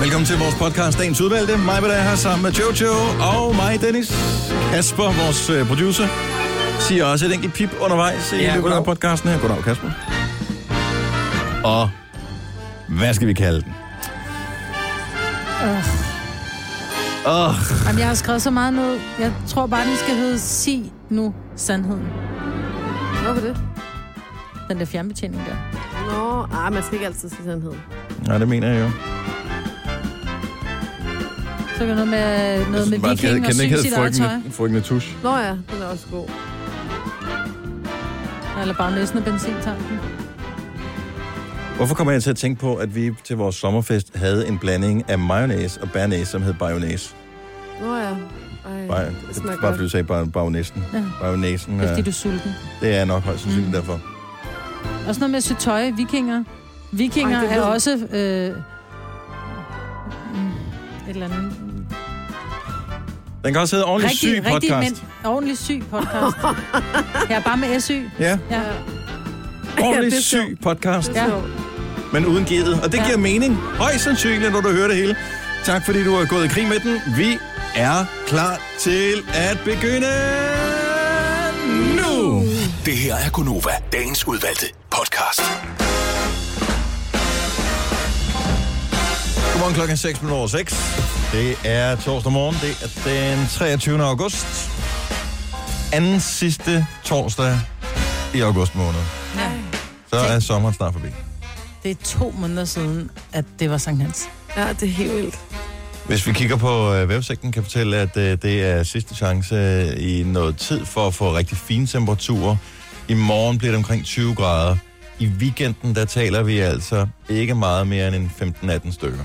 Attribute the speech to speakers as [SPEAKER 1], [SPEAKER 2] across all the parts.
[SPEAKER 1] velkommen til vores podcast, Dagens Udvalgte. Mig, hvad der er her sammen med Jojo og mig, Dennis. Kasper, vores øh, producer, siger også et enkelt pip undervejs i
[SPEAKER 2] Ja,
[SPEAKER 1] løbet af
[SPEAKER 2] goddag.
[SPEAKER 1] podcasten her. Goddag, Kasper. Og hvad skal vi kalde den? Åh, oh,
[SPEAKER 3] Jamen, jeg har skrevet så meget ned. Jeg tror bare, den skal hedde Sig nu sandheden.
[SPEAKER 4] Hvorfor det?
[SPEAKER 3] Den der fjernbetjening der.
[SPEAKER 4] Nå, ah, man skal ikke altid sige sandheden.
[SPEAKER 1] nej, det mener jeg jo.
[SPEAKER 3] Så er der noget med, øh, noget med vikingen og sy sit eget tøj.
[SPEAKER 1] frygtende tusch?
[SPEAKER 4] Nå ja, den er også god.
[SPEAKER 3] Eller bare næsten af benzintanken.
[SPEAKER 1] Hvorfor kommer jeg til at tænke på, at vi til vores sommerfest havde en blanding af mayonnaise og bernæs, som hed bayonnaise?
[SPEAKER 4] Nå ja. Ej,
[SPEAKER 1] Bare,
[SPEAKER 4] det smager
[SPEAKER 1] bare
[SPEAKER 4] godt.
[SPEAKER 1] fordi du sagde bare bagnæsten.
[SPEAKER 3] Ja.
[SPEAKER 1] Bagnæsen,
[SPEAKER 3] Det er
[SPEAKER 1] ja.
[SPEAKER 3] fordi, du er sulten.
[SPEAKER 1] det er nok højst sandsynligt
[SPEAKER 3] Mm.
[SPEAKER 1] derfor.
[SPEAKER 3] Også noget med at sy tøj, vikinger. Vikinger
[SPEAKER 4] Ej, det
[SPEAKER 3] Ej, er
[SPEAKER 4] ved-
[SPEAKER 3] også... Øh, mm, et eller andet.
[SPEAKER 1] Den kan også hedde Ordentlig
[SPEAKER 3] Rigtig,
[SPEAKER 1] Syg
[SPEAKER 3] rigtig
[SPEAKER 1] Podcast.
[SPEAKER 3] mænd. Ordentlig syg podcast. ja, bare med SY.
[SPEAKER 1] Ja,
[SPEAKER 3] Ja.
[SPEAKER 1] Ordentlig
[SPEAKER 4] det
[SPEAKER 1] ja,
[SPEAKER 4] er
[SPEAKER 1] Syg Podcast,
[SPEAKER 4] Det er
[SPEAKER 3] Ja.
[SPEAKER 4] sjovt.
[SPEAKER 1] men uden givet. Og det
[SPEAKER 3] Ja.
[SPEAKER 1] giver mening. Højst sandsynligt, når du hører det hele. Tak fordi du har gået i krig med den. Vi er klar til at begynde nu.
[SPEAKER 5] Det her er Gunova, dagens udvalgte podcast.
[SPEAKER 1] Godmorgen klokken er 6 minutter over 6. Det er torsdag morgen. Det er den 23. august. Anden sidste torsdag i august måned. Så er sommeren snart forbi.
[SPEAKER 6] Det er to måneder siden, at det var Sankt Hans.
[SPEAKER 4] Ja, det er helt vildt.
[SPEAKER 1] Hvis vi kigger på øh, vævesigten, kan jeg fortælle, at øh, det er sidste chance øh, i noget tid for at få rigtig fine temperaturer. I morgen bliver det omkring 20 grader. I weekenden, der taler vi altså ikke meget mere end en 15-18 stykker.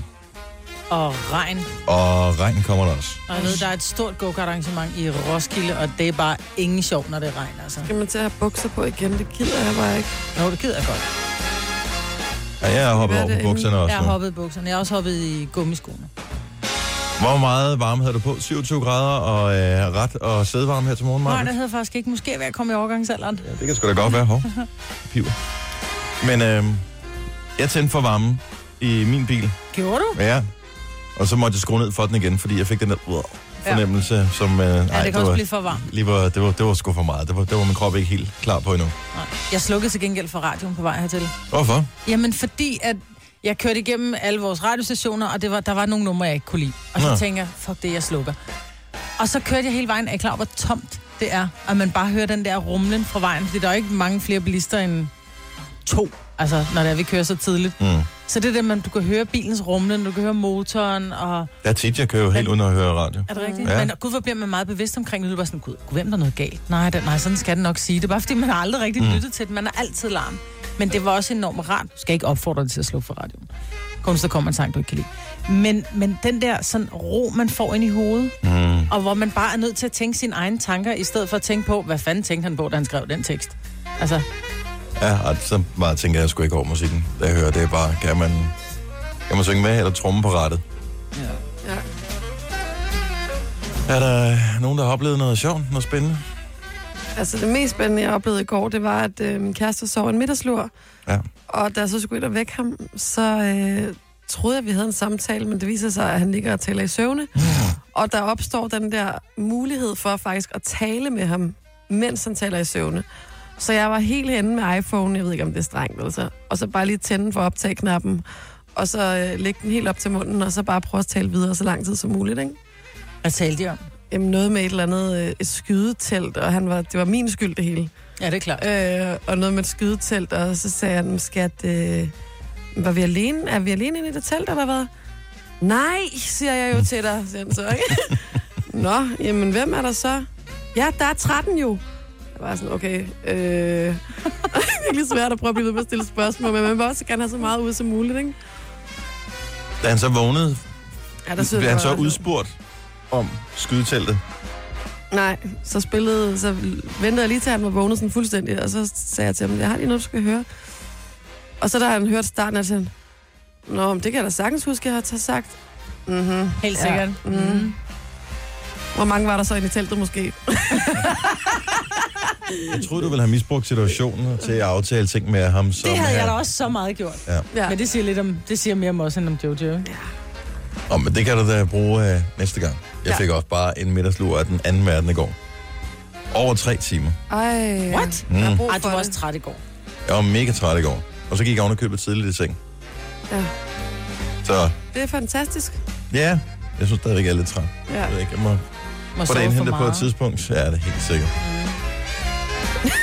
[SPEAKER 6] Og regn.
[SPEAKER 1] Og regn kommer der også.
[SPEAKER 6] Og jeg ved, der er et stort go-kart-arrangement i Roskilde, og det er bare ingen sjov, når det regner. Altså.
[SPEAKER 4] Skal man til at have bukser på igen? Det gider jeg bare ikke.
[SPEAKER 6] Nå, det gider jeg godt.
[SPEAKER 1] Ja, jeg har hoppet
[SPEAKER 4] Hvad er
[SPEAKER 1] over
[SPEAKER 4] det
[SPEAKER 1] på bukserne
[SPEAKER 6] Jeg
[SPEAKER 1] også
[SPEAKER 6] har
[SPEAKER 1] nu.
[SPEAKER 6] hoppet i bukserne. Jeg har også hoppet i gummiskoene.
[SPEAKER 1] Hvor meget varme havde du på? 27 grader og øh, ret og sædevarme her til morgen,
[SPEAKER 6] Nej,
[SPEAKER 1] Marcus?
[SPEAKER 6] det havde jeg faktisk ikke. Måske ved at komme i overgangsalderen.
[SPEAKER 1] Ja, det kan sgu da godt være, hov. Piver. Men øh, jeg tændte for varmen i min bil.
[SPEAKER 6] Gjorde du?
[SPEAKER 1] Ja. Og så måtte jeg skrue ned for den igen, fordi jeg fik den der wow, fornemmelse, ja. som... Øh,
[SPEAKER 6] Ja,
[SPEAKER 1] ej,
[SPEAKER 6] det kan
[SPEAKER 1] var,
[SPEAKER 6] også blive for varmt.
[SPEAKER 1] lige var, det, var, det var sgu for meget. Det var, det var min krop ikke helt klar på endnu.
[SPEAKER 6] Nej. Jeg slukkede til gengæld for radioen på vej hertil.
[SPEAKER 1] Hvorfor?
[SPEAKER 6] Jamen, fordi at jeg kørte igennem alle vores radiostationer, og det var, der var nogle numre, jeg ikke kunne lide. Og så
[SPEAKER 1] Nå.
[SPEAKER 6] ja. tænkte jeg, fuck det, jeg slukker. Og så kørte jeg hele vejen. Er I klar, over, hvor tomt det er? Og man bare hører den der rumlen fra vejen, fordi der er jo ikke mange flere bilister end to, altså når det er, vi kører så tidligt.
[SPEAKER 1] Mm.
[SPEAKER 6] Så det er det, man, du kan høre bilens rumlen, du kan høre motoren, og
[SPEAKER 1] Der er tit, jeg kører jo helt uden at høre radio.
[SPEAKER 6] er det rigtigt?
[SPEAKER 1] Ja.
[SPEAKER 6] Ja. Men gud, hvor bliver man meget bevidst omkring det. Det er bare sådan, gud, gud, hvem der er noget galt? Nej, den, nej, sådan skal den nok sige. Det er bare, fordi man har aldrig rigtig mm. lyttet til den. Man er altid larm. Men det var også enormt rart. Du skal ikke opfordre dig til at slukke for radioen. Kun så kommer en sang, du ikke kan lide. Men, men den der sådan ro, man får ind i hovedet,
[SPEAKER 1] Hmm.
[SPEAKER 6] mm. og hvor man bare er nødt til at tænke sine egne tanker, i stedet for at tænke på, hvad fanden tænkte han på, da han skrev den tekst. Altså,
[SPEAKER 1] Ja, og så meget tænker jeg sgu ikke over musikken, da jeg hører det. er bare, kan man, kan man synge med eller tromme på rattet?
[SPEAKER 4] Ja.
[SPEAKER 1] Er der nogen, der har oplevet noget sjovt, noget spændende?
[SPEAKER 4] Altså, det mest spændende, jeg oplevede i går, det var, at øh, min kæreste sov en middagslur.
[SPEAKER 1] Ja.
[SPEAKER 4] Og da jeg så skulle ind og vække ham, så øh, troede jeg, vi havde en samtale, men det viser sig, at han ligger og taler i søvne. Og der opstår den der mulighed for faktisk at tale med ham, mens han taler i søvne. Så jeg var helt henne med iPhone, jeg ved ikke, om det er strengt, altså. Og så bare lige tænde for optag-knappen, og så øh, lægge den helt op til munden, og så bare prøve at tale videre så lang tid som muligt, ikke?
[SPEAKER 6] hvad talte de om?
[SPEAKER 4] Jamen, noget med et eller andet øh, et skydetelt, og han var, det var min skyld, det hele
[SPEAKER 6] Ja, det er klart.
[SPEAKER 4] øh, og noget med et skydetelt, og så sagde jeg, "Men skat, øh, var vi alene? er vi alene inde i det telt, eller hvad? Nej, siger jeg jo til dig, siger han så, ikke? Nå, jamen, hvem er der så? Ja, der er 13 jo. Jeg var sådan, okay, øh... det er virkelig svært at prøve at blive ved med at stille spørgsmål, men man vil også gerne have så meget ud som muligt, ikke?
[SPEAKER 1] Da han så vågnede,
[SPEAKER 4] Ja,
[SPEAKER 1] der
[SPEAKER 4] jeg,
[SPEAKER 1] blev han
[SPEAKER 4] det
[SPEAKER 1] så
[SPEAKER 4] var ret
[SPEAKER 1] udspurgt om skydeteltet.
[SPEAKER 4] sjovt. Nej, så spillede, så ventede jeg lige til, at han var vågnet sådan fuldstændig, og så sagde jeg til ham, jeg har lige noget, du skal høre. Og så da han hørte starten, af sådan, Nå, men det kan jeg da sagtens huske, jeg har t- sagt. Mm-hmm.
[SPEAKER 6] Helt
[SPEAKER 4] ja.
[SPEAKER 6] sikkert. Mhm.
[SPEAKER 4] Mm. Hvor mange var der så inde i teltet måske?
[SPEAKER 1] Jeg troede, du ville have misbrugt situationen til at aftale ting med ham. Som
[SPEAKER 6] Det havde
[SPEAKER 1] her.
[SPEAKER 6] jeg da også så meget gjort.
[SPEAKER 1] Ja.
[SPEAKER 4] Ja.
[SPEAKER 6] Men det siger lidt om, det siger mere om os, end om Jojo. ikke?
[SPEAKER 1] Nå, men det kan du da bruge øh, næste gang. Jeg
[SPEAKER 4] Ja.
[SPEAKER 1] fik også bare en middagslur af den anden verden i går. Over tre timer.
[SPEAKER 4] Ej,
[SPEAKER 6] What?
[SPEAKER 1] Mm.
[SPEAKER 4] jeg har brug
[SPEAKER 6] Ej, du
[SPEAKER 4] for
[SPEAKER 6] var
[SPEAKER 4] det.
[SPEAKER 6] også træt i går.
[SPEAKER 1] Jeg var mega træt i går. Og så gik jeg oven og købet tidligt i seng.
[SPEAKER 4] Ja.
[SPEAKER 1] Så
[SPEAKER 4] Det er fantastisk.
[SPEAKER 1] ja, jeg synes stadigvæk, jeg er lidt træt.
[SPEAKER 4] Ja.
[SPEAKER 1] Jeg, ved ikke, jeg må
[SPEAKER 6] Må
[SPEAKER 1] få det
[SPEAKER 6] sove
[SPEAKER 1] indhentet på et
[SPEAKER 6] meget.
[SPEAKER 1] tidspunkt. så er det helt sikkert.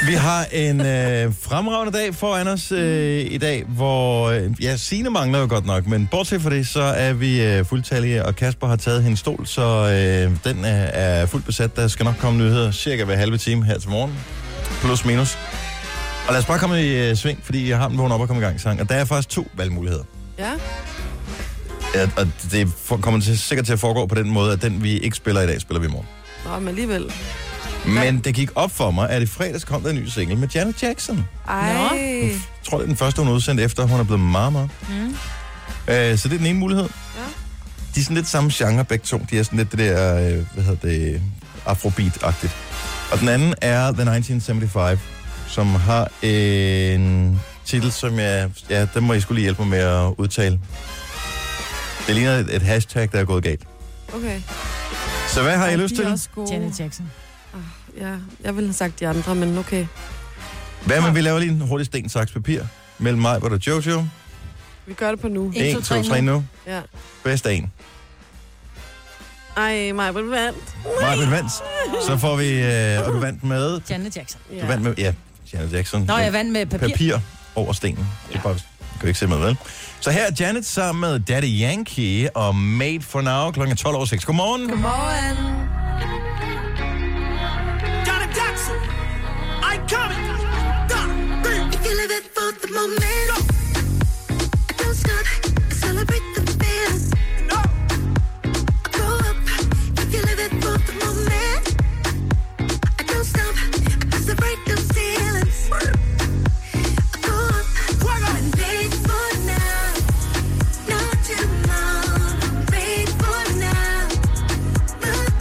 [SPEAKER 1] Vi har en øh, fremragende dag foran os øh, i dag, hvor... Øh, ja, Signe mangler jo godt nok, men bortset fra det, så er vi øh, fuldtallige, og Kasper har taget hendes stol, så øh, den er, er fuldt besat. Der skal nok komme nyheder cirka hver halve time her til morgen. Plus minus. Og lad os bare komme i øh, sving, fordi jeg har den vågen op og komme i gang sang. Og der er faktisk to valgmuligheder.
[SPEAKER 4] Ja.
[SPEAKER 1] Ja, og det for- kommer til, sikkert til at foregå på den måde, at den vi ikke spiller i dag, spiller vi i morgen.
[SPEAKER 4] Nå, men alligevel.
[SPEAKER 1] Men det gik op for mig, at i fredags kom der en ny single med Janet Jackson.
[SPEAKER 4] Ej.
[SPEAKER 6] Nå.
[SPEAKER 1] Jeg tror, det er den første, hun udsendte efter, hun er blevet meget, meget.
[SPEAKER 7] 嗯
[SPEAKER 1] Mm. Øh, så det er den ene mulighed.
[SPEAKER 4] Ja.
[SPEAKER 1] De er sådan lidt samme genre, begge to. De er sådan lidt det der, øh, hvad hedder det, afrobeat-agtigt. Og den anden er The 1975, som har en titel, som jeg... Ja, den må I skulle lige hjælpe mig med at udtale. Det ligner et, et hashtag, der er gået galt.
[SPEAKER 4] Okay.
[SPEAKER 1] Så hvad har I
[SPEAKER 4] Ej,
[SPEAKER 1] lyst
[SPEAKER 4] de
[SPEAKER 1] til?
[SPEAKER 4] Er også gode. Ah,
[SPEAKER 6] Janet Jackson.
[SPEAKER 4] Ja, jeg ville have sagt de andre, men okay.
[SPEAKER 1] Hvad med, vi laver lige en hurtig sten, saks, papir mellem mig, hvor der Jojo.
[SPEAKER 4] Vi gør det på nu.
[SPEAKER 1] 1, 2, 3 nu.
[SPEAKER 4] Ja.
[SPEAKER 1] Bedst af en.
[SPEAKER 4] Ej, mig vil vandt.
[SPEAKER 1] Mig vil vandt. Så får vi... Øh, og du vandt med...
[SPEAKER 6] Janet Jackson.
[SPEAKER 1] Du vandt med... Ja, Janet Jackson.
[SPEAKER 6] Nå, jeg vandt med papir. papir.
[SPEAKER 1] Papir over stenen. Det er bare, kan vi ikke se med, vel? Så her er Janet sammen med Daddy Yankee og Made for Now kl. 12 over 6. Godmorgen.
[SPEAKER 4] Godmorgen.
[SPEAKER 2] Johnny Jackson, I coming. Done. Three.
[SPEAKER 7] If you live it for the moment, don't stop. Celebrate the feeling.
[SPEAKER 2] No.
[SPEAKER 7] Grow up. If you live it for the moment, don't stop. Celebrate the feelings. Grow up. And made for now, not tomorrow. Made for now. Look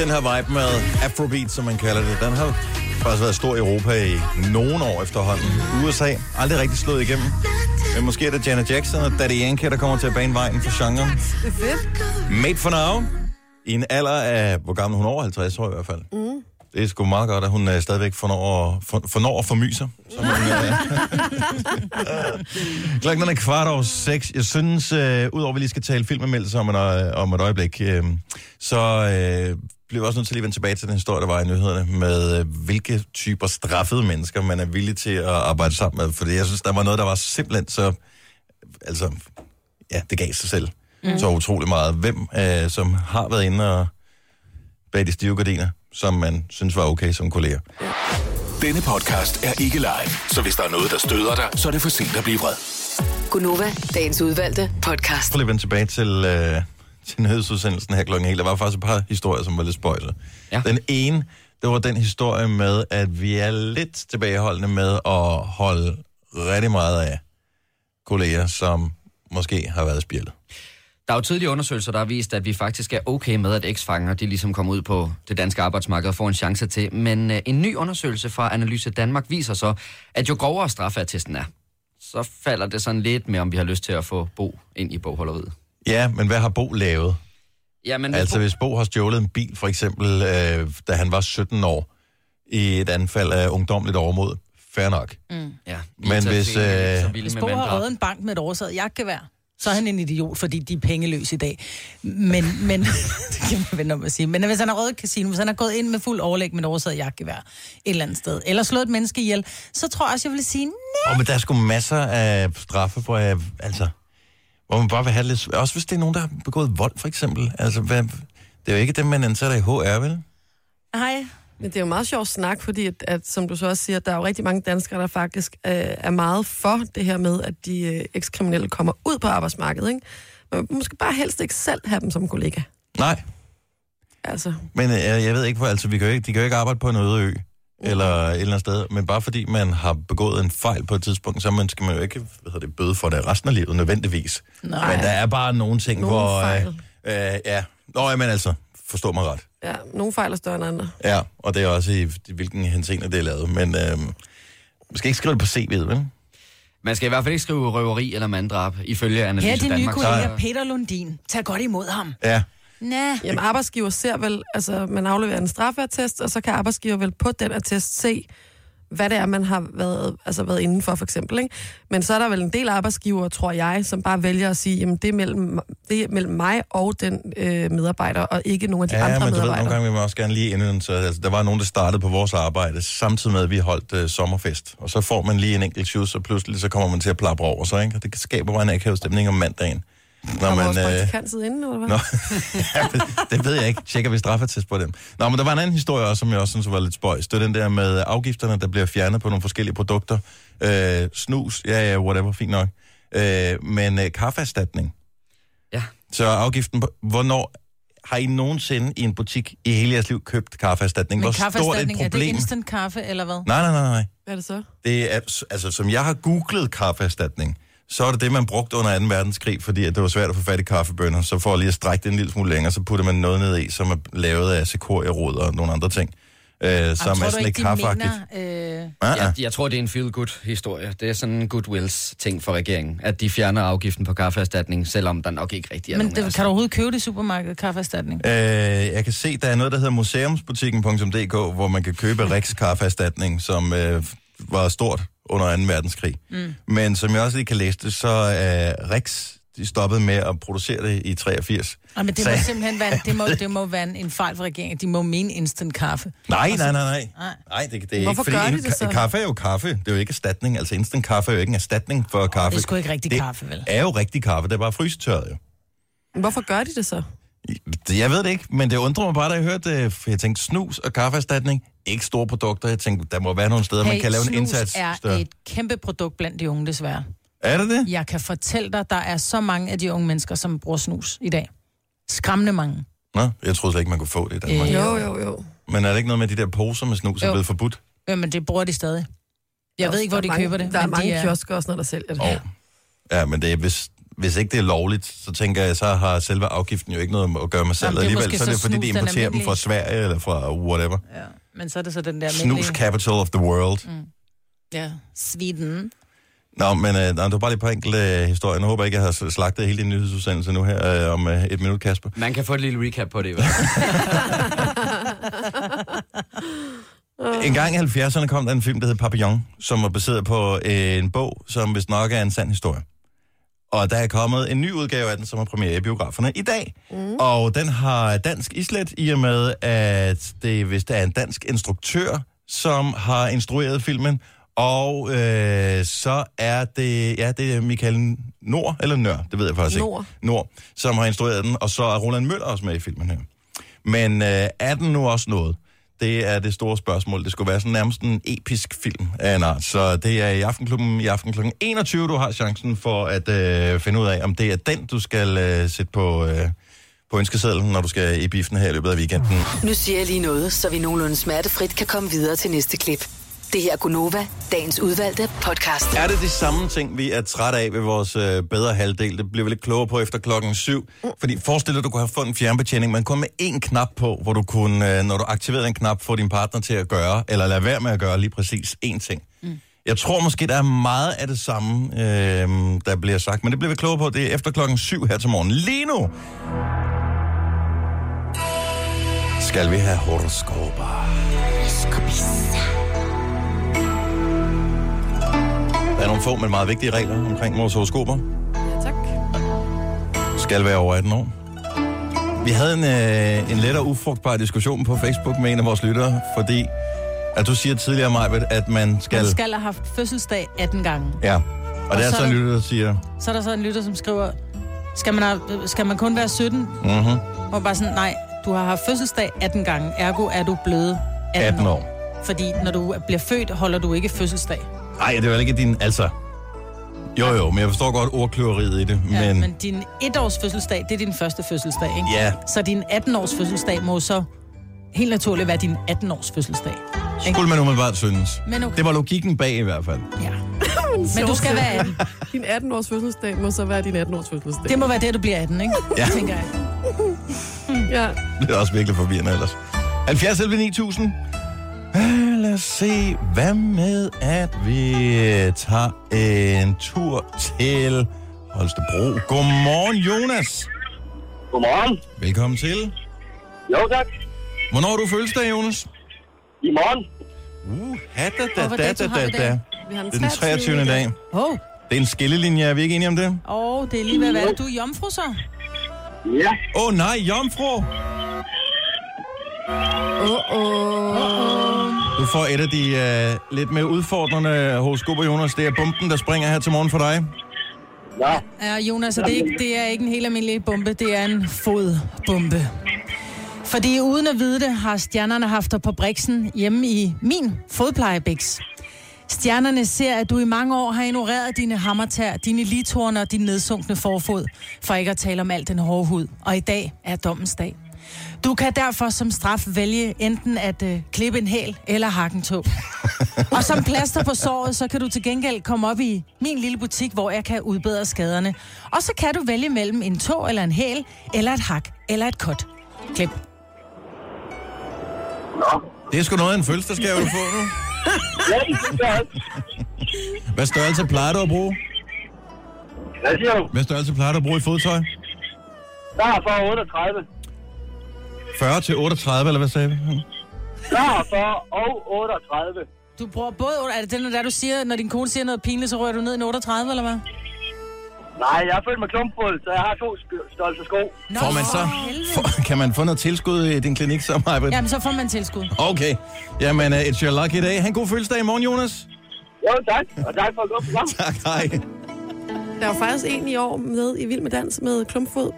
[SPEAKER 1] den her vibe med Afrobeat, som man kalder det, den har faktisk været stor i Europa i nogle år efterhånden. USA aldrig rigtig slået igennem. Men måske er det Janet Jackson og Daddy Yankee, der kommer til at bane vejen for genren.
[SPEAKER 4] Det er fedt.
[SPEAKER 1] Made for now. I en alder af, hvor gammel hun er, over 50 år i hvert fald. Mm. Det er sgu meget godt, at hun øh, stadigvæk fornår, at- for, fornår at formy sig. Som hun, øh, Klokken er kvart over seks. Jeg synes, øh, udover at vi lige skal tale filmanmeldelser om, en, øje- om et øjeblik, øh, så øh, bliver vi også nødt til lige at vende tilbage til den historie, der var i nyhederne, med øh, hvilke typer straffede mennesker, man er villig til at arbejde sammen med. Fordi jeg synes, der var noget, der var simpelthen så... Altså, ja, det gav sig selv mm. så utrolig meget. Hvem, øh, som har været inde og bag de stive gardiner, som man synes var okay som kolleger.
[SPEAKER 5] Denne podcast er ikke live, så hvis der er noget, der støder dig, så er det for sent at blive vred.
[SPEAKER 8] Gunova, dagens udvalgte podcast.
[SPEAKER 1] Så lige vende tilbage til, øh, til nyhedsudsendelsen her klokken 1. Der var faktisk et par historier, som var lidt spøjse. Ja. Den ene, det var den historie med, at vi er lidt tilbageholdende med at holde rigtig meget af kolleger, som måske har været spjældet.
[SPEAKER 9] Der er jo tidlige undersøgelser, der har vist, at vi faktisk er okay med, at eks-fanger de ligesom kommer ud på det danske arbejdsmarked og får en chance til. Men øh, en ny undersøgelse fra Analyse Danmark viser så, at jo grovere straffattesten er, så falder det sådan lidt med, om vi har lyst til at få Bo ind i bogholderiet.
[SPEAKER 1] Ja, men hvad har Bo lavet?
[SPEAKER 9] Ja, men
[SPEAKER 1] Altså, hvis Bo har stjålet en bil, for eksempel, øh, da han var 17 år, i et anfald af ungdomligt overmod, fair nok.
[SPEAKER 6] Mm.
[SPEAKER 9] ja,
[SPEAKER 1] men
[SPEAKER 9] Vita
[SPEAKER 1] hvis,
[SPEAKER 9] Sene,
[SPEAKER 1] øh,
[SPEAKER 9] så vilde
[SPEAKER 6] Hvis
[SPEAKER 9] med
[SPEAKER 6] Bo har
[SPEAKER 9] manddrab.
[SPEAKER 6] røget en bank med et oversaget jagtgevær, så er han en idiot, fordi de er pengeløse i dag. Men, men, det kan man vende om at sige. Men hvis han har røget et casino, hvis han har gået ind med fuld overlæg med et oversaget jagtgevær et eller andet sted, eller slået et menneske ihjel, så tror jeg også, jeg vil sige, nej.
[SPEAKER 1] Og men der er sgu masser af straffe, hvor, jeg, altså, hvor man bare vil have lidt... Også hvis det er nogen, der har begået vold, for eksempel. Altså, hvad, det er jo ikke dem, man ansætter i HR, vel?
[SPEAKER 6] Hej.
[SPEAKER 4] Men det er jo meget sjovt snak, fordi at, at, som du så også siger, der er jo rigtig mange danskere, der faktisk øh, er meget for det her med, at de øh, ekskriminelle kommer ud på arbejdsmarkedet. Ikke? Men måske bare helst ikke selv have dem som kollega.
[SPEAKER 1] Nej,
[SPEAKER 4] Altså,
[SPEAKER 1] men øh, jeg ved ikke, hvor, altså, vi kan jo ikke, de kan jo ikke arbejde på en øde ø eller et eller andet sted, men bare fordi man har begået en fejl på et tidspunkt, så man skal man jo ikke hvad hedder det, bøde for det resten af livet nødvendigvis.
[SPEAKER 6] Nej.
[SPEAKER 1] Men der er bare nogle ting,
[SPEAKER 4] Nogle
[SPEAKER 1] hvor...
[SPEAKER 4] fejl.
[SPEAKER 1] Øh, øh, ja. Nå, men altså, forstå mig ret.
[SPEAKER 4] ja, nogle fejler større end andre.
[SPEAKER 1] Ja, og det er også i, i hvilken henseende det er lavet. Men øh, man skal ikke skrive det på CV'et, vel?
[SPEAKER 9] Man skal i hvert fald ikke skrive røveri eller manddrab, ifølge Analyse
[SPEAKER 6] Her er din nye
[SPEAKER 9] Danmark.
[SPEAKER 6] kollega Peter Lundin. Tag godt imod ham.
[SPEAKER 1] Ja.
[SPEAKER 6] Næh.
[SPEAKER 4] Jamen arbejdsgiver ser vel, altså man afleverer en straffertest, og så kan arbejdsgiver vel på den attest se, hvad det er, man har været, altså været inden for, for eksempel. Ikke? Men så er der vel en del arbejdsgiver, tror jeg, som bare vælger at sige, jamen det er mellem, det er mellem mig og den øh, medarbejder, og ikke nogen af de
[SPEAKER 1] Ja,
[SPEAKER 4] andre
[SPEAKER 1] men du ved,
[SPEAKER 4] medarbejdere.
[SPEAKER 1] nogle gange vil man også gerne lige inden, så altså, der var nogen, der startede på vores arbejde, samtidig med, at vi holdt øh, sommerfest. Og så får man lige en enkelt shoes, og pludselig så kommer man til at plapre over sig, ikke? Og det skaber bare en akavet stemning om mandagen. Når
[SPEAKER 4] Kommer
[SPEAKER 1] man,
[SPEAKER 4] vores
[SPEAKER 1] øh,
[SPEAKER 4] praktikant sidde inde, eller hvad?
[SPEAKER 1] nå, Ja, men det ved jeg ikke. Tjekker vi straffatest på dem. Nå, men der var en anden historie også, som jeg også synes var lidt spøjs. Det var den der med afgifterne, der bliver fjernet på nogle forskellige produkter. Øh, snus, ja, ja, whatever, fint nok. Øh, men øh, kaffeerstatning.
[SPEAKER 9] Ja.
[SPEAKER 1] Så afgiften på, hvornår har I nogensinde i en butik i hele jeres liv købt kaffeerstatning? Hvor
[SPEAKER 6] Men
[SPEAKER 1] stort et
[SPEAKER 6] kaffeerstatning, er det
[SPEAKER 1] problem?
[SPEAKER 6] instant kaffe, eller hvad?
[SPEAKER 1] nej, nej, nej, nej.
[SPEAKER 4] Hvad er det så?
[SPEAKER 1] Det er, altså, som jeg har googlet kaffeerstatning, så er det det, man brugte under 2. verdenskrig, fordi at det var svært at få fat i kaffebønner. Så for lige at strække det en lille smule længere, så putter man noget ned i, som er lavet af sekorierod og nogle andre ting, øh, som er
[SPEAKER 6] Ej, tror du
[SPEAKER 1] sådan lidt
[SPEAKER 6] ikke, de
[SPEAKER 1] kaffeagtigt.
[SPEAKER 6] mener, øh,
[SPEAKER 1] Ah, ah.
[SPEAKER 9] Jeg, jeg tror, det er en feel-good-historie. Det er sådan en goodwills-ting for regeringen, at de fjerner afgiften på kaffeerstatning, selvom der nok ikke rigtig er
[SPEAKER 6] men
[SPEAKER 9] nogen af
[SPEAKER 6] det,
[SPEAKER 1] altså-
[SPEAKER 9] os.
[SPEAKER 6] kan du overhovedet købe det i supermarkedet, kaffeerstatning?
[SPEAKER 1] Øh, jeg kan se, der er noget, der hedder museumsbutikken.dk, hvor man kan købe Riks kaffeerstatning, som øh, var stort under 2. verdenskrig. Mm. Men som jeg også lige kan læse det, så er øh, Riks de stoppede med at producere det i 83.
[SPEAKER 6] Ej, men det
[SPEAKER 1] Så-
[SPEAKER 6] må simpelthen være, det må, det må være en- en fejl for regeringen. at De må mene instant kaffe. Altså-
[SPEAKER 1] Nej, nej, nej, nej.
[SPEAKER 6] Nej.
[SPEAKER 1] Nej, det, det er
[SPEAKER 4] Hvorfor
[SPEAKER 1] ikke,
[SPEAKER 4] gør de
[SPEAKER 1] en-
[SPEAKER 4] det så?
[SPEAKER 1] ka- Kaffe er jo kaffe. Det er jo ikke erstatning. Altså instant kaffe er jo ikke en erstatning for kaffe.
[SPEAKER 6] Det er sgu ikke rigtig
[SPEAKER 1] Det
[SPEAKER 6] kaffe, vel?
[SPEAKER 1] er jo rigtig kaffe. Det er bare frysetørret jo.
[SPEAKER 4] Men Hvorfor gør de det så?
[SPEAKER 1] Det- Jeg ved det ikke, men det undrer mig bare, da jeg hørte det. For Jeg tænkte, snus og kaffeerstatning, ikke store produkter. Jeg tænkte, der må være nogle steder, man kan lave en
[SPEAKER 6] snus
[SPEAKER 1] indsats.
[SPEAKER 6] er
[SPEAKER 1] større.
[SPEAKER 6] et kæmpe produkt blandt de unge, desværre.
[SPEAKER 1] er det det?
[SPEAKER 6] Jeg kan fortælle dig, der er så mange af de unge mennesker, som bruger snus i dag. Skræmmende mange.
[SPEAKER 1] Nå, jeg troede slet ikke, man kunne få det i Danmark.
[SPEAKER 6] Øh.
[SPEAKER 4] Jo, jo, jo.
[SPEAKER 1] Men er det ikke noget med de der poser med snus, som er
[SPEAKER 6] Jo.
[SPEAKER 1] blevet forbudt?
[SPEAKER 6] Ja, men det bruger de stadig. Jeg ved ikke, hvor
[SPEAKER 4] Der
[SPEAKER 6] de
[SPEAKER 4] er mange,
[SPEAKER 6] køber det.
[SPEAKER 4] Der er
[SPEAKER 6] men de
[SPEAKER 4] mange kiosker og sådan noget, der sælger det.
[SPEAKER 1] Og, ja, men det er, hvis, hvis ikke det er lovligt, så tænker jeg, så har selve afgiften jo ikke noget at gøre med selv
[SPEAKER 6] Jamen, det er
[SPEAKER 1] alligevel.
[SPEAKER 6] måske
[SPEAKER 1] Så er det
[SPEAKER 6] så
[SPEAKER 1] fordi,
[SPEAKER 6] snus,
[SPEAKER 1] de
[SPEAKER 6] den
[SPEAKER 1] importerer dem
[SPEAKER 6] almindelige.
[SPEAKER 1] fra Sverige eller fra whatever.
[SPEAKER 6] Ja. Men så er det så den der...
[SPEAKER 1] Snus
[SPEAKER 6] almindelige-
[SPEAKER 1] capital of the world. Mm.
[SPEAKER 6] Ja, Sweden.
[SPEAKER 1] Nå, men øh, nej, det var bare lige et par enkelte øh, historier. Nu håber jeg ikke, jeg har slagtet hele din nyhedsudsendelse nu her øh, om øh, et minut, Kasper.
[SPEAKER 9] Man kan få et lille recap på det i hvert fald.
[SPEAKER 7] Øh.
[SPEAKER 1] En gang i 70'erne kom der en film, der hed Papillon, som var baseret på øh, en bog, som vist nok er en sand historie. Og der er kommet en ny udgave af den, som har premiere i biograferne i dag. Mm. Og den har dansk islet i og med, at det vist er en dansk instruktør, som har instrueret filmen. Og øh, så er det, ja, det er Michael Nord, eller Nør, det ved jeg faktisk
[SPEAKER 4] Nord.
[SPEAKER 1] ikke. Nord. som har instrueret den, og så er Roland Møller også med i filmen her. Men øh, er den nu også noget? Det er det store spørgsmål. Det skulle være sådan nærmest en episk film af en art. Så det er i Aftenklubben i aften kl. 21, du har chancen for at øh, finde ud af, om det er den, du skal øh, sætte på, øh, på ønskesedlen, når du skal i biffen her i løbet af weekenden.
[SPEAKER 8] Nu siger jeg lige noget, så vi nogenlunde smertefrit kan komme videre til næste klip. Det her er Gunova, dagens udvalgte podcast.
[SPEAKER 1] Er det de samme ting, vi er trætte af ved vores øh, bedre halvdel? Det bliver vi lidt klogere på efter klokken 7. Fordi forestil dig, at du kunne have fået en fjernbetjening, men kun med én knap på, hvor du kunne, øh, når du aktiverede den knap, få din partner til at gøre, eller lade være med at gøre lige præcis én ting. Mm. Jeg tror måske, der er meget af det samme, øh, der bliver sagt, men det bliver vi klogere på. Det er efter klokken 7 her til morgen. Lige nu skal vi have horoskoper. Der er nogle få, men meget vigtige regler omkring vores horoskoper.
[SPEAKER 4] Ja, tak.
[SPEAKER 1] skal være over 18 år. Vi havde en, øh, en let og ufrugtbar diskussion på Facebook med en af vores lyttere, fordi at du siger tidligere, Majbet, at man skal...
[SPEAKER 6] Man skal have haft fødselsdag 18 gange.
[SPEAKER 1] Ja, og, og der er
[SPEAKER 6] så
[SPEAKER 1] så
[SPEAKER 6] er
[SPEAKER 1] en
[SPEAKER 6] der-
[SPEAKER 1] lytter, der siger...
[SPEAKER 6] Så er der så en lytter, som skriver, skal man, have, skal man kun være 17?
[SPEAKER 1] Mm-hmm,
[SPEAKER 6] Og bare sådan, nej, du har haft fødselsdag 18 gange, ergo er du blevet 18,
[SPEAKER 1] 18
[SPEAKER 6] år.
[SPEAKER 1] år.
[SPEAKER 6] Fordi når du bliver født, holder du ikke fødselsdag.
[SPEAKER 1] Nej, det var ikke din... Altså... Jo, jo, men jeg forstår godt ordkløveriet i det,
[SPEAKER 6] Ja,
[SPEAKER 1] men...
[SPEAKER 6] men... men din etårs fødselsdag, det er din første fødselsdag, ikke?
[SPEAKER 1] Ja,
[SPEAKER 6] Så din 18-års fødselsdag må så helt naturligt være din 18-års fødselsdag.
[SPEAKER 1] skulle man umiddelbart synes.
[SPEAKER 6] Men okay.
[SPEAKER 1] Det var logikken bag i hvert fald.
[SPEAKER 6] Ja. Men du skal være 18.
[SPEAKER 4] Din 18-års fødselsdag må så være din 18-års fødselsdag.
[SPEAKER 6] Det må være det, du bliver 18, ikke?
[SPEAKER 1] Ja.
[SPEAKER 6] Tænker jeg.
[SPEAKER 4] Ja.
[SPEAKER 1] Det er også virkelig forvirrende ellers. 70 11 9000. Øh, Lad os se, hvad med, at vi øh, tager en tur til Holstebro. Godmorgen, Jonas.
[SPEAKER 10] Godmorgen.
[SPEAKER 1] Velkommen til.
[SPEAKER 10] Jo, tak.
[SPEAKER 1] Hvornår har du fødselsdag, Jonas?
[SPEAKER 10] I morgen.
[SPEAKER 1] Uh, da, da,
[SPEAKER 6] Og hvad
[SPEAKER 1] da,
[SPEAKER 6] dato
[SPEAKER 1] da,
[SPEAKER 6] har
[SPEAKER 1] da,
[SPEAKER 6] vi i
[SPEAKER 1] da.
[SPEAKER 6] dag?
[SPEAKER 4] Vi har
[SPEAKER 1] Det er den 23. i dag.
[SPEAKER 6] Åh, oh,
[SPEAKER 1] Det er en skillelinje, er vi ikke enige om det?
[SPEAKER 6] oh, det er lige ved at være. Du er jomfru så?
[SPEAKER 10] Ja.
[SPEAKER 1] Åh oh, nej, jomfru! Du får et af de uh, lidt mere udfordrende horoskoper, Jonas. Det er bomben, der springer her til morgen for dig.
[SPEAKER 10] Nå.
[SPEAKER 6] Ja, Jonas, og det er, ikke, det er ikke en helt almindelig bombe, det er en fodbombe. Fordi uden at vide det, har stjernerne haft dig på briksen hjemme i min fodplejebæks. Stjernerne ser, at du i mange år har ignoreret dine hammertær, dine litorne og din nedsunkne forfod, for ikke at tale om al den hårde hud. Og i dag er dommens dag. Du kan derfor som straf vælge enten at øh, klippe en hæl eller hakke en tog. Og som plaster på såret, så kan du til gengæld komme op i min lille butik, hvor jeg kan udbedre skaderne. Og så kan du vælge mellem en tå eller en hæl, eller et hak, eller et kot. Klip.
[SPEAKER 10] Nå.
[SPEAKER 1] Det er sgu noget af en fødselsdagsgave, du får nu.
[SPEAKER 10] Ja, det er godt.
[SPEAKER 1] Hvad størrelse plejer du at bruge?
[SPEAKER 10] Hvad siger du?
[SPEAKER 1] Hvad størrelse plejer du at bruge i fodtøj?
[SPEAKER 10] Der er for 38.
[SPEAKER 1] 40 til 38, eller hvad sagde vi?
[SPEAKER 10] Der er for og 38.
[SPEAKER 6] Du bruger både... Er det den der, du siger, når din kone siger noget pinligt, så rører du ned i en 38, eller hvad?
[SPEAKER 10] Nej, jeg er født med klumpfuld, så jeg har to sk- størrelse sko.
[SPEAKER 6] Nå,
[SPEAKER 1] Får man så,
[SPEAKER 6] for helvede.
[SPEAKER 1] for, kan man få noget tilskud i din klinik så, Majbet?
[SPEAKER 6] Jamen, så får man tilskud.
[SPEAKER 1] Okay. Jamen, uh, it's your lucky day. Ha' en god fødselsdag i morgen, Jonas.
[SPEAKER 10] Jo, tak. Og tak for at gå på gang.
[SPEAKER 1] Tak, hej.
[SPEAKER 4] Der var faktisk en i år med i Vild med Dans med klumpfod.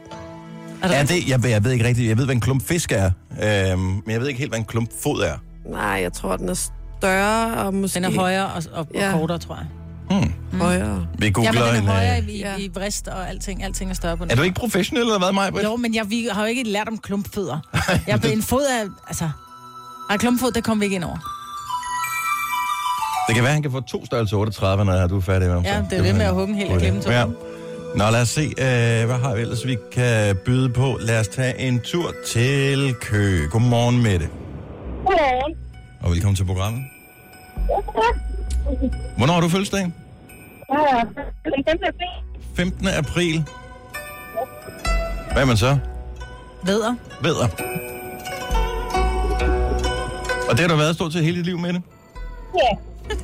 [SPEAKER 1] Er det, jeg, ved- jeg ved ikke rigtigt. Jeg ved, hvad en klump fisk er. Øhm, men jeg ved ikke helt, hvad en klump fod er.
[SPEAKER 4] Nej, jeg tror, den er større og måske
[SPEAKER 6] Den er højere og, og, ja.
[SPEAKER 4] Ja.
[SPEAKER 6] og kortere, tror jeg.
[SPEAKER 4] højere.
[SPEAKER 1] Vi
[SPEAKER 6] Ja, men
[SPEAKER 1] googler
[SPEAKER 6] den
[SPEAKER 1] en...
[SPEAKER 6] er højere
[SPEAKER 1] Øh...
[SPEAKER 6] i,
[SPEAKER 4] Ja.
[SPEAKER 6] i, i vrist og alting. Alting er større på den.
[SPEAKER 1] Er du ikke professionel, eller hvad, Majbet?
[SPEAKER 6] Jo, men jeg, vi har jo ikke lært om klumpfødder. Jeg blev en fod af... Altså, og klumpfod, der kom vi ikke ind over.
[SPEAKER 1] Det kan være, han kan få to størrelse 38, når du er færdig med ham.
[SPEAKER 6] Ja,
[SPEAKER 1] så.
[SPEAKER 6] det er jo det med at hugge en hel og glemme to.
[SPEAKER 1] Ja. Nå, lad os se, øh, hvad har vi ellers, vi kan byde på. Lad os tage en tur til Køge. Godmorgen, Mette.
[SPEAKER 11] Godmorgen.
[SPEAKER 1] Og velkommen til programmet. Hvornår har du fødselsdag?
[SPEAKER 11] Ja, ja. Den femte april.
[SPEAKER 1] 15. april. Hvad er man så?
[SPEAKER 6] Veder.
[SPEAKER 1] Vædder. Og det har du været stort set hele dit liv, Mette.
[SPEAKER 11] Ja.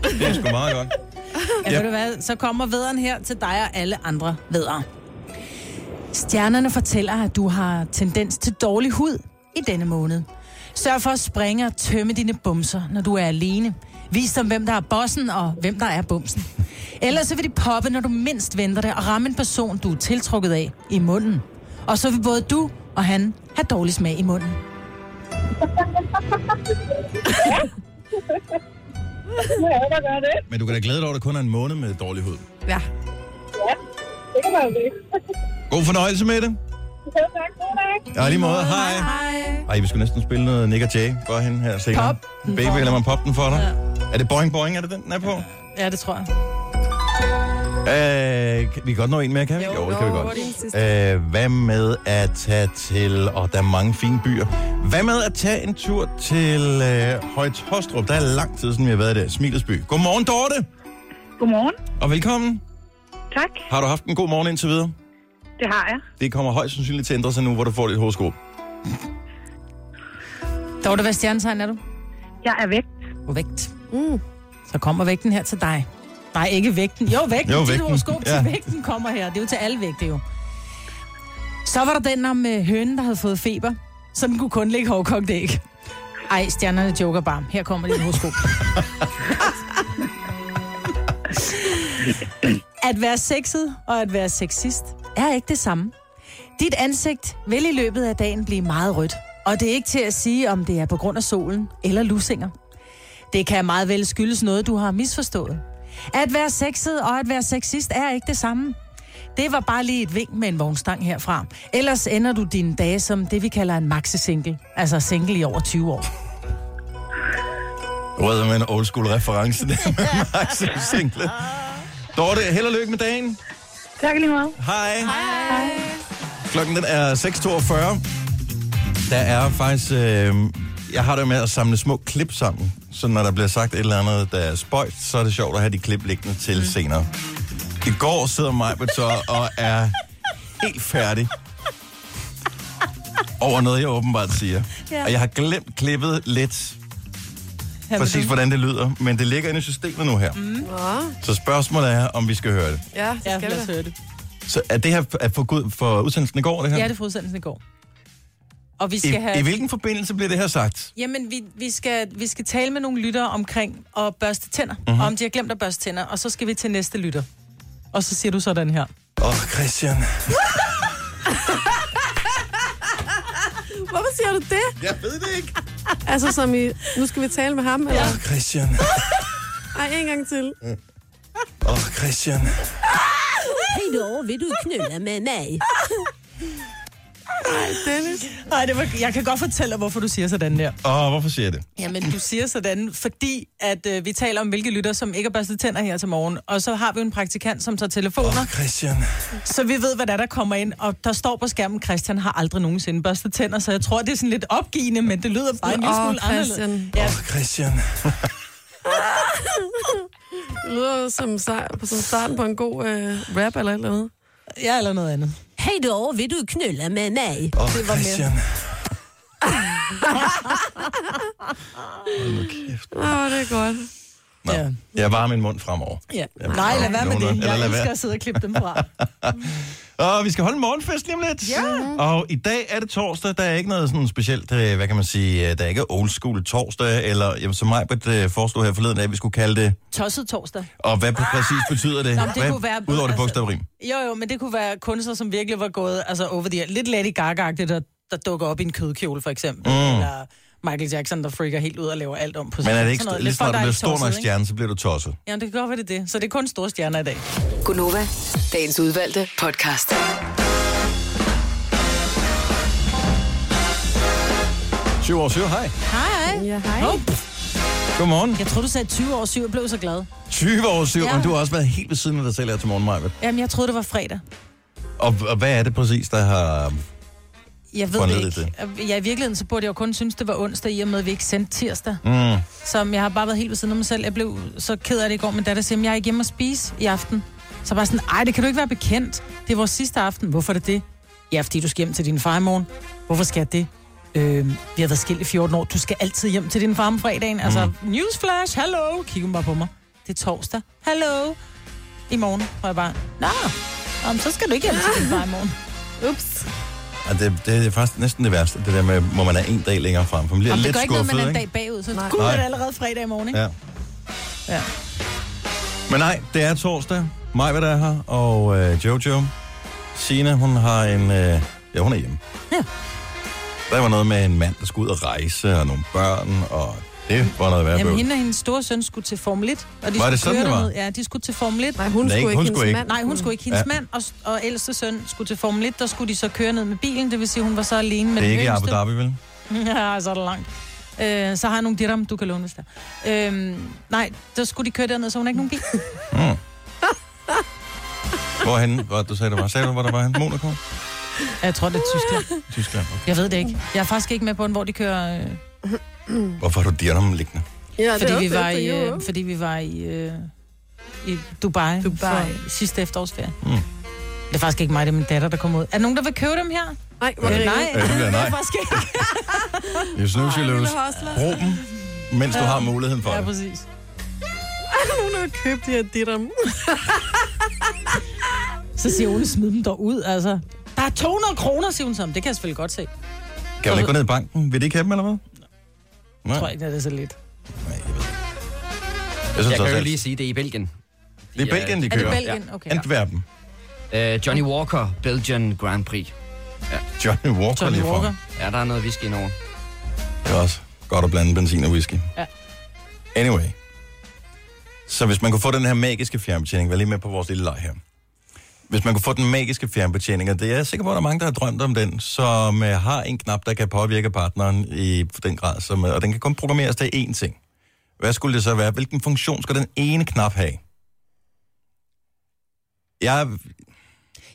[SPEAKER 1] Det er sgu meget godt.
[SPEAKER 6] Ja, Altså, ved du hvad? Så kommer vederen her til dig og alle andre vedere. Stjernerne fortæller, at du har tendens til dårlig hud i denne måned. Sørg for at springe og tømme dine bumser, når du er alene. Vis dem, hvem der er bossen og hvem der er bumsen. Ellers så vil de poppe, når du mindst venter det, og ramme en person, du er tiltrukket af i munden. Og så vil både du og han have dårlig smag i munden.
[SPEAKER 11] Nu er jeg der gør det.
[SPEAKER 1] Men du kan da glæde dig over, at der kun er en måned med dårlig hud.
[SPEAKER 4] Ja.
[SPEAKER 11] Ja, det kan man jo det.
[SPEAKER 1] God fornøjelse med det.
[SPEAKER 11] Så tak, god dag.
[SPEAKER 1] Ja, lige måde. Hej.
[SPEAKER 11] Hej.
[SPEAKER 1] Ej, vi skulle næsten spille noget Nick og Jay. Gå hen her senere.
[SPEAKER 6] Pop den for
[SPEAKER 1] Baby,
[SPEAKER 6] mig.
[SPEAKER 1] lad mig poppe den for dig. Er det Boing Boing, er det den, den er på?
[SPEAKER 6] Ja, det tror jeg.
[SPEAKER 1] Øh, kan- vi kan godt nå en mere, kan vi? Jo, jo det kan vi godt. Øh, hvad med at tage til... Og der er mange fine byer. Hvad med at tage en tur til øh, Højt Hostrup? Der er lang tid siden, vi har været der. Smilets by. Godmorgen, Dorte!
[SPEAKER 12] Godmorgen.
[SPEAKER 1] Og velkommen.
[SPEAKER 12] Tak,
[SPEAKER 1] Har du haft en god morgen indtil videre?
[SPEAKER 12] det har jeg.
[SPEAKER 1] Det kommer højst sandsynligt til at ændre sig nu, hvor du får dit hovedsko.
[SPEAKER 6] Dorte, hvad stjernetegn er du?
[SPEAKER 12] Jeg er vægt.
[SPEAKER 6] Og vægt. Mm. Så kommer vægten her til dig. Nej, ikke vægten. Jo, vægten.
[SPEAKER 2] Jo,
[SPEAKER 6] Jo, vægten.
[SPEAKER 2] vægten.
[SPEAKER 6] Dit horoskop til
[SPEAKER 2] Ja.
[SPEAKER 6] vægten kommer her. Det er jo til alle vægte jo. Så var der den om øh, hønen, der havde fået feber. Så den kunne kun ligge hårdkogt æg. Ej, stjernerne joker bare. Her kommer dit horoskop. At være sexet og at være sexist er ikke det samme. Dit ansigt vil i løbet af dagen blive meget rødt, og det er ikke til at sige, om det er på grund af solen eller lusinger. Det kan meget vel skyldes noget, du har misforstået. At være sexet og at være sexist er ikke det samme. Det var bare lige et vink med en vognstang herfra. Ellers ender du dine dage som det, vi kalder en maxi-single. Altså single i over 20 år.
[SPEAKER 1] Du ved, med en old school reference der med Maxim Single. Dorte, held og lykke med dagen.
[SPEAKER 12] Tak lige meget.
[SPEAKER 1] Hej. Hej. Klokken den er 6.42. Der er faktisk... Øh, jeg har det jo med at samle små klip sammen. Så når der bliver sagt et eller andet, der er spøjt, så er det sjovt at have de klip liggende til mm. senere. I går sidder mig på så og er helt færdig over noget, jeg åbenbart siger.
[SPEAKER 2] Ja.
[SPEAKER 1] Ja. Og jeg har glemt klippet lidt,
[SPEAKER 2] Her
[SPEAKER 1] præcis hvordan det lyder, men det ligger inde i systemet nu her. Mm. Så spørgsmålet er, om vi skal høre det.
[SPEAKER 4] Ja, det skal
[SPEAKER 6] lad os høre det.
[SPEAKER 1] Så er det her er for, gud- for udsendelsen i går, det her?
[SPEAKER 6] Ja, det er for udsendelsen i går. Og vi skal
[SPEAKER 1] I,
[SPEAKER 6] have...
[SPEAKER 1] I hvilken forbindelse bliver det her sagt?
[SPEAKER 6] Jamen, vi, vi, skal, vi skal tale med nogle lyttere omkring at børste tænder.
[SPEAKER 1] Mhm.
[SPEAKER 6] Mm-hmm. Om de har glemt at børste tænder. Og så skal vi til næste lytter. Og så siger du sådan her.
[SPEAKER 1] Åh, oh, Christian.
[SPEAKER 4] Hvorfor siger du det?
[SPEAKER 1] Jeg ved det ikke.
[SPEAKER 4] Altså, som i, nu skal vi tale med ham, eller? Ja.
[SPEAKER 1] Christian.
[SPEAKER 4] Ej, en gang til.
[SPEAKER 1] Åh, oh, Christian.
[SPEAKER 13] Hej då, vill du knulla med mig?
[SPEAKER 6] Ej, Dennis. Ej, det var, jeg kan godt fortælle dig, hvorfor du siger sådan der.
[SPEAKER 1] Åh, oh, hvorfor siger jeg det?
[SPEAKER 6] Jamen, du siger sådan, fordi at øh, vi taler om, hvilke lytter, som ikke har børstet tænder her til morgen. Og så har vi en praktikant, som tager telefoner.
[SPEAKER 1] Christian.
[SPEAKER 6] Så vi ved, hvad der, er, der kommer ind. Og der står på skærmen, Christian har aldrig nogensinde børstet tænder. Så jeg tror, det er sådan lidt opgivende, men det lyder bare en lille
[SPEAKER 4] Åh,
[SPEAKER 6] smule
[SPEAKER 4] Christian.
[SPEAKER 6] anderledes. Ja.
[SPEAKER 1] Christian.
[SPEAKER 4] Det lyder jo som, sej- som starten på en god øh, rap eller et eller andet.
[SPEAKER 6] Ja, eller noget andet.
[SPEAKER 13] Hej då, vill du knulla med mig?
[SPEAKER 1] Åh, Det var mere. Christian.
[SPEAKER 4] Åh, det er godt.
[SPEAKER 1] Nå, ja. jeg varer min mund fremover.
[SPEAKER 6] Ja.
[SPEAKER 1] Jamen,
[SPEAKER 6] Nej,
[SPEAKER 1] så-
[SPEAKER 6] lad være med det.
[SPEAKER 1] Eller
[SPEAKER 6] Jeg
[SPEAKER 1] lad
[SPEAKER 6] elsker
[SPEAKER 1] være.
[SPEAKER 6] at sidde og klippe dem fra.
[SPEAKER 1] Og vi skal holde en morgenfest lige om lidt.
[SPEAKER 6] Ja.
[SPEAKER 1] Og i dag er det torsdag. Der er ikke noget sådan specielt, øh, hvad kan man sige, øh, der er ikke old school torsdag, eller jamen, som Majbert øh, foreslog her forleden, at vi skulle kalde det.
[SPEAKER 6] Tosset torsdag.
[SPEAKER 1] Og hvad præcis betyder det?
[SPEAKER 6] Ah. Nå, men det
[SPEAKER 1] hvad,
[SPEAKER 6] kunne være-
[SPEAKER 1] Udover det
[SPEAKER 6] altså-
[SPEAKER 1] bogstavrim.
[SPEAKER 6] Jo, jo, men det kunne være kunstnere, som virkelig var gået altså over the Lidt Lady gaga der, der dukker op i en kødkjole, for eksempel.
[SPEAKER 1] Mm.
[SPEAKER 6] Mm. Eller Michael Jackson, der freaker helt ud og laver alt om på
[SPEAKER 1] Men er det
[SPEAKER 6] scenen.
[SPEAKER 1] ikke,
[SPEAKER 6] Sådan noget.
[SPEAKER 1] lige
[SPEAKER 6] Lidt
[SPEAKER 1] snart du
[SPEAKER 6] folk, der er
[SPEAKER 1] bliver
[SPEAKER 6] lidt
[SPEAKER 1] stor nok
[SPEAKER 6] tossede, ikke?
[SPEAKER 1] stjerne, så bliver du tosset.
[SPEAKER 6] Jamen, det kan godt være, det er det. Så det er kun store stjerner i dag.
[SPEAKER 8] Gunova, dagens udvalgte podcast.
[SPEAKER 1] Syv år syv, hej.
[SPEAKER 6] Hej.
[SPEAKER 4] Ja, hej.
[SPEAKER 6] Oh,
[SPEAKER 1] Godmorgen.
[SPEAKER 6] jeg tror du sagde 20 år syv og blev så glad.
[SPEAKER 1] 20 år syv,
[SPEAKER 6] Ja.
[SPEAKER 1] ja. men du har også været helt ved siden af dig selv her til morgen, Majbert.
[SPEAKER 6] Jamen, jeg troede, det var fredag.
[SPEAKER 1] Og, og hvad er det præcis, der har...
[SPEAKER 6] Jeg ved
[SPEAKER 1] Foranledet
[SPEAKER 6] det ikke. Ja, i virkeligheden så burde jeg jo kun synes, det var onsdag, i og med, at vi ikke sendte tirsdag.
[SPEAKER 1] Mm.
[SPEAKER 6] Som jeg har bare været helt ved siden af mig selv. Jeg blev så ked af det i går, men datter siger, "Men jeg er ikke hjemme og spise i aften. Så bare sådan, ej, det kan du ikke være bekendt. Det er vores sidste aften. Hvorfor er det det? Ja, fordi du skal hjem til din far i morgen. Hvorfor skal jeg det? Øh, vi har været skilt i 14 år. Du skal altid hjem til din far om fredagen. Mm. Altså, newsflash, hallo. Kigger hun bare på mig. Det er torsdag. Hallo. I morgen. Og jeg bare, nå, jamen, så skal du ikke hjem til din far i morgen. Ups.
[SPEAKER 1] Og det, det er faktisk næsten det værste, det der med, hvor man er en dag længere frem. For man bliver
[SPEAKER 6] Jamen, det
[SPEAKER 1] lidt
[SPEAKER 6] gør ikke noget,
[SPEAKER 1] skuffet,
[SPEAKER 6] man er en dag bagud. Så
[SPEAKER 1] Nej.
[SPEAKER 6] gud, er det
[SPEAKER 1] Nej.
[SPEAKER 6] allerede fredag i morgen, ikke?
[SPEAKER 1] Ja.
[SPEAKER 6] ja.
[SPEAKER 1] Men nej, det er torsdag. Maj, hvad der er her, og øh, Jojo. Sina, hun har en... Øh, ja, hun er hjemme.
[SPEAKER 6] Ja.
[SPEAKER 1] Der var noget med en mand, der skulle ud og rejse, og nogle børn, og det var noget værd
[SPEAKER 6] Jamen,
[SPEAKER 1] bøvl.
[SPEAKER 6] hende og hendes store søn skulle til Formel 1. Og de
[SPEAKER 1] Var det
[SPEAKER 6] skulle
[SPEAKER 1] sådan,
[SPEAKER 6] køre
[SPEAKER 1] det var?
[SPEAKER 6] derned. Ja, de skulle til Formel 1. Nej,
[SPEAKER 1] hun Nej, skulle ikke, ikke, hun hendes skulle ikke. mand.
[SPEAKER 6] Nej, hun skulle ikke. Hendes
[SPEAKER 1] Ja.
[SPEAKER 6] ja. mand og, og ældste søn skulle til Formel 1. Der skulle de så køre ned med bilen. Det vil sige, hun var så alene
[SPEAKER 1] Det
[SPEAKER 6] med
[SPEAKER 1] er
[SPEAKER 6] den
[SPEAKER 1] ikke i Abu
[SPEAKER 6] yngste.
[SPEAKER 1] Dhabi, vel?
[SPEAKER 6] ja, så er det langt. Øh, så har jeg nogle dirham, du kan låne, hvis der. Øh, nej, der skulle de køre derned, så hun har ikke nogen bil.
[SPEAKER 1] Mm. Hvorhenne? Hvor, du sagde, det var. Sagde du, hvor der var henne? Monaco?
[SPEAKER 6] Jeg tror, det er Tyskland.
[SPEAKER 1] Tyskland. Okay.
[SPEAKER 6] Jeg ved det ikke. Jeg er faktisk ikke med på, hvor de kører... Øh,
[SPEAKER 1] Hvorfor har du dirham liggende?
[SPEAKER 6] Ja,
[SPEAKER 4] det er også
[SPEAKER 6] fordi, vi
[SPEAKER 4] det,
[SPEAKER 6] var
[SPEAKER 4] jeg
[SPEAKER 6] i,
[SPEAKER 4] tænker på.
[SPEAKER 6] øh, fordi vi var i, øh, i Dubai, Dubai. For sidste efterårsferie. Mm. Det er faktisk ikke mig, det er min datter, der kommer ud. Er der nogen, der vil købe dem her? Nej,
[SPEAKER 1] hvor er det
[SPEAKER 6] Nej,
[SPEAKER 1] ikke. Ja, det Øh, bliver nej.
[SPEAKER 6] er faktisk ikke.
[SPEAKER 1] Jeg synes, jeg løs.
[SPEAKER 6] lille hustler.
[SPEAKER 1] Brug dem, mens du
[SPEAKER 4] Ja.
[SPEAKER 1] har muligheden for
[SPEAKER 6] Ja,
[SPEAKER 1] det.
[SPEAKER 6] præcis.
[SPEAKER 4] Hun har købt de her ditterm.
[SPEAKER 6] Så siger Ole, smid dem dog ud, altså. Der er 200 kroner, siger hun så. Det kan jeg selvfølgelig godt se.
[SPEAKER 1] Kan man ikke gå ned i banken? Vil de ikke have dem, eller hvad? Nej.
[SPEAKER 6] Jeg tror ikke, det er så lidt.
[SPEAKER 1] Jeg synes
[SPEAKER 9] jeg
[SPEAKER 1] også,
[SPEAKER 9] kan jo
[SPEAKER 1] at-
[SPEAKER 9] lige sige, det er i Belgien.
[SPEAKER 1] Det er Belgien, de kører. Antwerpen.
[SPEAKER 9] Ja. Øh, Johnny Walker, Belgian Grand Prix. Ja.
[SPEAKER 1] Johnny Walker Johnny lige for. Walker.
[SPEAKER 9] Ja, der er noget whisky indover.
[SPEAKER 1] Det er også godt at blande benzin og whisky.
[SPEAKER 6] Ja.
[SPEAKER 1] Anyway. Så hvis man kunne få den her magiske fjernbetjening, vær lige med på vores lille leg her. Hvis man kunne få den magiske fjernbetjening, og det er jeg sikker på, at der er mange, der har drømt om den, som øh, har en knap, der kan påvirke partneren i den grad, som, øh, og den kan kun programmeres til én ting. Hvad skulle det så være? Hvilken funktion skal den ene knap have? Jeg,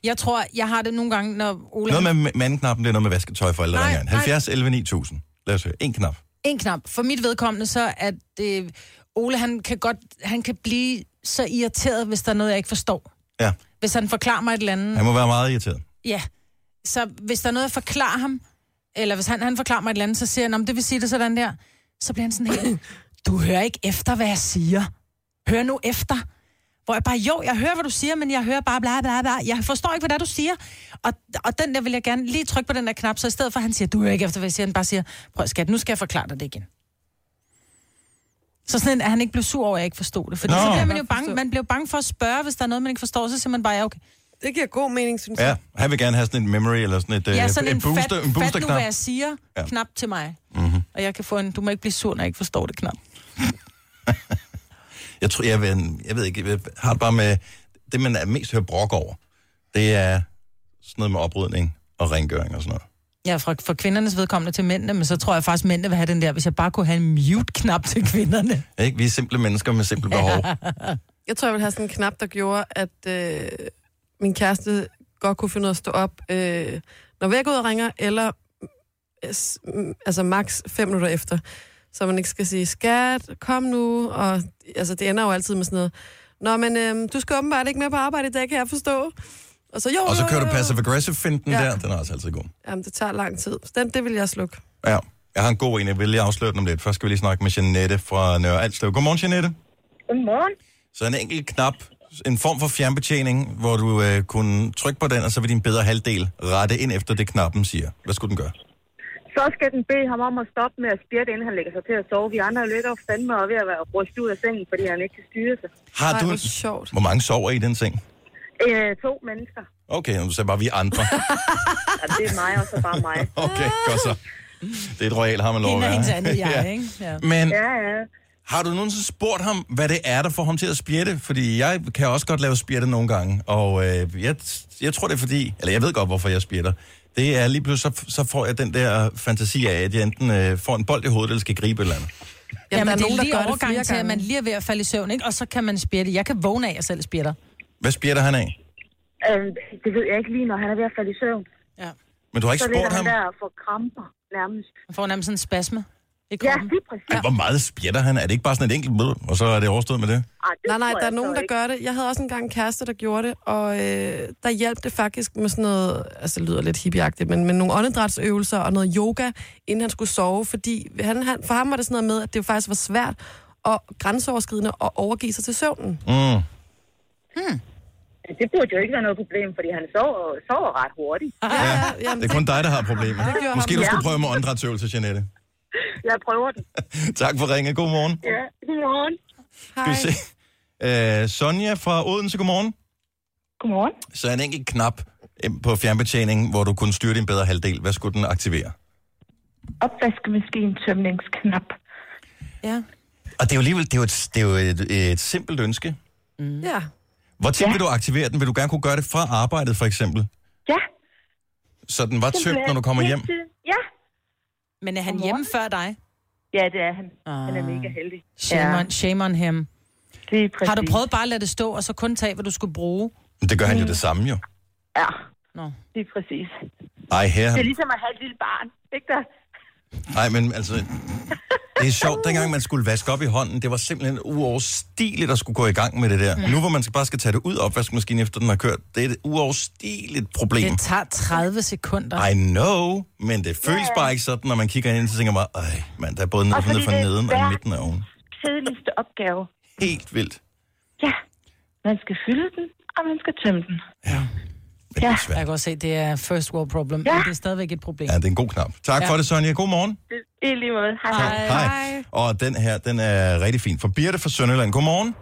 [SPEAKER 6] Jeg tror, jeg har det nogle gange, når Ole...
[SPEAKER 1] noget med mandknappen, det er noget med vasketøj for alle, der
[SPEAKER 6] Nej,
[SPEAKER 1] ringer ind.
[SPEAKER 6] nej.
[SPEAKER 1] 70 11 9000. Lad os høre. En knap.
[SPEAKER 6] En knap. For mit vedkommende så, at øh, Ole, han kan godt... Han kan blive så irriteret, hvis der er noget, jeg ikke forstår.
[SPEAKER 1] Ja.
[SPEAKER 6] Hvis han forklarer mig et eller andet...
[SPEAKER 1] Han må være meget irriteret.
[SPEAKER 6] Ja. Så hvis der er noget, jeg forklarer ham, eller hvis han, han forklarer mig et eller andet, så siger han, "Nå, det vil sige det sådan der, så bliver han sådan helt, du hører ikke efter, hvad jeg siger. Hør nu efter. Hvor jeg bare, jo, jeg hører, hvad du siger, men jeg hører bare bla bla bla. Jeg forstår ikke, hvad det er, du siger. Og, og den der vil jeg gerne lige trykke på den der knap, så i stedet for, at han siger, du hører ikke efter, hvad jeg siger, han bare siger, prøv skat, nu skal jeg forklare dig det igen. Så sådan, at han ikke blev sur over, at jeg ikke forstod det. Fordi
[SPEAKER 1] Nå.
[SPEAKER 6] så bliver man jo bange, man bliver bange for at spørge, hvis der er noget, man ikke forstår, så siger man bare, ja, okay.
[SPEAKER 4] Det giver god mening, synes
[SPEAKER 1] Ja, han vil gerne have sådan en memory, eller sådan et,
[SPEAKER 6] Ja,
[SPEAKER 1] øh,
[SPEAKER 6] sådan
[SPEAKER 1] et
[SPEAKER 6] en,
[SPEAKER 1] booster,
[SPEAKER 6] fat,
[SPEAKER 1] en
[SPEAKER 6] fat nu,
[SPEAKER 1] boosterknap.
[SPEAKER 6] hvad jeg siger,
[SPEAKER 1] Ja.
[SPEAKER 6] ja. knap til mig.
[SPEAKER 1] Mhm.
[SPEAKER 6] Og jeg kan få en, du må ikke blive sur, når jeg ikke forstår det knap.
[SPEAKER 1] Jeg tror, jeg, vil, jeg ved ikke, jeg har det bare med, det man er mest hører brok over, det er sådan noget med oprydning og rengøring og sådan noget.
[SPEAKER 6] Ja, fra, fra kvindernes vedkommende til mændene, men så tror jeg faktisk, mændene vil have den der, hvis jeg bare kunne have en mute-knap til kvinderne.
[SPEAKER 1] Ja, Ikke? Vi er simple mennesker med simple behov.
[SPEAKER 4] Jeg tror, jeg ville have sådan en knap, der gjorde, at øh, min kæreste godt kunne finde ud af at stå op, øh, når væk ud og ringer, eller øh, s- m- altså maks 5 minutter efter. Så man ikke skal sige, skat, kom nu, og altså, det ender jo altid med sådan noget. Nå, men øh, du skal åbenbart ikke med på arbejde i dag, kan jeg forstå. Og så, jo,
[SPEAKER 1] og så
[SPEAKER 4] jo,
[SPEAKER 1] kører
[SPEAKER 4] jo,
[SPEAKER 1] du
[SPEAKER 4] jo.
[SPEAKER 1] passive-aggressive-finten
[SPEAKER 4] Ja.
[SPEAKER 1] der, den er også altid god.
[SPEAKER 4] Jamen, det tager lang tid. Så den, det vil jeg slukke.
[SPEAKER 1] Ja, jeg har en god en, jeg vil lige afsløre den om lidt. Først skal vi lige snakke med Janette fra Nørre Alslev. Godmorgen, Janette.
[SPEAKER 11] Godmorgen.
[SPEAKER 1] Så en enkelt knap, en form for fjernbetjening, hvor du øh, kunne trykke på den, og så vil din bedre halvdel rette ind efter det, knappen siger. Hvad skulle den gøre?
[SPEAKER 11] Så skal den bede ham om at stoppe med at spjætte, inden han lægger sig til at sove. Vi andre ligger jo fandme og ved at være rustet ud af sengen, fordi han ikke kan styre sig.
[SPEAKER 1] Har du... Hvor mange sover i den seng?
[SPEAKER 11] Øh, to mennesker.
[SPEAKER 1] Okay, nu sagde bare vi andre.
[SPEAKER 11] Ja, det er mig, og så bare mig.
[SPEAKER 1] Okay, godt så. Det er et royal, har man lov at
[SPEAKER 11] Hende og
[SPEAKER 1] være.
[SPEAKER 11] hendes andet jeg,
[SPEAKER 1] Ja.
[SPEAKER 11] ikke? Ja.
[SPEAKER 1] Men-
[SPEAKER 11] Ja, ja.
[SPEAKER 1] Har du nogensinde spurgt ham, hvad det er, der får ham til at spjætte? Fordi jeg kan også godt lave spjætte nogle gange, og øh, jeg, jeg tror det er fordi, eller jeg ved godt, hvorfor jeg spjætter. Det er lige pludselig, så, så får jeg den der fantasi af, at jeg enten øh, får en bold i hovedet, eller skal gribe et eller andet.
[SPEAKER 6] Ja, Jamen,
[SPEAKER 4] der
[SPEAKER 6] det
[SPEAKER 4] er
[SPEAKER 6] er
[SPEAKER 4] nogen, der
[SPEAKER 6] lige
[SPEAKER 4] gør det
[SPEAKER 6] overgang
[SPEAKER 4] flere
[SPEAKER 6] til, at
[SPEAKER 4] gange.
[SPEAKER 6] man lige er ved at falde i søvn, ikke? og så kan man spjætte. Jeg kan vågne af, at jeg selv spjætter.
[SPEAKER 1] Hvad spjætter han af?
[SPEAKER 14] Øhm, det ved jeg ikke lige, når han er ved at falde i søvn.
[SPEAKER 6] Ja.
[SPEAKER 1] Men du har ikke
[SPEAKER 14] så ligger
[SPEAKER 1] spurgt ham?
[SPEAKER 14] han der og får kramper nærmest.
[SPEAKER 6] Han får nærmest sådan en spasme.
[SPEAKER 14] Ja, lige præcis.
[SPEAKER 1] Ej, hvor meget spjætter han? Er det ikke bare sådan et enkelt møde, og så er det overstået med det?
[SPEAKER 4] Nej, nej, der er nogen, der gør det. Jeg havde også engang en kæreste, der gjorde det, og øh, der hjalp det faktisk med sådan noget, altså det lyder lidt hippieagtigt, men med nogle åndedrætsøvelser og noget yoga, inden han skulle sove, fordi han, han, for ham var det sådan noget med, at det jo faktisk var svært og grænseoverskridende at overgive sig til søvnen.
[SPEAKER 1] Mm.
[SPEAKER 6] Hmm.
[SPEAKER 14] Det burde jo ikke være noget problem, fordi han sover, sover ret hurtigt.
[SPEAKER 4] Ja,
[SPEAKER 1] Det er kun dig, der har problemer.
[SPEAKER 14] Det gjorde
[SPEAKER 1] Måske
[SPEAKER 14] ham.
[SPEAKER 1] du skulle
[SPEAKER 14] Ja.
[SPEAKER 1] prøve med åndedrætsøvelser, Jeanette.
[SPEAKER 14] Jeg prøver den.
[SPEAKER 1] Tak for ringet. God morgen.
[SPEAKER 14] Ja, godmorgen.
[SPEAKER 1] Skal vi se. Øh, Sonja fra Odense, godmorgen.
[SPEAKER 3] Godmorgen.
[SPEAKER 1] Så en enkelt knap øh, på fjernbetjeningen, hvor du kunne styre din bedre halvdel. Hvad skulle den aktivere?
[SPEAKER 3] Opvaskemaskine tømningsknap.
[SPEAKER 4] Ja.
[SPEAKER 1] Og det er jo alligevel det er jo et, det er jo et, et simpelt ønske.
[SPEAKER 4] Mm. Ja.
[SPEAKER 1] Hvor tit ja. vil du aktivere den? Vil du gerne kunne gøre det fra arbejdet, for eksempel?
[SPEAKER 3] Ja.
[SPEAKER 1] Så den var tømt, når du kommer hjem?
[SPEAKER 3] Ja.
[SPEAKER 6] Men er han hjemme før dig? Ah.
[SPEAKER 3] Ja, det er han. Han er mega heldig.
[SPEAKER 6] Shame, on, shame on him.
[SPEAKER 3] Det er præcis.
[SPEAKER 6] Har du prøvet bare at lade det stå, og så kun tage, hvad du skulle bruge?
[SPEAKER 1] Men Det gør han jo det samme, jo.
[SPEAKER 3] Ja,
[SPEAKER 6] Nå.
[SPEAKER 3] det er præcis.
[SPEAKER 1] Ej, her.
[SPEAKER 3] Det er ligesom at have et lille barn, ikke der?
[SPEAKER 1] Nej, men altså... Det er sjovt, dengang man skulle vaske op i hånden, det var simpelthen uoverstigeligt at skulle gå i gang med det der. Nu hvor man bare skal tage det ud af opvaskemaskinen, efter den har kørt, det er et uoverstigeligt problem.
[SPEAKER 6] Det tager 30 sekunder.
[SPEAKER 1] I know, men det føles bare ikke sådan, når man kigger ind, så tænker man, ej, mand, der er både ned,
[SPEAKER 3] Og
[SPEAKER 1] ned
[SPEAKER 3] fordi
[SPEAKER 1] for
[SPEAKER 3] det er
[SPEAKER 1] neden og i
[SPEAKER 3] hver-
[SPEAKER 1] midten af oven.
[SPEAKER 3] Kedeligste opgave.
[SPEAKER 1] Helt vildt.
[SPEAKER 3] Ja. Man skal fylde den, og man skal tømme den.
[SPEAKER 1] Ja.
[SPEAKER 6] Jeg kan godt se, det er first world problem, ja. men det er stadigvæk et problem.
[SPEAKER 1] Ja, det er en god knap. Tak
[SPEAKER 6] Ja.
[SPEAKER 1] for det, Sonja. God morgen.
[SPEAKER 3] I lige måde. Hej, hej.
[SPEAKER 1] Hej. Og den her, den er rigtig fin. For Birte fra Sønderland. Godmorgen.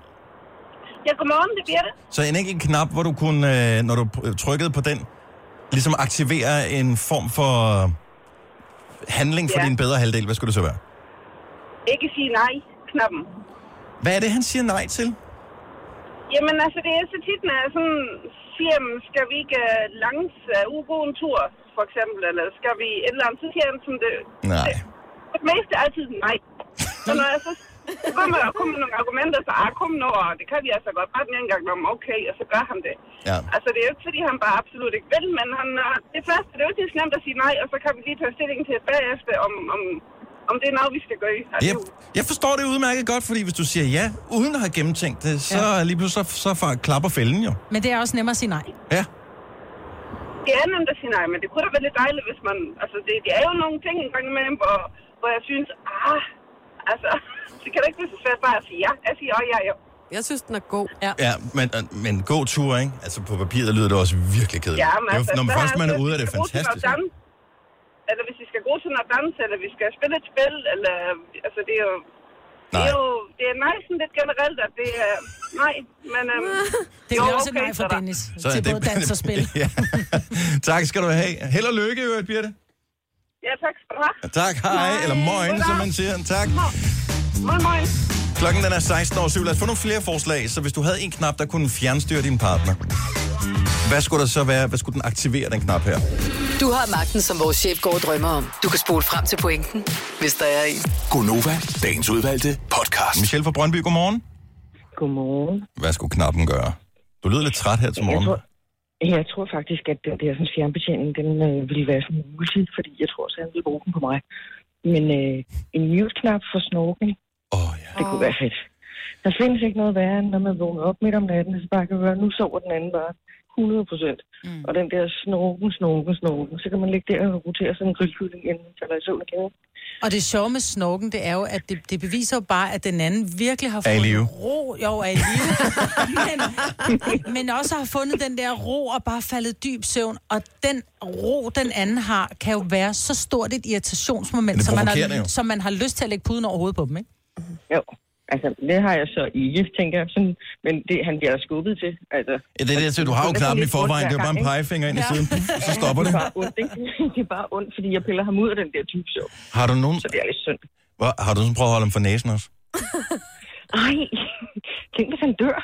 [SPEAKER 3] Ja, godmorgen, det bliver det.
[SPEAKER 1] Så en enkelt knap, hvor du kunne, øh, når du øh, trykkede på den, ligesom aktivere en form for handling for
[SPEAKER 3] Ja.
[SPEAKER 1] din bedre halvdel. Hvad skulle det så være?
[SPEAKER 3] Ikke sige nej, knappen.
[SPEAKER 1] Hvad er det, han siger nej til?
[SPEAKER 3] Jamen altså, det er så tit, når jeg sådan siger, "Jamen, skal vi ikke øh, langs uh, uboen tur, for eksempel, eller skal vi et eller andet, så siger han sådan det.
[SPEAKER 1] Nej.
[SPEAKER 3] For det meste er altid nej. Så når jeg så så kommer der kommer nogle argumenter, så ah, kom nu, og det kan vi altså godt bare den ene gang, om okay, og så gør han det.
[SPEAKER 1] Ja.
[SPEAKER 3] Altså, det er jo ikke, fordi han bare absolut ikke vil, men han, øh, det første, det er jo ikke lige så nemt at sige nej, og så kan vi lige tage stilling til bagefter, om, om, om det er noget, vi skal gøre. Altså,
[SPEAKER 1] Jeg, jeg forstår det udmærket godt, fordi hvis du siger ja, uden at have gennemtænkt det, så ja. lige pludselig så, så far, klapper fælden jo.
[SPEAKER 6] Men det er også nemmere at sige nej.
[SPEAKER 1] Ja.
[SPEAKER 3] Det er nemt at sige nej, men det kunne da være lidt dejligt, hvis man... Altså, det, det er jo nogle ting en gang imellem, hvor, hvor jeg synes, ah, altså, det kan da ikke blive så svært bare at sige ja. Jeg siger, åh, ja, jo.
[SPEAKER 4] Jeg synes, den er god. Ja.
[SPEAKER 1] Ja, men, øh, men god tur, ikke? Altså på papiret lyder det også virkelig kedeligt.
[SPEAKER 3] Ja, altså,
[SPEAKER 1] Det er jo- når man
[SPEAKER 3] så
[SPEAKER 1] først
[SPEAKER 3] er
[SPEAKER 1] man er
[SPEAKER 3] det,
[SPEAKER 1] ude, er
[SPEAKER 3] hvis
[SPEAKER 1] det
[SPEAKER 3] vi skal gå til noget
[SPEAKER 1] fantastisk.
[SPEAKER 3] dans, Eller hvis vi skal gå til noget dans, eller vi skal spille et spil, eller... Altså, det er jo... Det er
[SPEAKER 1] Nej.
[SPEAKER 3] jo det er nej, sådan lidt generelt, at det er... Nej, men... Øhm,
[SPEAKER 6] Det er jo også et nej for Dennis.
[SPEAKER 1] Så er
[SPEAKER 6] til
[SPEAKER 1] det-
[SPEAKER 6] både dans og spil.
[SPEAKER 1] ja. Tak skal du have. Held og lykke, i øvrigt, Birte.
[SPEAKER 3] Ja, tak skal du have.
[SPEAKER 1] Tak, hej, hej. eller moin, som man siger. Tak.
[SPEAKER 3] Moin, moin.
[SPEAKER 1] Klokken den er 16.07. Lad os få nogle flere forslag. Så hvis du havde en knap, der kunne fjernstyre din partner. Hvad skulle der så være? Hvad skulle den aktivere, den knap her?
[SPEAKER 8] Du har magten, som vores chef går og drømmer om. Du kan spole frem til pointen, hvis der er en.
[SPEAKER 15] Gonova, dagens udvalgte podcast.
[SPEAKER 1] Michelle fra Brøndby, godmorgen.
[SPEAKER 16] Godmorgen.
[SPEAKER 1] Hvad skulle knappen gøre? Du lyder lidt træt her til morgen.
[SPEAKER 16] tror- Jeg tror faktisk, at den der sådan, fjernbetjening, den øh, ville være sådan en multi, fordi jeg tror også, han ville bruge den på mig. Men øh, en mute-knap for snorken,
[SPEAKER 1] oh, ja.
[SPEAKER 16] det kunne være fedt. Der findes ikke noget værre, end når man vågner op midt om natten, og så bare kan høre, nu sover den anden bare 100 procent. Mm. Og den der snorken, snorken, snorken, så kan man ligge der og rotere sådan en grillkylling, inden man falder i søvn igen.
[SPEAKER 6] Og det sjove med snorken, det er jo, at det, det beviser jo bare, at den anden virkelig har
[SPEAKER 16] Er i
[SPEAKER 6] fundet
[SPEAKER 16] live.
[SPEAKER 6] ro. Jo, er i live. men, men også har fundet den der ro og bare faldet dyb søvn. Og den ro, den anden har, kan jo være så stort et irritationsmoment,
[SPEAKER 16] Det
[SPEAKER 6] som man,
[SPEAKER 16] provokerende
[SPEAKER 6] har,
[SPEAKER 16] jo.
[SPEAKER 6] som man har lyst til at lægge puden over hovedet på dem, ikke?
[SPEAKER 16] Jo, altså det har jeg så ikke, tænker jeg. Sådan, men det, han bliver der skubbet til. Altså,
[SPEAKER 1] Ja, det er det, så du har jo
[SPEAKER 16] Det er
[SPEAKER 1] knappen i
[SPEAKER 16] lidt ondt
[SPEAKER 1] forvejen. Det er jo
[SPEAKER 16] hver
[SPEAKER 1] bare en
[SPEAKER 16] gang, ikke?
[SPEAKER 1] pegefinger ind i siden. Så stopper det.
[SPEAKER 16] Det er bare ondt, ikke? Det er bare ondt, fordi jeg piller ham ud af den der type sjov.
[SPEAKER 1] Har du nogen...
[SPEAKER 16] Så det er lidt synd.
[SPEAKER 1] Hvor, har du sådan prøvet at holde ham for næsen også?
[SPEAKER 16] Ej, tænk hvis han dør.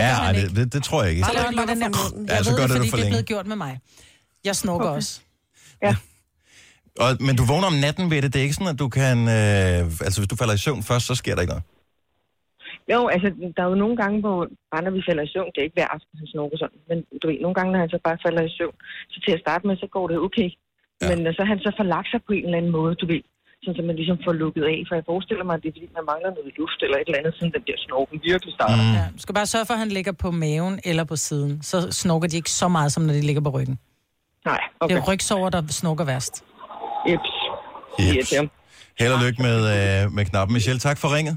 [SPEAKER 1] Ja, ej, det, det, det, tror jeg ikke.
[SPEAKER 6] Så laver den bare den der...
[SPEAKER 1] Ja,
[SPEAKER 6] Jeg
[SPEAKER 1] så
[SPEAKER 6] ved
[SPEAKER 1] gør
[SPEAKER 6] det,
[SPEAKER 1] det
[SPEAKER 6] fordi
[SPEAKER 1] for
[SPEAKER 6] det er
[SPEAKER 1] længe.
[SPEAKER 6] blevet gjort med mig. Jeg snorker okay. også.
[SPEAKER 1] Og, men du vågner om natten ved det. Det er ikke sådan, at du kan... Øh, altså, hvis du falder i søvn først, så sker der ikke noget.
[SPEAKER 16] Jo, altså, der er jo nogle gange, hvor bare når vi falder i søvn, det er ikke hver aften, han snorker sådan, men du ved, nogle gange, når han så bare falder i søvn, så til at starte med, så går det okay. Ja. Men når så han så forlagt sig på en eller anden måde, du ved, sådan, så man ligesom får lukket af, for jeg forestiller mig, at det er fordi, man mangler noget luft eller et eller andet, sådan den der snorken virkelig starter. Mm.
[SPEAKER 6] Ja, du skal bare sørge for, at han ligger på maven eller på siden. Så snorker de ikke så meget, som når de ligger på ryggen.
[SPEAKER 16] Nej,
[SPEAKER 6] okay. Det er rygsover, der snorker værst.
[SPEAKER 16] Jeps.
[SPEAKER 1] Jeps. Held og lykke med, øh, med knappen. Michelle, tak for ringet.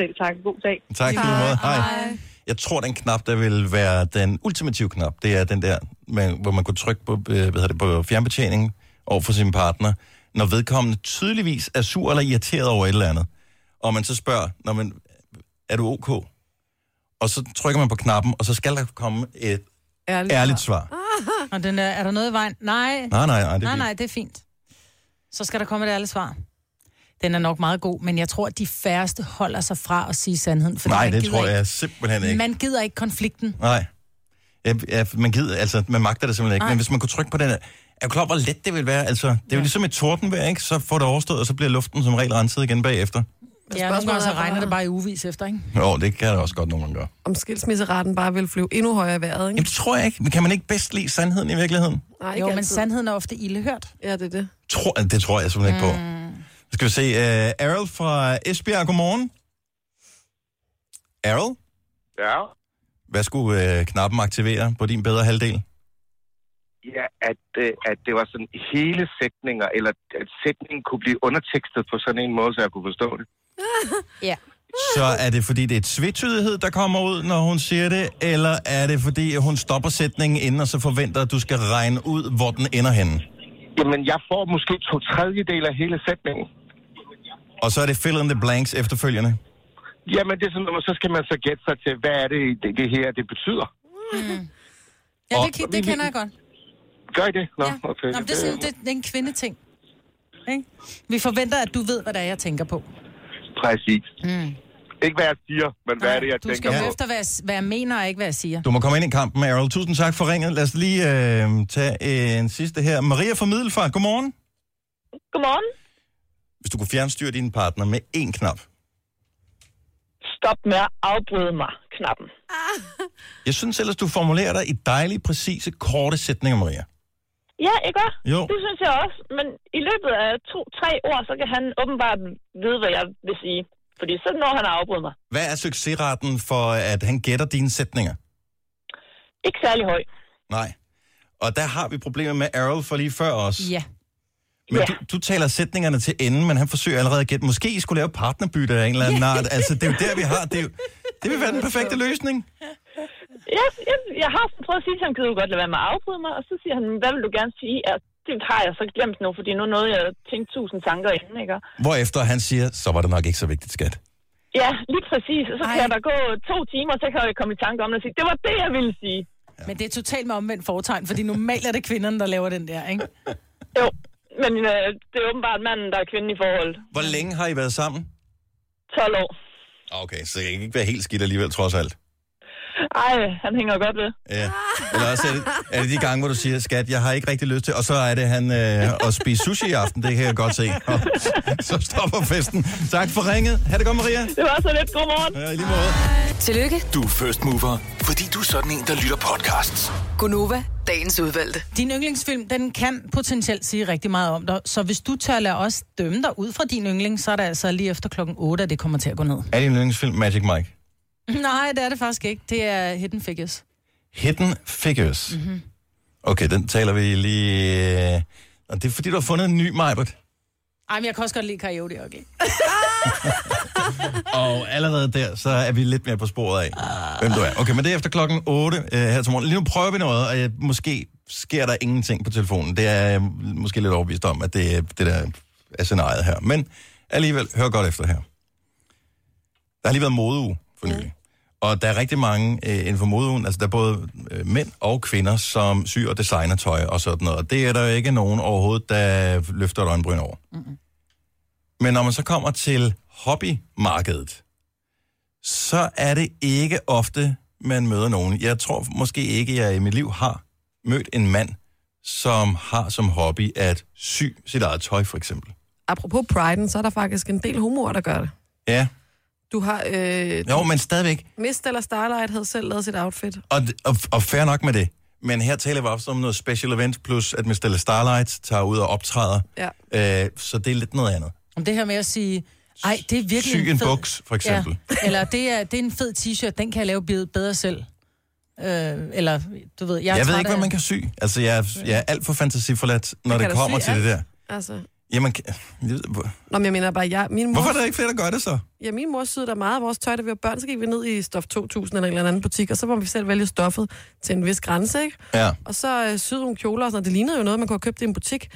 [SPEAKER 16] Selv tak. God dag.
[SPEAKER 1] Tak for måde. Hej. Jeg tror, den knap, der vil være den ultimative knap, det er den der, man, hvor man kunne trykke på, øh, hvad hedder det, på fjernbetjeningen over for sin partner, når vedkommende tydeligvis er sur eller irriteret over et eller andet. Og man så spørger, når man, er du ok? Og så trykker man på knappen, og så skal der komme et
[SPEAKER 6] Ærligt,
[SPEAKER 1] ærligt svar.
[SPEAKER 6] Og den der, er der noget i vejen? Nej.
[SPEAKER 1] Nej, nej, nej, det er
[SPEAKER 6] Det nej,
[SPEAKER 1] fint.
[SPEAKER 6] nej, det er fint. Så skal der komme et ærligt svar. Den er nok meget god, men jeg tror, at de færreste holder sig fra at sige sandheden. fordi
[SPEAKER 1] Nej,
[SPEAKER 6] man
[SPEAKER 1] det
[SPEAKER 6] gider
[SPEAKER 1] tror
[SPEAKER 6] ikke-
[SPEAKER 1] jeg simpelthen ikke.
[SPEAKER 6] Man gider ikke konflikten.
[SPEAKER 1] Nej. Jeg, jeg, man gider, altså, man magter det simpelthen ikke.
[SPEAKER 6] Nej.
[SPEAKER 1] Nej. Men hvis man kunne trykke på den her... Er du klar, hvor let det vil være? Altså, det er jo ja. ligesom et tordenvejr, ikke? Så får det overstået, og så bliver luften som regel renset igen bagefter.
[SPEAKER 6] Ja, nogle gange så regner det bare i uvis efter, ikke?
[SPEAKER 1] Jo, det kan det også godt nogle gange gøre.
[SPEAKER 4] Om skilsmisseretten bare vil flyve endnu højere i vejret, ikke?
[SPEAKER 1] Jamen, det tror jeg ikke. Men kan man ikke bedst lide sandheden i virkeligheden?
[SPEAKER 4] Nej,
[SPEAKER 6] Jo, men sandheden er ofte ildehørt.
[SPEAKER 4] Ja, det er det.
[SPEAKER 1] Tror, altså, det tror jeg simpelthen
[SPEAKER 6] Mm.
[SPEAKER 1] ikke på. Nu skal vi se. Uh, Errol fra Esbjerg, godmorgen. Errol,
[SPEAKER 17] Ja,
[SPEAKER 1] hvad skulle uh, knappen aktivere på din bedre halvdel?
[SPEAKER 17] ja at, øh, at det var sådan hele sætninger, eller at sætningen kunne blive undertekstet på sådan en måde, så jeg kunne forstå det.
[SPEAKER 6] Ja.
[SPEAKER 1] Så er det, fordi det er et tvetydighed, der kommer ud, når hun siger det, eller er det, fordi hun stopper sætningen inden, og så forventer, at du skal regne ud, hvor den ender henne?
[SPEAKER 17] Jamen, jeg får måske to tredjedel af hele sætningen.
[SPEAKER 1] Og så er det fill in the blanks efterfølgende.
[SPEAKER 17] Jamen, det er sådan, og så skal man så gætte sig til, hvad er det, det, det her, det betyder.
[SPEAKER 6] Ja,
[SPEAKER 17] Og-
[SPEAKER 6] det, ki- det kender jeg godt.
[SPEAKER 17] Gør I det? Nå, ja. okay. Øh,
[SPEAKER 6] Nå, men det, er sådan, det, det er en kvindeting. Ikke? Vi forventer, at du ved, hvad det er, jeg tænker på.
[SPEAKER 17] Præcis.
[SPEAKER 6] Mm.
[SPEAKER 17] Ikke hvad jeg siger, men hvad er det, jeg
[SPEAKER 6] Du
[SPEAKER 17] tænker
[SPEAKER 6] skal
[SPEAKER 17] på?
[SPEAKER 6] jo efter, hvad jeg, s- hvad jeg mener, og ikke hvad jeg siger.
[SPEAKER 1] Du må komme ind i kampen, Errol. Tusind tak for ringet. Lad os lige øh, tage en sidste her. Maria fra Middelfart, godmorgen.
[SPEAKER 18] Godmorgen.
[SPEAKER 1] Hvis du kunne fjernstyre din partner med én knap.
[SPEAKER 18] Stop med at afbryde mig, knappen.
[SPEAKER 1] Ah. Jeg synes ellers, du formulerer dig i dejlige, præcise, korte sætninger, Maria.
[SPEAKER 18] Ja, ikke?
[SPEAKER 1] Jo.
[SPEAKER 18] Det synes jeg også. Men i løbet af to-tre år, så kan han åbenbart vide, hvad jeg vil sige. Fordi så når han at afbryde mig.
[SPEAKER 1] Hvad er succesraten for, at han gætter dine sætninger?
[SPEAKER 18] Ikke særlig høj.
[SPEAKER 1] Nej. Og der har vi problemer med Errol for lige før os.
[SPEAKER 6] Ja.
[SPEAKER 1] Men du, du taler sætningerne til enden, men han forsøger allerede at gætte. Måske I skulle lave partnerbytte af en eller anden yeah. art. Altså, det er jo der, vi har. Det, er jo, det vil være den perfekte løsning.
[SPEAKER 18] Ja, jeg, jeg har prøvet at sige til ham, kan du godt lade være med at afbryde mig? Og så siger han, hvad vil du gerne sige? Ja, det har jeg så glemt nu, fordi nu nåede jeg at tænke tusind tanker inden, ikke?
[SPEAKER 1] Hvorefter han siger, så var det nok ikke så vigtigt, skat.
[SPEAKER 18] Ja, lige præcis. Og så kan der gå to timer, så kan jeg komme i tanke om det og sige, det var det, jeg ville sige.
[SPEAKER 6] Ja. Men det er totalt med omvendt foretegn, fordi normalt er det kvinderne, der laver den der, ikke?
[SPEAKER 18] Jo, men øh, det er åbenbart manden, der er kvinden i forholdet.
[SPEAKER 1] Hvor længe har I været sammen?
[SPEAKER 18] 12 år.
[SPEAKER 1] Ah, Okay, så jeg kan ikke være helt skidt alligevel, trods alt.
[SPEAKER 18] Ej, han hænger godt ved.
[SPEAKER 1] Ja. Ah. Eller også er det, er det de gange, hvor du siger, skat, jeg har ikke rigtig lyst til, og så er det han øh, at spise sushi i aften, det kan jeg godt se. Og så stopper festen. Tak for ringet. Ha' det godt, Maria.
[SPEAKER 18] Det var så lidt. Godmorgen.
[SPEAKER 1] Ja, i lige måde.
[SPEAKER 8] Tillykke.
[SPEAKER 5] Du er first mover, fordi du er sådan en, der lytter podcasts.
[SPEAKER 8] Gunova, dagens udvalgte.
[SPEAKER 6] Din yndlingsfilm, den kan potentielt sige rigtig meget om dig, så hvis du tør lade os dømme dig ud fra din yndling, så er det altså lige efter klokken 8, at det kommer til at gå ned.
[SPEAKER 1] Er din yndlingsfilm Magic Mike?
[SPEAKER 6] Nej, det er det faktisk ikke. Det er Hidden Figures.
[SPEAKER 1] Hidden Figures. Mm-hmm. Okay, den taler vi lige... øh, Og det er fordi, du har fundet en ny, Majbert.
[SPEAKER 6] Ej, men jeg kan også godt lide Coyote, okay?
[SPEAKER 1] Og allerede der, så er vi lidt mere på sporet af, hvem du er. Okay, men det er efter klokken 8 øh, her til morgen. Lige nu prøver vi noget, og jeg, måske sker der ingenting på telefonen. Det er jeg måske lidt overbevist om, at det, er- det der er scenariet her. Men alligevel, hør godt efter her. Der har lige været modeuge for nylig. Og der er rigtig mange øh, inden for modeugen, altså der er både øh, mænd og kvinder, som syr og designer tøj og sådan noget. Og det er der jo ikke nogen overhovedet, der løfter et øjenbryn over. Men når man så kommer til hobbymarkedet, så er det ikke ofte, man møder nogen. Jeg tror måske ikke, jeg i mit liv har mødt en mand, som har som hobby at sy sit eget tøj, for eksempel.
[SPEAKER 4] Apropos priden, så er der faktisk en del homoer, der gør det.
[SPEAKER 1] Ja,
[SPEAKER 4] Du har... Øh,
[SPEAKER 1] Jo, men stadigvæk.
[SPEAKER 4] Mist eller Starlight havde selv lavet sit outfit.
[SPEAKER 1] Og, og, og fair nok med det. Men her taler vi også om noget special event, plus at Mr. Starlight tager ud og optræder.
[SPEAKER 4] Ja.
[SPEAKER 1] Øh, så det er lidt noget andet.
[SPEAKER 6] Om det her med at sige, ej, det er virkelig
[SPEAKER 1] Syg en buks, for eksempel.
[SPEAKER 6] Ja. Eller det er, det er en fed t-shirt, den kan jeg lave bid- bedre selv. Øh, eller, du ved, jeg,
[SPEAKER 1] Jeg,
[SPEAKER 6] er
[SPEAKER 1] jeg ved
[SPEAKER 6] træt
[SPEAKER 1] ikke, hvad
[SPEAKER 6] af-
[SPEAKER 1] man kan sy. Altså, jeg, er- jeg er alt for fantasiforladt, når
[SPEAKER 4] Kan
[SPEAKER 1] det
[SPEAKER 4] du
[SPEAKER 1] kommer
[SPEAKER 4] sy
[SPEAKER 1] til det
[SPEAKER 4] alt?
[SPEAKER 1] der.
[SPEAKER 4] Altså,
[SPEAKER 1] Jamen, kan- jeg ved- hvor-
[SPEAKER 4] Nå, men jeg mener bare, jeg, min mor...
[SPEAKER 1] hvorfor er der ikke flere, der gør det så?
[SPEAKER 4] Ja, min mor syede der meget af vores tøj, da vi var børn. Så gik vi ned i Stof 2000 eller en eller anden butik, og så må vi selv vælge stoffet til en vis grænse, ikke?
[SPEAKER 1] Ja.
[SPEAKER 4] Og så øh, syede hun kjoler og sådan noget. Det lignede jo noget, man kunne have købt i en butik.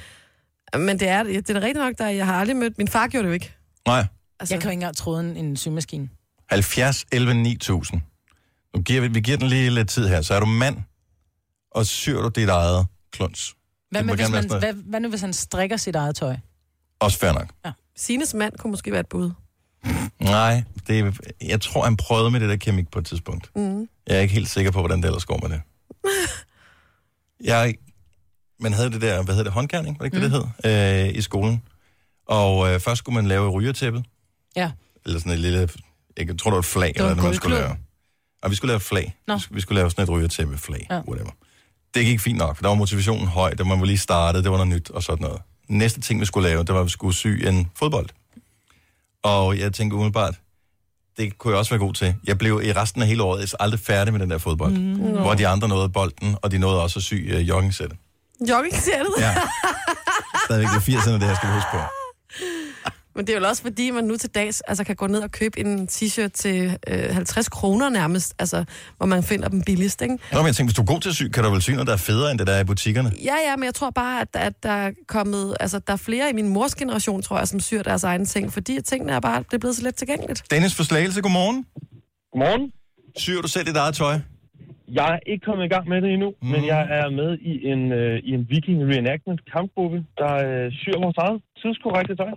[SPEAKER 4] Men det er, det er da rigtigt nok, der jeg har aldrig mødt... Min far gjorde det jo ikke.
[SPEAKER 1] Nej.
[SPEAKER 4] Altså,
[SPEAKER 6] jeg kan jo ikke engang tråde en, en symaskine.
[SPEAKER 1] 70, 11, 9000. Nu giver vi, vi giver den lige lidt tid her. Så er du mand, og syr du dit eget kluns.
[SPEAKER 6] Hvad,
[SPEAKER 1] Det må
[SPEAKER 6] med, hvis
[SPEAKER 1] gerne være
[SPEAKER 6] man,
[SPEAKER 1] sådan
[SPEAKER 6] hvad,
[SPEAKER 1] noget.
[SPEAKER 6] hvad nu, hvis han strikker sit eget tøj?
[SPEAKER 1] Også fair nok.
[SPEAKER 6] Ja.
[SPEAKER 4] Sines mand kunne måske være et bud.
[SPEAKER 1] Nej, det er, jeg tror, han prøvede med det der kemik på et tidspunkt.
[SPEAKER 4] Mm.
[SPEAKER 1] Jeg er ikke helt sikker på, hvordan det ellers går med det. Jeg, man havde det der, hvad hedder det, håndkerning, var det ikke mm. det, det hed, øh, i skolen. Og øh, først skulle man lave rygertæppet,
[SPEAKER 6] Ja.
[SPEAKER 1] eller sådan et lille, jeg tror det var et flag,
[SPEAKER 6] var
[SPEAKER 1] eller
[SPEAKER 6] en
[SPEAKER 1] noget, man skulle
[SPEAKER 6] guldklud.
[SPEAKER 1] lave. Og vi skulle lave et flag.
[SPEAKER 6] Nå.
[SPEAKER 1] Vi skulle- Vi skulle lave sådan et rygertæppe flag,
[SPEAKER 6] Ja.
[SPEAKER 1] ja. whatever. Det gik fint nok, for der var motivationen høj, da man var lige startet, det var noget nyt og sådan noget. Næste ting, vi skulle lave, det var, at vi skulle sy en fodbold. Og jeg tænkte umiddelbart, det kunne jeg også være god til. Jeg blev i resten af hele året aldrig færdig med den der fodbold. Mm. Hvor de andre nåede bolden, og de nåede også at sy øh, joggingsættet.
[SPEAKER 4] Joggingsættet?
[SPEAKER 1] Ja. Stadigvæk i 80'erne, det her skal vi huske på.
[SPEAKER 4] Men det er jo også fordi, man nu til dags altså, kan gå ned og købe en t-shirt til øh, 50 kroner nærmest, altså, hvor man finder dem billigst, ikke?
[SPEAKER 1] Nå, men jeg tænkte, hvis du er god til at sy, kan du vel sy noget, der er federe, end det der er i butikkerne?
[SPEAKER 4] Ja, ja, men jeg tror bare, at, at der er kommet... Altså, der er flere i min mors generation, tror jeg, som syr deres egne ting, fordi tingene er bare... Det er blevet så let tilgængeligt.
[SPEAKER 1] Dennis for Slagelse, godmorgen.
[SPEAKER 19] Godmorgen.
[SPEAKER 1] Syr du selv dit eget tøj?
[SPEAKER 19] Jeg er ikke kommet i gang med det endnu, mm. men jeg er med i en, øh, i en viking reenactment kampgruppe, der øh, syr vores eget tidskorrekte tøj.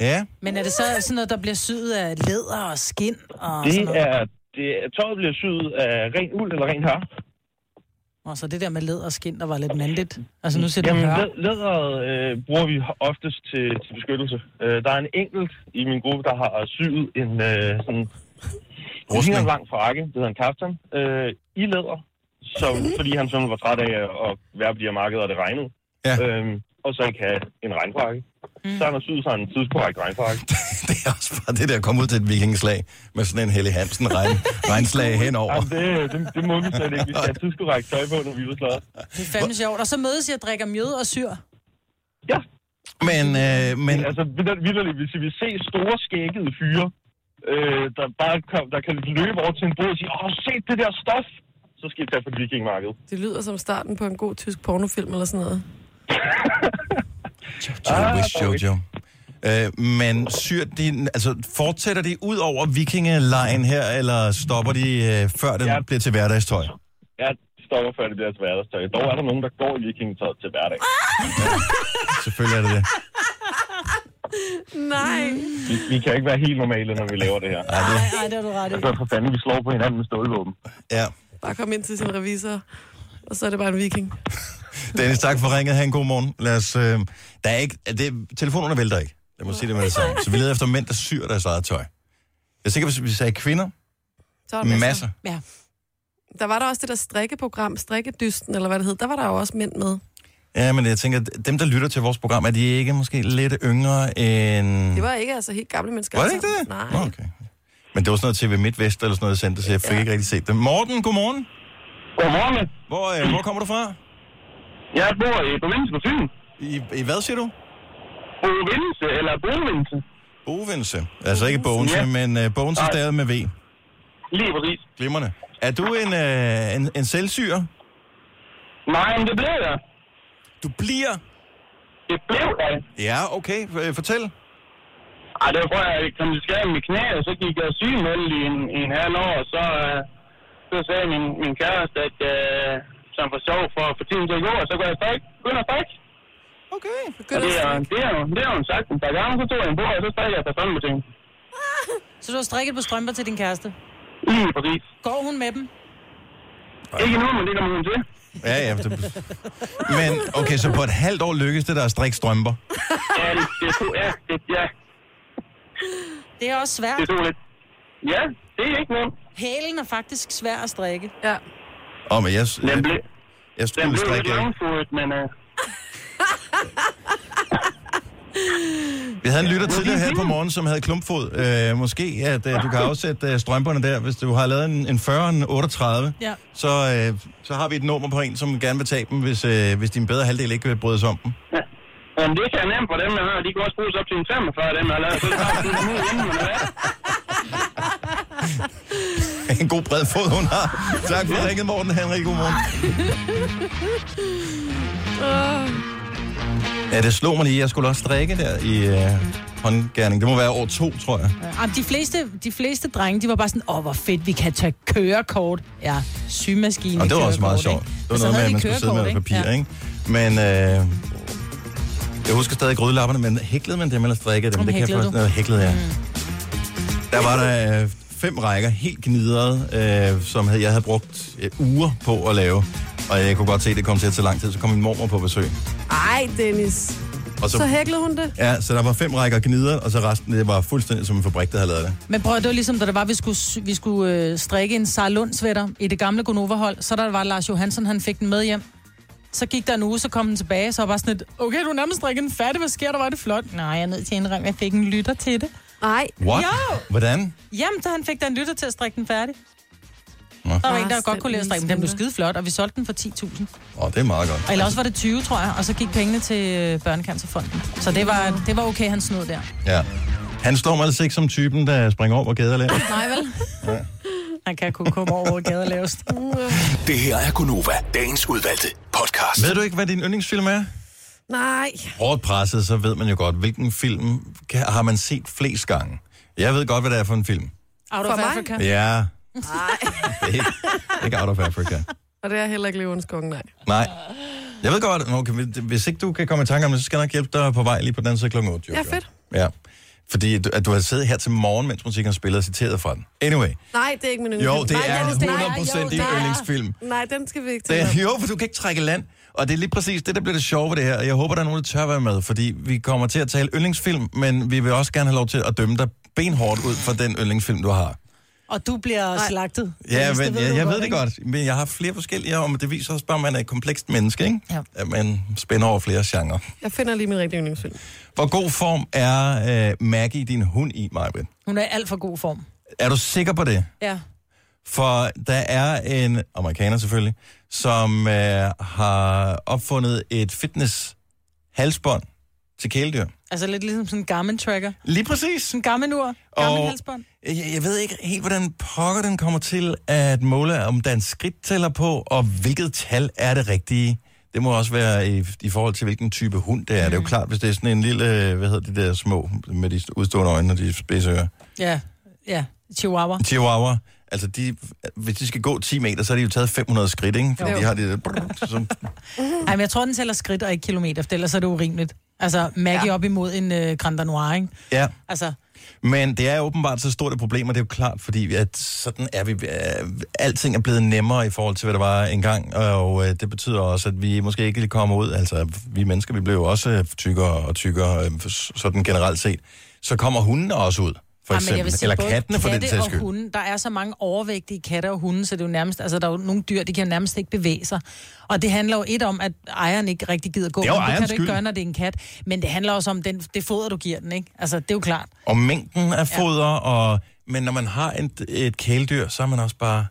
[SPEAKER 1] Ja.
[SPEAKER 6] Men er det så sådan noget, der bliver syet af læder og skin? Og
[SPEAKER 19] Det
[SPEAKER 6] sådan noget?
[SPEAKER 19] Ah, er, det er, tøjet bliver syet af ren uld eller ren her.
[SPEAKER 6] Og så det der med læder og skin, der var lidt mandigt. Altså nu siger du høre.
[SPEAKER 19] læ- læderet øh, bruger vi oftest til, til beskyttelse. Øh, der er en enkelt i min gruppe, der har syet en øh, sådan... Det ligner en lang frakke, det hedder en kaftan, øh, i læder, som, fordi han sådan var træt af at være på de her markeder, og det regnede.
[SPEAKER 1] Ja.
[SPEAKER 19] Øhm, og så ikke have en regnfrakke. Mm. Så han har syet sig en tidskorrekt regnfrakke.
[SPEAKER 1] Det er også bare det der at komme ud til et vikingeslag med sådan en Helle Hansen regn, regnslag henover.
[SPEAKER 19] Jamen, det, det, det må vi slet ikke. Vi skal have tidskorrekt tøj på, når vi er slået.
[SPEAKER 6] Det er fandme sjovt. Og så mødes jeg og drikker mjød og syr.
[SPEAKER 1] Men, øh, men...
[SPEAKER 19] Altså, vildt- vildt, hvis vi ser store skækkede fyre, øh, der bare kom, der kan løbe over til en båd og sige, åh, se det der stof, så skal I tage på vikingmarkedet.
[SPEAKER 4] Det lyder som starten på en god tysk pornofilm eller sådan noget.
[SPEAKER 1] I
[SPEAKER 19] Ah,
[SPEAKER 1] wish, Jojo. Øh, men syr de, altså, fortsætter de ud over vikingelejen her, eller stopper de øh, før den ja. bliver til hverdagstøj?
[SPEAKER 19] Jeg stopper før det bliver til hverdagstøj. Dog er der nogen, der går i vikingetøjet til hverdag.
[SPEAKER 1] Selvfølgelig er det det.
[SPEAKER 4] Nej.
[SPEAKER 19] Vi, vi, kan ikke være helt normale, når vi laver det her.
[SPEAKER 6] Nej, det har du ret i.
[SPEAKER 19] Altså, for fanden, vi slår på hinanden med stålvåben.
[SPEAKER 1] Ja.
[SPEAKER 4] Bare kom ind til sin revisor, og så er det bare en viking.
[SPEAKER 1] Dennis, tak for ringet. Ha' en god morgen. Lad os, øh, der er ikke, det, telefonerne vælter ikke. Lad mig sige det med det samme. Så vi leder efter mænd, der syr deres eget tøj. Jeg er sikker, hvis vi sagde kvinder,
[SPEAKER 4] Så var der masser.
[SPEAKER 1] Masser.
[SPEAKER 6] Ja.
[SPEAKER 4] Der var der også det der strikkeprogram, strikkedysten, eller hvad det hed. Der var der jo også mænd med.
[SPEAKER 1] ja, men jeg tænker, at dem, der lytter til vores program, er de ikke måske lidt yngre end...
[SPEAKER 4] Det var ikke altså helt gamle mennesker.
[SPEAKER 1] Var det ikke
[SPEAKER 4] altså.
[SPEAKER 1] det?
[SPEAKER 4] Nej.
[SPEAKER 1] Nå, Okay. Men det var sådan noget TV MidtVest eller sådan noget, jeg sendte, så jeg fik ja. ikke rigtig set det. Morten, godmorgen.
[SPEAKER 19] Godmorgen.
[SPEAKER 1] Hvor, øh, hvor kommer du fra?
[SPEAKER 19] Jeg bor i provinsen på Fyn.
[SPEAKER 1] I, I hvad siger du?
[SPEAKER 19] Bovense, eller Bovense.
[SPEAKER 1] Bovense. Altså ikke Bovense, ja.
[SPEAKER 19] Ja.
[SPEAKER 1] men øh, Bovense
[SPEAKER 19] Nej.
[SPEAKER 1] stadig med V.
[SPEAKER 19] Lige præcis.
[SPEAKER 1] Glimrende. Er du en, øh, en, en selvsyrer?
[SPEAKER 19] Nej, men det blev jeg.
[SPEAKER 1] Du bliver?
[SPEAKER 19] Det blev jeg.
[SPEAKER 1] Ja, okay. F- øh, Fortæl.
[SPEAKER 19] Ej, det var prøv, jeg kom til skade med knæ, og så gik jeg sygemeldt i en, i en halv år, og så, øh, så sagde min, min kæreste, at øh, som for sjov for at få tiden til at gå, og så kunne jeg strikke, begynde at strikke.
[SPEAKER 1] Okay.
[SPEAKER 19] Og det, er, det, er, jo, det er jo en sagt en par gange, så tog jeg en bord, og så strikker jeg på sådan ting.
[SPEAKER 6] Så du har strikket på strømper til din kæreste.
[SPEAKER 19] Lige præcis.
[SPEAKER 6] Går hun med dem?
[SPEAKER 19] Ikke nu, men det kommer hun til.
[SPEAKER 1] Ja, ja. Det... Men okay, så på et halvt år lykkedes det der at strikke strømper.
[SPEAKER 19] Ja, det, det tog, ja, det, ja,
[SPEAKER 6] Det er også svært.
[SPEAKER 19] det tog lidt.
[SPEAKER 10] Ja, det er ikke nemt.
[SPEAKER 6] Hælen er faktisk svær at strikke.
[SPEAKER 4] Ja.
[SPEAKER 1] Åh, oh, men jeg... Nemlig. Jeg
[SPEAKER 10] Den
[SPEAKER 1] skulle
[SPEAKER 10] blev lidt
[SPEAKER 1] strikke af.
[SPEAKER 10] langfodet, men...
[SPEAKER 19] øh,
[SPEAKER 10] Uh...
[SPEAKER 1] Vi havde en lytter tidligere her på morgen, som havde klumpfod. Øh, måske, at øh, du kan afsætte øh, strømperne der. Hvis du har lavet en, en 40 en 38,
[SPEAKER 6] Ja.
[SPEAKER 1] så, øh, så har vi et nummer på en, som gerne vil tage dem, hvis, øh, hvis din bedre halvdel ikke vil bryde sig om dem.
[SPEAKER 10] Jamen, det kan jeg nemt for dem, jeg har. De kan også bruges op til en 45, dem jeg har lavet. Så tager jeg sådan en uge inden, man er væk.
[SPEAKER 1] en god bred fod, hun har. Tak for ringet, Morten Henrik. Godmorgen. Ja, det slog mig lige. Jeg skulle også strikke der i øh, håndgærning. Det må være år to, tror jeg.
[SPEAKER 6] Ja, de, fleste, de fleste drenge, de var bare sådan, åh, hvor fedt, vi kan tage kørekort. Ja, sygemaskine
[SPEAKER 1] Og det var også meget
[SPEAKER 6] kørekort,
[SPEAKER 1] sjovt.
[SPEAKER 6] ikke?
[SPEAKER 1] Det var
[SPEAKER 6] Men så
[SPEAKER 1] noget med,
[SPEAKER 6] havde
[SPEAKER 1] at
[SPEAKER 6] de
[SPEAKER 1] man skulle sidde med noget
[SPEAKER 6] kørekort,
[SPEAKER 1] papir, ikke? Men øh, jeg husker stadig grydelapperne, men hæklede man dem eller strikkede dem?
[SPEAKER 6] Om
[SPEAKER 1] Det kan jeg
[SPEAKER 6] hæklede
[SPEAKER 1] faktisk
[SPEAKER 6] du? Mm.
[SPEAKER 1] noget hæklede, ja. Der var der øh, fem rækker, helt gnidret, øh, som havde, jeg havde brugt øh, uger på at lave. Og jeg kunne godt se, at det kom til at tage lang tid. Så kom min mormor på besøg.
[SPEAKER 4] Ej, Dennis.
[SPEAKER 1] Og
[SPEAKER 4] Og
[SPEAKER 1] så-
[SPEAKER 4] så, så hæklede hun det.
[SPEAKER 1] Ja, så der var fem rækker gnider, og så resten det var fuldstændig som en fabrik, der havde lavet det.
[SPEAKER 6] Men prøv, at- det var ligesom, da det var, vi skulle, sy- vi skulle øh, strikke en Sarah Lund sweater i det gamle Gonova-hold. Så der var Lars Johansson, han fik den med hjem. Så gik der en uge, så kom den tilbage, så var jeg bare sådan et, okay, du har nærmest strikket den færdig, hvad sker der, var det flot? Nej, jeg er nødt til at indrømme, jeg fik en lytter til det.
[SPEAKER 4] Nej.
[SPEAKER 1] What?
[SPEAKER 6] Jo!
[SPEAKER 1] Hvordan?
[SPEAKER 6] Jamen, da han fik da en lytter til at strikke den færdig.
[SPEAKER 1] Nå.
[SPEAKER 6] Der var en, der godt kunne lide at strikke, men den blev skide flot, og vi solgte den for 10.000.
[SPEAKER 1] Åh, oh, det er meget godt.
[SPEAKER 6] Og Eller også var det 20, tror jeg, og så gik pengene til øh, Børnecancerfonden. Så det var, det var okay, han snod der.
[SPEAKER 1] Ja. Han står mig altså ikke som typen, der springer over gader og laver.
[SPEAKER 6] Nej, vel?
[SPEAKER 1] Ja.
[SPEAKER 6] Han kan kunne komme over, hvor gader laves. Uh.
[SPEAKER 5] Det her er Gunova, dagens udvalgte podcast.
[SPEAKER 1] Ved du ikke, hvad din yndlingsfilm er?
[SPEAKER 4] Nej.
[SPEAKER 1] Hårdt presset, så ved man jo godt, hvilken film kan, har man set flest gange. Jeg ved godt, hvad det er for en film.
[SPEAKER 6] Out of Africa.
[SPEAKER 1] Ja,
[SPEAKER 4] Nej.
[SPEAKER 1] ikke, ikke Out of Africa.
[SPEAKER 4] Og det er heller ikke Løvens Konge, nej.
[SPEAKER 1] Nej. Jeg ved godt, okay, hvis ikke du kan komme i tanke om det, så skal jeg nok hjælpe dig på vej lige på den side kl. 8. Jo.
[SPEAKER 4] Ja, fedt.
[SPEAKER 1] Ja. Fordi du, at du har siddet her til morgen, mens musikken har spillet og citeret fra den. Anyway.
[SPEAKER 4] Nej, det er ikke min
[SPEAKER 1] Jo,
[SPEAKER 4] yndlingsfilm.
[SPEAKER 1] det
[SPEAKER 4] Nej,
[SPEAKER 1] er
[SPEAKER 4] Dennis,
[SPEAKER 1] 100%
[SPEAKER 4] nej, jo,
[SPEAKER 1] din
[SPEAKER 4] nej.
[SPEAKER 1] yndlingsfilm.
[SPEAKER 4] Nej, den skal vi ikke
[SPEAKER 1] Det,
[SPEAKER 4] til.
[SPEAKER 1] jo, for du kan ikke trække i land. Og det er lige præcis det, der bliver det sjove ved det her. Og Jeg håber, der er nogen, der tør være med, fordi vi kommer til at tale yndlingsfilm, men vi vil også gerne have lov til at dømme dig benhårdt ud for den yndlingsfilm, du har.
[SPEAKER 6] Og du bliver Nej. slagtet.
[SPEAKER 1] Ja,
[SPEAKER 6] Dennis,
[SPEAKER 1] men,
[SPEAKER 6] du
[SPEAKER 1] jeg, jeg ved det
[SPEAKER 6] ikke?
[SPEAKER 1] godt, men jeg har flere forskellige, og det viser også bare, at man er et komplekst menneske, ikke?
[SPEAKER 6] Ja.
[SPEAKER 1] At man spænder over flere genrer.
[SPEAKER 4] Jeg finder lige min rigtige yndlingsfilm.
[SPEAKER 1] Hvor god form er øh, Maggie, din hund, i, Majbrit?
[SPEAKER 6] Hun er i alt for god form.
[SPEAKER 1] Er du sikker på det?
[SPEAKER 6] Ja.
[SPEAKER 1] For der er en amerikaner selvfølgelig, som øh, har opfundet et fitness halsbånd til kæledyr.
[SPEAKER 6] Altså lidt ligesom sådan en garmin tracker.
[SPEAKER 1] Lige præcis. Sådan
[SPEAKER 6] en garmin ur. Garmin
[SPEAKER 1] Og-
[SPEAKER 6] halsbånd.
[SPEAKER 1] Jeg, jeg ved ikke helt, hvordan pokker den kommer til at måle, om der er en skridttæller på, og hvilket tal er det rigtige. Det må også være i, i forhold til, hvilken type hund det er. Mm. Det er jo klart, hvis det er sådan en lille, øh, hvad hedder de der små, med de udstående øjne og de spidse ører.
[SPEAKER 6] Ja. Ja. Chihuahua.
[SPEAKER 1] Chihuahua, altså de, hvis de skal gå 10 meter, så har de jo taget 500 skridt, ikke? Fordi
[SPEAKER 6] Jo.
[SPEAKER 1] de har det der... brrr, så,
[SPEAKER 6] Ej, men jeg tror, den tæller skridt og ikke kilometer, for ellers er det urimeligt. Altså, Maggie ja. op imod en uh, Grand Noir, ikke?
[SPEAKER 1] ja.
[SPEAKER 6] Altså,
[SPEAKER 1] Men det er åbenbart så stort et problem, og det er jo klart, fordi at sådan er vi. Øh, alting er blevet nemmere i forhold til, hvad det var engang, og øh, det betyder også, at vi måske ikke lige kommer ud. Altså, vi mennesker, vi blev jo også øh, tykkere og tykkere, øh, s- sådan generelt set. Så kommer hundene også ud, for
[SPEAKER 6] Ej, men jeg
[SPEAKER 1] eksempel.
[SPEAKER 6] vil sige,
[SPEAKER 1] Eller
[SPEAKER 6] både
[SPEAKER 1] kattene, for den
[SPEAKER 6] katte
[SPEAKER 1] sags
[SPEAKER 6] og
[SPEAKER 1] skyld.
[SPEAKER 6] hunde. Der er så mange overvægtige katte og hunde, så det er jo nærmest, altså der er jo nogle dyr, de kan jo nærmest ikke bevæge sig. Og det handler jo et om, at ejeren ikke rigtig gider gå.
[SPEAKER 1] Det er jo
[SPEAKER 6] men det kan
[SPEAKER 1] ejerens
[SPEAKER 6] du
[SPEAKER 1] skyld.
[SPEAKER 6] ikke gøre, når det er en kat. Men det handler også om den, det foder, du giver den, ikke? Altså, det er jo klart.
[SPEAKER 1] Og mængden af foder, og... Men når man har et, et kæledyr, så er man også bare...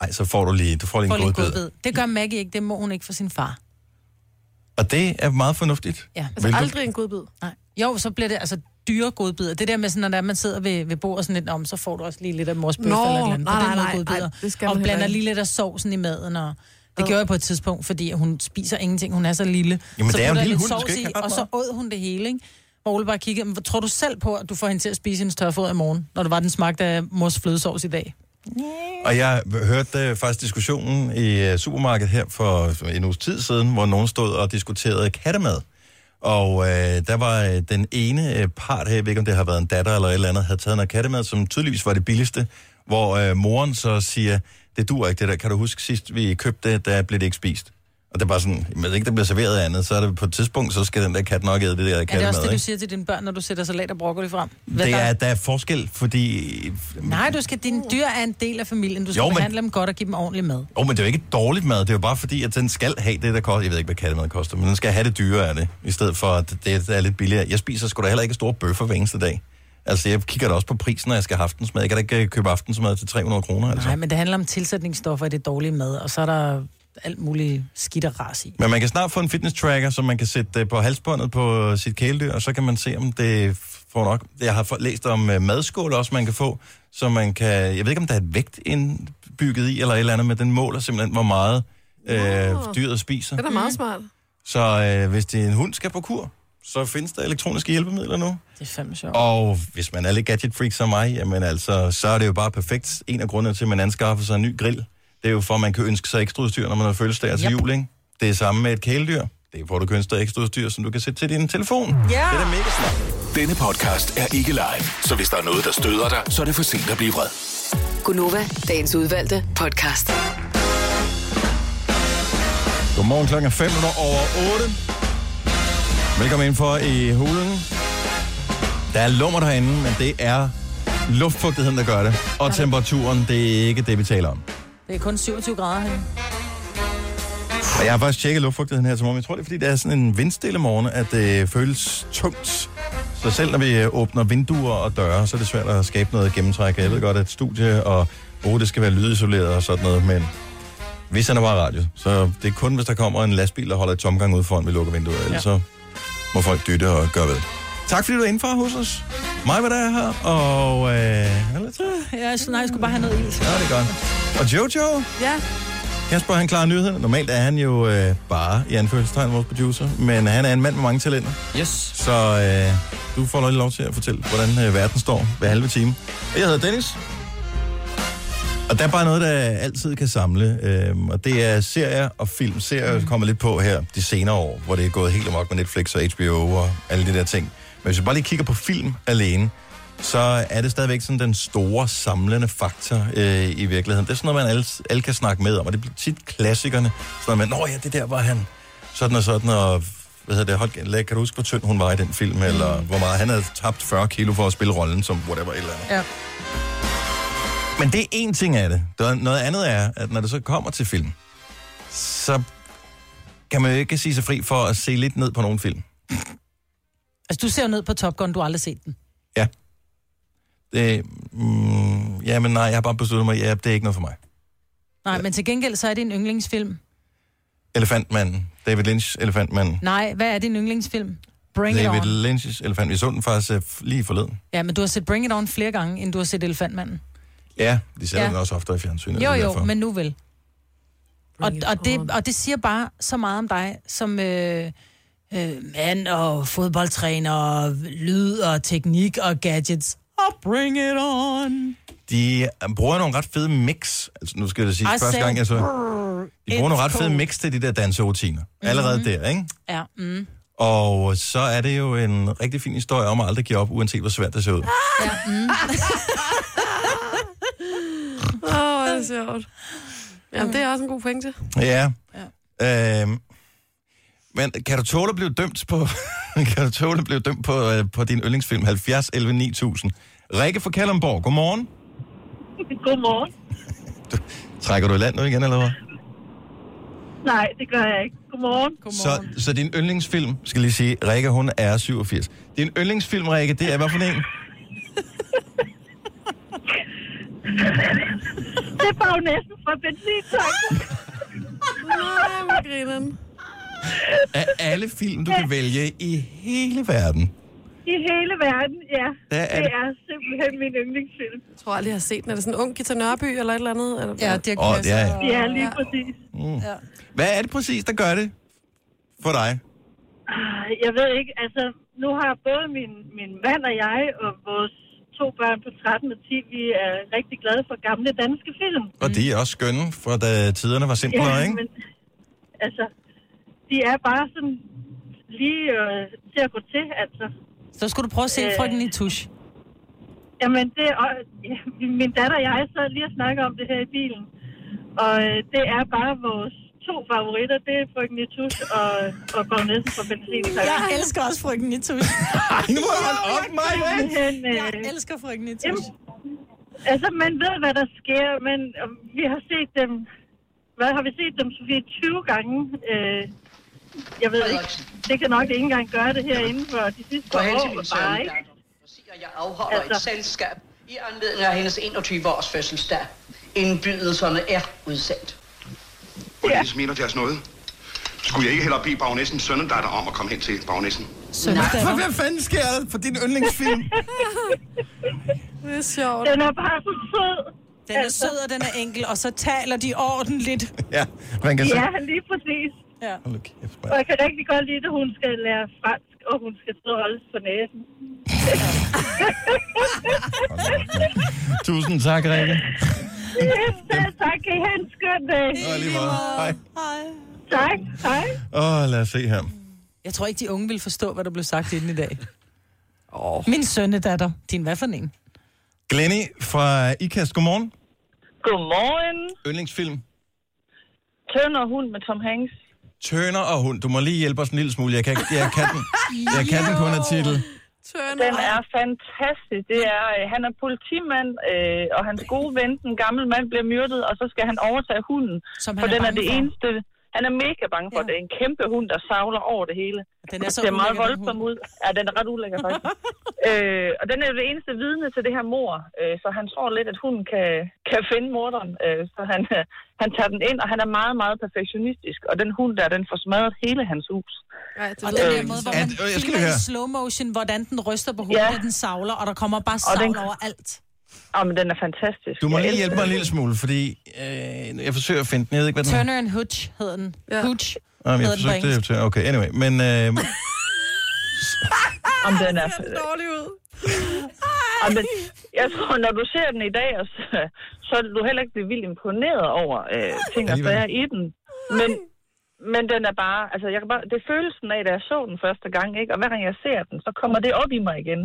[SPEAKER 1] Ej, så får du lige, du får lige
[SPEAKER 6] Får
[SPEAKER 1] en
[SPEAKER 6] lige en
[SPEAKER 1] godbid.
[SPEAKER 6] godbid. Det gør Maggie ikke, det må hun ikke for sin far.
[SPEAKER 1] Og det er meget fornuftigt.
[SPEAKER 6] Ja.
[SPEAKER 4] Altså,
[SPEAKER 1] Hvilket-
[SPEAKER 6] en godbid. Nej. Jo, så bliver det altså dyre godbidder. Det der med sådan, når det er, man sidder ved, ved bordet sådan lidt om, så får du også lige lidt af mors bøf
[SPEAKER 4] Nå,
[SPEAKER 6] eller et eller andet.
[SPEAKER 4] nej,
[SPEAKER 6] på den
[SPEAKER 4] nej,
[SPEAKER 6] måde
[SPEAKER 4] nej,
[SPEAKER 6] godbidder.
[SPEAKER 4] nej, det skal
[SPEAKER 6] og
[SPEAKER 4] man heller
[SPEAKER 6] blander
[SPEAKER 4] ikke.
[SPEAKER 6] lige lidt af sovsen i maden. Og det gjorde jeg på et tidspunkt, fordi hun spiser ingenting. Hun er så lille.
[SPEAKER 1] Jamen,
[SPEAKER 6] så
[SPEAKER 1] det er jo en
[SPEAKER 6] putter jeg
[SPEAKER 1] lille
[SPEAKER 6] lidt
[SPEAKER 1] hund, du
[SPEAKER 6] sovs
[SPEAKER 1] skal ikke
[SPEAKER 6] i,
[SPEAKER 1] have ret
[SPEAKER 6] Og så åd hun det hele, ikke? Hvor Ole bare kiggede, "Men tror du selv på, at du får hende til at spise hendes tørre fod i morgen, når det var den smagte af mors flødesovs i dag?
[SPEAKER 1] Og jeg hørte øh, faktisk diskussionen i øh, supermarkedet her for for en uges tid siden, hvor nogen stod og diskuterede kattemad. Og øh, der var øh, den ene øh, part her, jeg ved ikke om det har været en datter eller et eller andet, havde taget noget kattemad, som tydeligvis var det billigste, hvor øh, moren så siger, det dur ikke det der, kan du huske sidst vi købte det, der blev det ikke spist. Og det er bare sådan, hvis ikke der bliver serveret andet, så er det på et tidspunkt, så skal den der kat nok æde det der
[SPEAKER 6] Er det
[SPEAKER 1] kattemad,
[SPEAKER 6] også det, du
[SPEAKER 1] ikke?
[SPEAKER 6] siger til dine børn, når du sætter salat og broccoli frem? Hvad
[SPEAKER 1] Det
[SPEAKER 6] der-
[SPEAKER 1] er, der er forskel, fordi...
[SPEAKER 6] Nej, du skal, din dyr er en del af familien. Du skal
[SPEAKER 1] Jo,
[SPEAKER 6] jo,
[SPEAKER 1] men-
[SPEAKER 6] men... behandle dem godt og give dem ordentlig mad.
[SPEAKER 1] Åh, oh, men det er jo ikke dårligt mad. Det er jo bare fordi, at den skal have det, der koster. Jeg ved ikke, hvad kattemad koster, men den skal have det dyre af det, i stedet for, at det, der er lidt billigere. Jeg spiser sgu da heller ikke store bøffer hver eneste dag. Altså, jeg kigger da også på prisen, når jeg skal have aftensmad. Jeg kan da ikke øh, købe aftensmad til 300 kroner, altså.
[SPEAKER 6] Nej, men det handler om tilsætningsstoffer i det dårlige mad, og så er der alt muligt skidt og ras i.
[SPEAKER 1] Men man kan snart få en fitness tracker, som man kan sætte øh, på halsbåndet på øh, sit kæledyr, og så kan man se, om det får nok. Jeg har fået- læst om øh, madskål også, man kan få, så man kan... Jeg ved ikke, om der er et vægt indbygget i, eller et eller andet, men den måler simpelthen, hvor meget øh,
[SPEAKER 4] Nå.
[SPEAKER 1] dyret spiser.
[SPEAKER 4] Det er da meget smart.
[SPEAKER 6] Mm.
[SPEAKER 1] Så øh, hvis det er en hund, skal på kur, så findes der elektroniske hjælpemidler nu.
[SPEAKER 6] Det er fandme sjovt.
[SPEAKER 1] Og hvis man er lidt gadget-freak som mig, jamen altså, så er det jo bare perfekt. En af grundene til, at man anskaffer sig en ny grill, det er jo for, at man kan ønske sig ekstra udstyr, når man har fødselsdag til
[SPEAKER 6] Yep.
[SPEAKER 1] jul, ikke? Det er samme med et kæledyr. Det får du kan ønske dig ekstra udstyr, som du kan sætte til din telefon.
[SPEAKER 6] Ja.
[SPEAKER 1] Det er da mega smart.
[SPEAKER 5] Denne podcast er ikke live, så hvis der er noget, der støder dig, så er det for sent at blive vred.
[SPEAKER 8] Gunova, dagens udvalgte podcast.
[SPEAKER 1] Godmorgen klokken er fem minutter over 8. Velkommen indenfor i hulen. Der er lummer derinde, men det er luftfugtigheden, der gør det. Og temperaturen, det er ikke det, vi taler om.
[SPEAKER 6] Det er kun 27 grader her.
[SPEAKER 1] Og jeg har faktisk tjekket luftfugtigheden her til morgen. Jeg tror, det er, fordi det er sådan en vindstille morgen, at det føles tungt. Så selv når vi øh, åbner vinduer og døre, så er det svært at skabe noget gennemtræk. Jeg ved godt, at studie og oh, det skal være lydisoleret og sådan noget, men vi sender bare radio. Så det er kun, hvis der kommer en lastbil, der holder et tomgang ud foran, vi lukker vinduet. Ellers så må folk dytte og gøre ved. Tak fordi du er indenfor hos os. Mig, hvad der er her, og... Øh, er det
[SPEAKER 6] Øh, Ja, jeg, nej, jeg skulle bare have noget ild.
[SPEAKER 1] Ja, det er godt. Og Jojo?
[SPEAKER 6] Ja.
[SPEAKER 1] Kasper, han klarer nyhederne. Normalt er han jo øh, bare, i anførselstegn, vores producer, men han er en mand med mange talenter.
[SPEAKER 9] Yes.
[SPEAKER 1] Så øh, du får lige lov til at fortælle, hvordan øh, verden står hver halve time. Og jeg hedder Dennis. Og der er bare noget, der altid kan samle, øh, og det er serier og film. Serier mm. kommer lidt på her de senere år, hvor det er gået helt amok med Netflix og HBO og alle de der ting. Men hvis vi bare lige kigger på film alene, så er det stadigvæk sådan den store samlende faktor øh, i virkeligheden. Det er sådan noget, man alle, alle kan snakke med om, og det bliver tit klassikerne. Sådan noget, man, nå ja, det der var han. Sådan og sådan, og hvad hedder det, hold, lad- kan du huske, hvor tynd hun var i den film, eller hvor meget han havde tabt 40 kilo for at spille rollen som whatever et eller andet.
[SPEAKER 6] Ja.
[SPEAKER 1] Men det er en ting af det. Der- Noget andet er, at når det så kommer til film, så kan man jo ikke sige sig fri for at se lidt ned på nogle film.
[SPEAKER 6] Altså, du ser jo ned på Top Gun, du har aldrig set den.
[SPEAKER 1] Det, mm, ja, men nej, jeg har bare besluttet mig, ja, det er ikke noget for mig.
[SPEAKER 6] Nej, men til gengæld, så er det en yndlingsfilm.
[SPEAKER 1] Elefantmanden. David Lynch, Elefantmanden.
[SPEAKER 6] Nej, hvad er din yndlingsfilm? Bring It
[SPEAKER 1] David
[SPEAKER 6] On.
[SPEAKER 1] Lynch's Elefant. Vi så den faktisk øh, f- lige forleden.
[SPEAKER 6] Ja, men du har set Bring It On flere gange, end du har set Elefantmanden.
[SPEAKER 1] Ja, de sender ja.
[SPEAKER 6] Ja.
[SPEAKER 1] den også oftere i fjernsynet.
[SPEAKER 6] Jo,
[SPEAKER 1] det er
[SPEAKER 6] jo,
[SPEAKER 1] derfor.
[SPEAKER 6] men nu vel. Og, og, det, og det siger bare så meget om dig, som øh, øh, mand og fodboldtræner, og lyd og teknik og gadgets. Og bring it on!
[SPEAKER 1] De øh, bruger nogle ret fede mix. Altså, nu skal jeg sige, første gang jeg så... De bruger nogle ret fede mix til de der danserutiner. Allerede
[SPEAKER 6] Mhm.
[SPEAKER 1] der, ikke?
[SPEAKER 6] Ja, mm.
[SPEAKER 1] Og så er det jo en rigtig fin historie om at aldrig give op, uanset hvor svært det ser ud.
[SPEAKER 4] Ah!
[SPEAKER 6] ja mm.
[SPEAKER 4] Åh, oh, det er sjovt. Jamen, det er også en god pointe.
[SPEAKER 1] Ja. ja. Øhm, men kan du tåle at blive dømt på, kan du tåle at blive dømt på, øh, på din yndlingsfilm 70 11 9000? Rikke fra Kalundborg, godmorgen.
[SPEAKER 14] Godmorgen.
[SPEAKER 1] Trækker du i land nu igen, eller hvad?
[SPEAKER 14] Nej, det gør jeg ikke. Godmorgen.
[SPEAKER 1] Så, så din yndlingsfilm, skal lige sige, Rikke, hun er 87. Din yndlingsfilm, Rikke, det er hvad for en?
[SPEAKER 14] Det er bare næsten fra benzintanken.
[SPEAKER 4] Nej, hvor grineren.
[SPEAKER 1] Af alle film, du kan vælge i hele verden.
[SPEAKER 14] I hele verden, ja.
[SPEAKER 1] Der er
[SPEAKER 14] det
[SPEAKER 1] det.
[SPEAKER 14] er simpelthen min yndlingsfilm.
[SPEAKER 4] Jeg tror aldrig, jeg har set den. Er det sådan en ung Gita Nørby eller et eller andet? Eller, ja, det
[SPEAKER 1] er Åh, Kirsten. ja.
[SPEAKER 14] Ja, lige præcis.
[SPEAKER 1] Mm. Hvad er det præcis, der gør det for dig?
[SPEAKER 14] Ah, Jeg ved ikke, altså nu har både min, min mand og jeg og vores to børn på 13 og 10, vi er rigtig glade for gamle danske film.
[SPEAKER 1] Og de er også skønne, for da tiderne var simplere, ikke?
[SPEAKER 14] men altså, de er bare sådan lige øh, til at gå til, altså.
[SPEAKER 6] Så skulle du prøve at se
[SPEAKER 14] Øh.
[SPEAKER 6] Frøken i tusch.
[SPEAKER 14] Jamen, det er, og- ja, min datter og jeg sad lige og snakkede om det her i bilen. Og øh, det er bare vores to favoritter, det er Frøken Nitus og, og Bagnesen fra Benzin.
[SPEAKER 6] Jeg elsker også frygten i tus.
[SPEAKER 14] nu må du holde op, Maja.
[SPEAKER 6] øh, Jeg elsker frygten i tus.
[SPEAKER 14] øh, Jamen, Altså, man ved, hvad der sker, men øh, vi har set dem... Hvad har vi set dem, Sofie? 20 gange. Øh, jeg ved ikke. Det kan nok ikke engang gøre det herinde for de sidste
[SPEAKER 20] På
[SPEAKER 14] par år.
[SPEAKER 20] helsehilsen,
[SPEAKER 14] Bare,
[SPEAKER 20] Ulla,
[SPEAKER 14] ikke?
[SPEAKER 20] Jeg afholder altså. et selskab i anledning af hendes 21-års fødselsdag. Indbydelserne er udsendt.
[SPEAKER 21] Hvordan smiler deres noget? Skulle jeg ikke hellere bede bagnæssen sønnedatter om at komme hen til bagnæssen?
[SPEAKER 6] Nej,
[SPEAKER 22] for hvad fanden sker der for din yndlingsfilm?
[SPEAKER 6] Det er sjovt.
[SPEAKER 14] Den er bare så sød.
[SPEAKER 6] Den er sød, og den er enkel, og så taler de ordentligt.
[SPEAKER 1] Ja, man kan
[SPEAKER 14] Ja,
[SPEAKER 1] sige.
[SPEAKER 14] lige præcis.
[SPEAKER 6] Ja.
[SPEAKER 14] Og jeg kan rigtig godt lide, at hun skal lære fransk, og hun skal sidde og holde på næsen.
[SPEAKER 1] Tusind tak, Rikke.
[SPEAKER 14] Yes, selv tak. Kan I have en skøn dag?
[SPEAKER 1] Og lige meget. Hej.
[SPEAKER 14] Tak. Hej.
[SPEAKER 1] Åh, oh, lad os se her.
[SPEAKER 6] Jeg tror ikke, de unge vil forstå, hvad der blev sagt inden i dag. Oh. Min sønnedatter. Din hvad for en?
[SPEAKER 1] Glenny fra IKAST, godmorgen.
[SPEAKER 18] Godmorgen.
[SPEAKER 1] Yndlingsfilm.
[SPEAKER 18] Tønder hund med Tom Hanks.
[SPEAKER 1] Tøner og hund. Du må lige hjælpe os en lille smule. Jeg kan, jeg kan den. Jeg kan den kun af titel.
[SPEAKER 18] Turner. Den er fantastisk. Det er, øh, han er politimand, øh, og hans gode ven, den gamle mand, bliver myrdet, og så skal han overtage hunden.
[SPEAKER 6] Som
[SPEAKER 18] for
[SPEAKER 6] han er
[SPEAKER 18] den er
[SPEAKER 6] bange
[SPEAKER 18] det
[SPEAKER 6] for.
[SPEAKER 18] eneste... Han er mega bange for ja. det. er en kæmpe hund, der savler over det hele.
[SPEAKER 6] Den er så
[SPEAKER 18] det er meget
[SPEAKER 6] ulækker, den
[SPEAKER 18] voldsom ud. Ja, den er ret ulækker faktisk. øh, og den er jo det eneste vidne til det her mor. Øh, så han tror lidt, at hunden kan, kan finde morderen. Øh, så han, øh, han tager den ind, og han er meget, meget perfektionistisk. Og den hund der, den får smadret hele hans hus.
[SPEAKER 4] Ej,
[SPEAKER 6] Og den der
[SPEAKER 18] Øh,
[SPEAKER 6] måde, hvor
[SPEAKER 18] at-
[SPEAKER 6] man
[SPEAKER 18] øh, jeg skal lige
[SPEAKER 6] filmer i
[SPEAKER 18] høre.
[SPEAKER 6] slow motion, hvordan den ryster på hovedet, ja. og den savler, og der kommer bare
[SPEAKER 18] Og den-
[SPEAKER 6] savl over alt.
[SPEAKER 18] Jamen, den er fantastisk.
[SPEAKER 1] Du må
[SPEAKER 18] Jeg
[SPEAKER 1] lige
[SPEAKER 18] elsker
[SPEAKER 1] hjælpe mig en
[SPEAKER 18] den.
[SPEAKER 1] lille smule, fordi øh, jeg forsøger at finde den. Jeg ved ikke, hvad den
[SPEAKER 6] Turner and Hooch hedder den. Ja. Hooch
[SPEAKER 1] Nå, men jeg
[SPEAKER 6] hedder den på
[SPEAKER 1] forsøgte
[SPEAKER 6] engelsk.
[SPEAKER 1] det. Okay, anyway. Men øh,
[SPEAKER 18] Om den er... Den dårlig ud. Jamen, jeg tror, når du ser den i dag, og så, så er du heller ikke blive vildt imponeret over øh, ting og
[SPEAKER 23] Alligevel.
[SPEAKER 18] sager i den. Men, men den er bare... Altså, jeg kan bare, det er følelsen af, da jeg så den første gang, ikke? Og hver gang jeg ser den, så kommer det op i mig igen.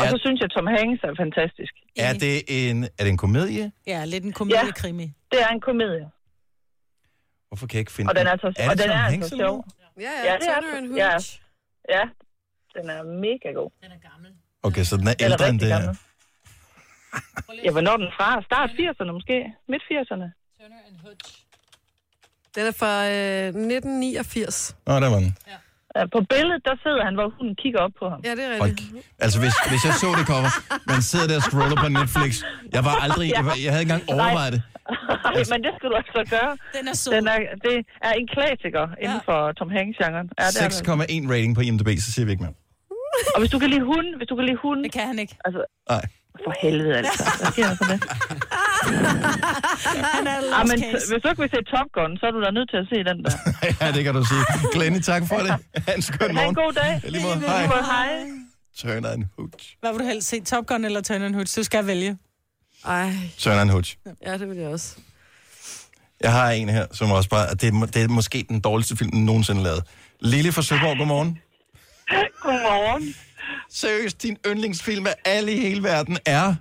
[SPEAKER 18] Og så synes jeg, Tom Hanks er fantastisk.
[SPEAKER 1] er, det en, er det en komedie?
[SPEAKER 6] Ja, lidt en komediekrimi. Ja.
[SPEAKER 18] Det er en komedie.
[SPEAKER 1] Hvorfor kan jeg ikke finde
[SPEAKER 18] Og den er altså,
[SPEAKER 1] Er det
[SPEAKER 18] og den
[SPEAKER 1] Tom
[SPEAKER 18] er
[SPEAKER 1] Hanks
[SPEAKER 18] altså
[SPEAKER 1] eller
[SPEAKER 18] sjov.
[SPEAKER 4] Ja, ja,
[SPEAKER 18] Ja, det er
[SPEAKER 4] Turner
[SPEAKER 18] den.
[SPEAKER 4] and Hooch.
[SPEAKER 18] Ja. ja, den er mega god.
[SPEAKER 1] Okay, så den er
[SPEAKER 18] Eller
[SPEAKER 1] ældre end
[SPEAKER 18] rigtig
[SPEAKER 1] det her.
[SPEAKER 18] gammel. Ja, hvornår er den fra? Start 80'erne måske? Midt 80'erne?
[SPEAKER 4] Den er fra øh, 1989.
[SPEAKER 1] Nå, der var den.
[SPEAKER 18] Ja, På billedet, der sidder han, hvor hunden kigger op på ham.
[SPEAKER 4] Ja, det er
[SPEAKER 1] rigtigt. Altså, hvis, hvis jeg så det cover, man sidder der og scroller på Netflix. Jeg var aldrig, jeg, var, jeg havde ikke engang overvejet det.
[SPEAKER 18] Nej, men det skal du altså gøre.
[SPEAKER 6] Den er sød.
[SPEAKER 18] Den er, det er en klassiker ja. inden for Tom Hanks-genren. Ja, det er det.
[SPEAKER 1] 6,1 rating på IMDb, så siger vi ikke mere.
[SPEAKER 18] Og hvis du kan lide hunden, hvis du kan lide hunden... Det
[SPEAKER 6] kan han ikke.
[SPEAKER 18] Altså,
[SPEAKER 1] Nej.
[SPEAKER 18] For helvede, altså. Hvad sker der for det?
[SPEAKER 6] Han er
[SPEAKER 18] Ah,
[SPEAKER 6] lost
[SPEAKER 18] men
[SPEAKER 6] case.
[SPEAKER 18] hvis du ikke vil se Top Gun, så er du da nødt til at se den der.
[SPEAKER 1] ja, det kan du sige. Glenny, tak for det. Ha' en skøn morgen.
[SPEAKER 18] Ha' en god dag.
[SPEAKER 1] Ja, lige måde.
[SPEAKER 18] Lige måde.
[SPEAKER 1] Hej.
[SPEAKER 18] Hej.
[SPEAKER 1] Turner and Hooch.
[SPEAKER 6] Hvad vil du helst se? Top Gun eller Turner and Hooch? Du skal vælge.
[SPEAKER 4] Ej.
[SPEAKER 1] Turner and Hooch.
[SPEAKER 4] Ja, det vil jeg også.
[SPEAKER 1] Jeg har en her, som også bare... Det er, må- det er måske den dårligste film, den nogensinde lavet. Lille fra Søborg, godmorgen.
[SPEAKER 23] Godmorgen.
[SPEAKER 1] Seriøst, din yndlingsfilm af alle i hele verden er...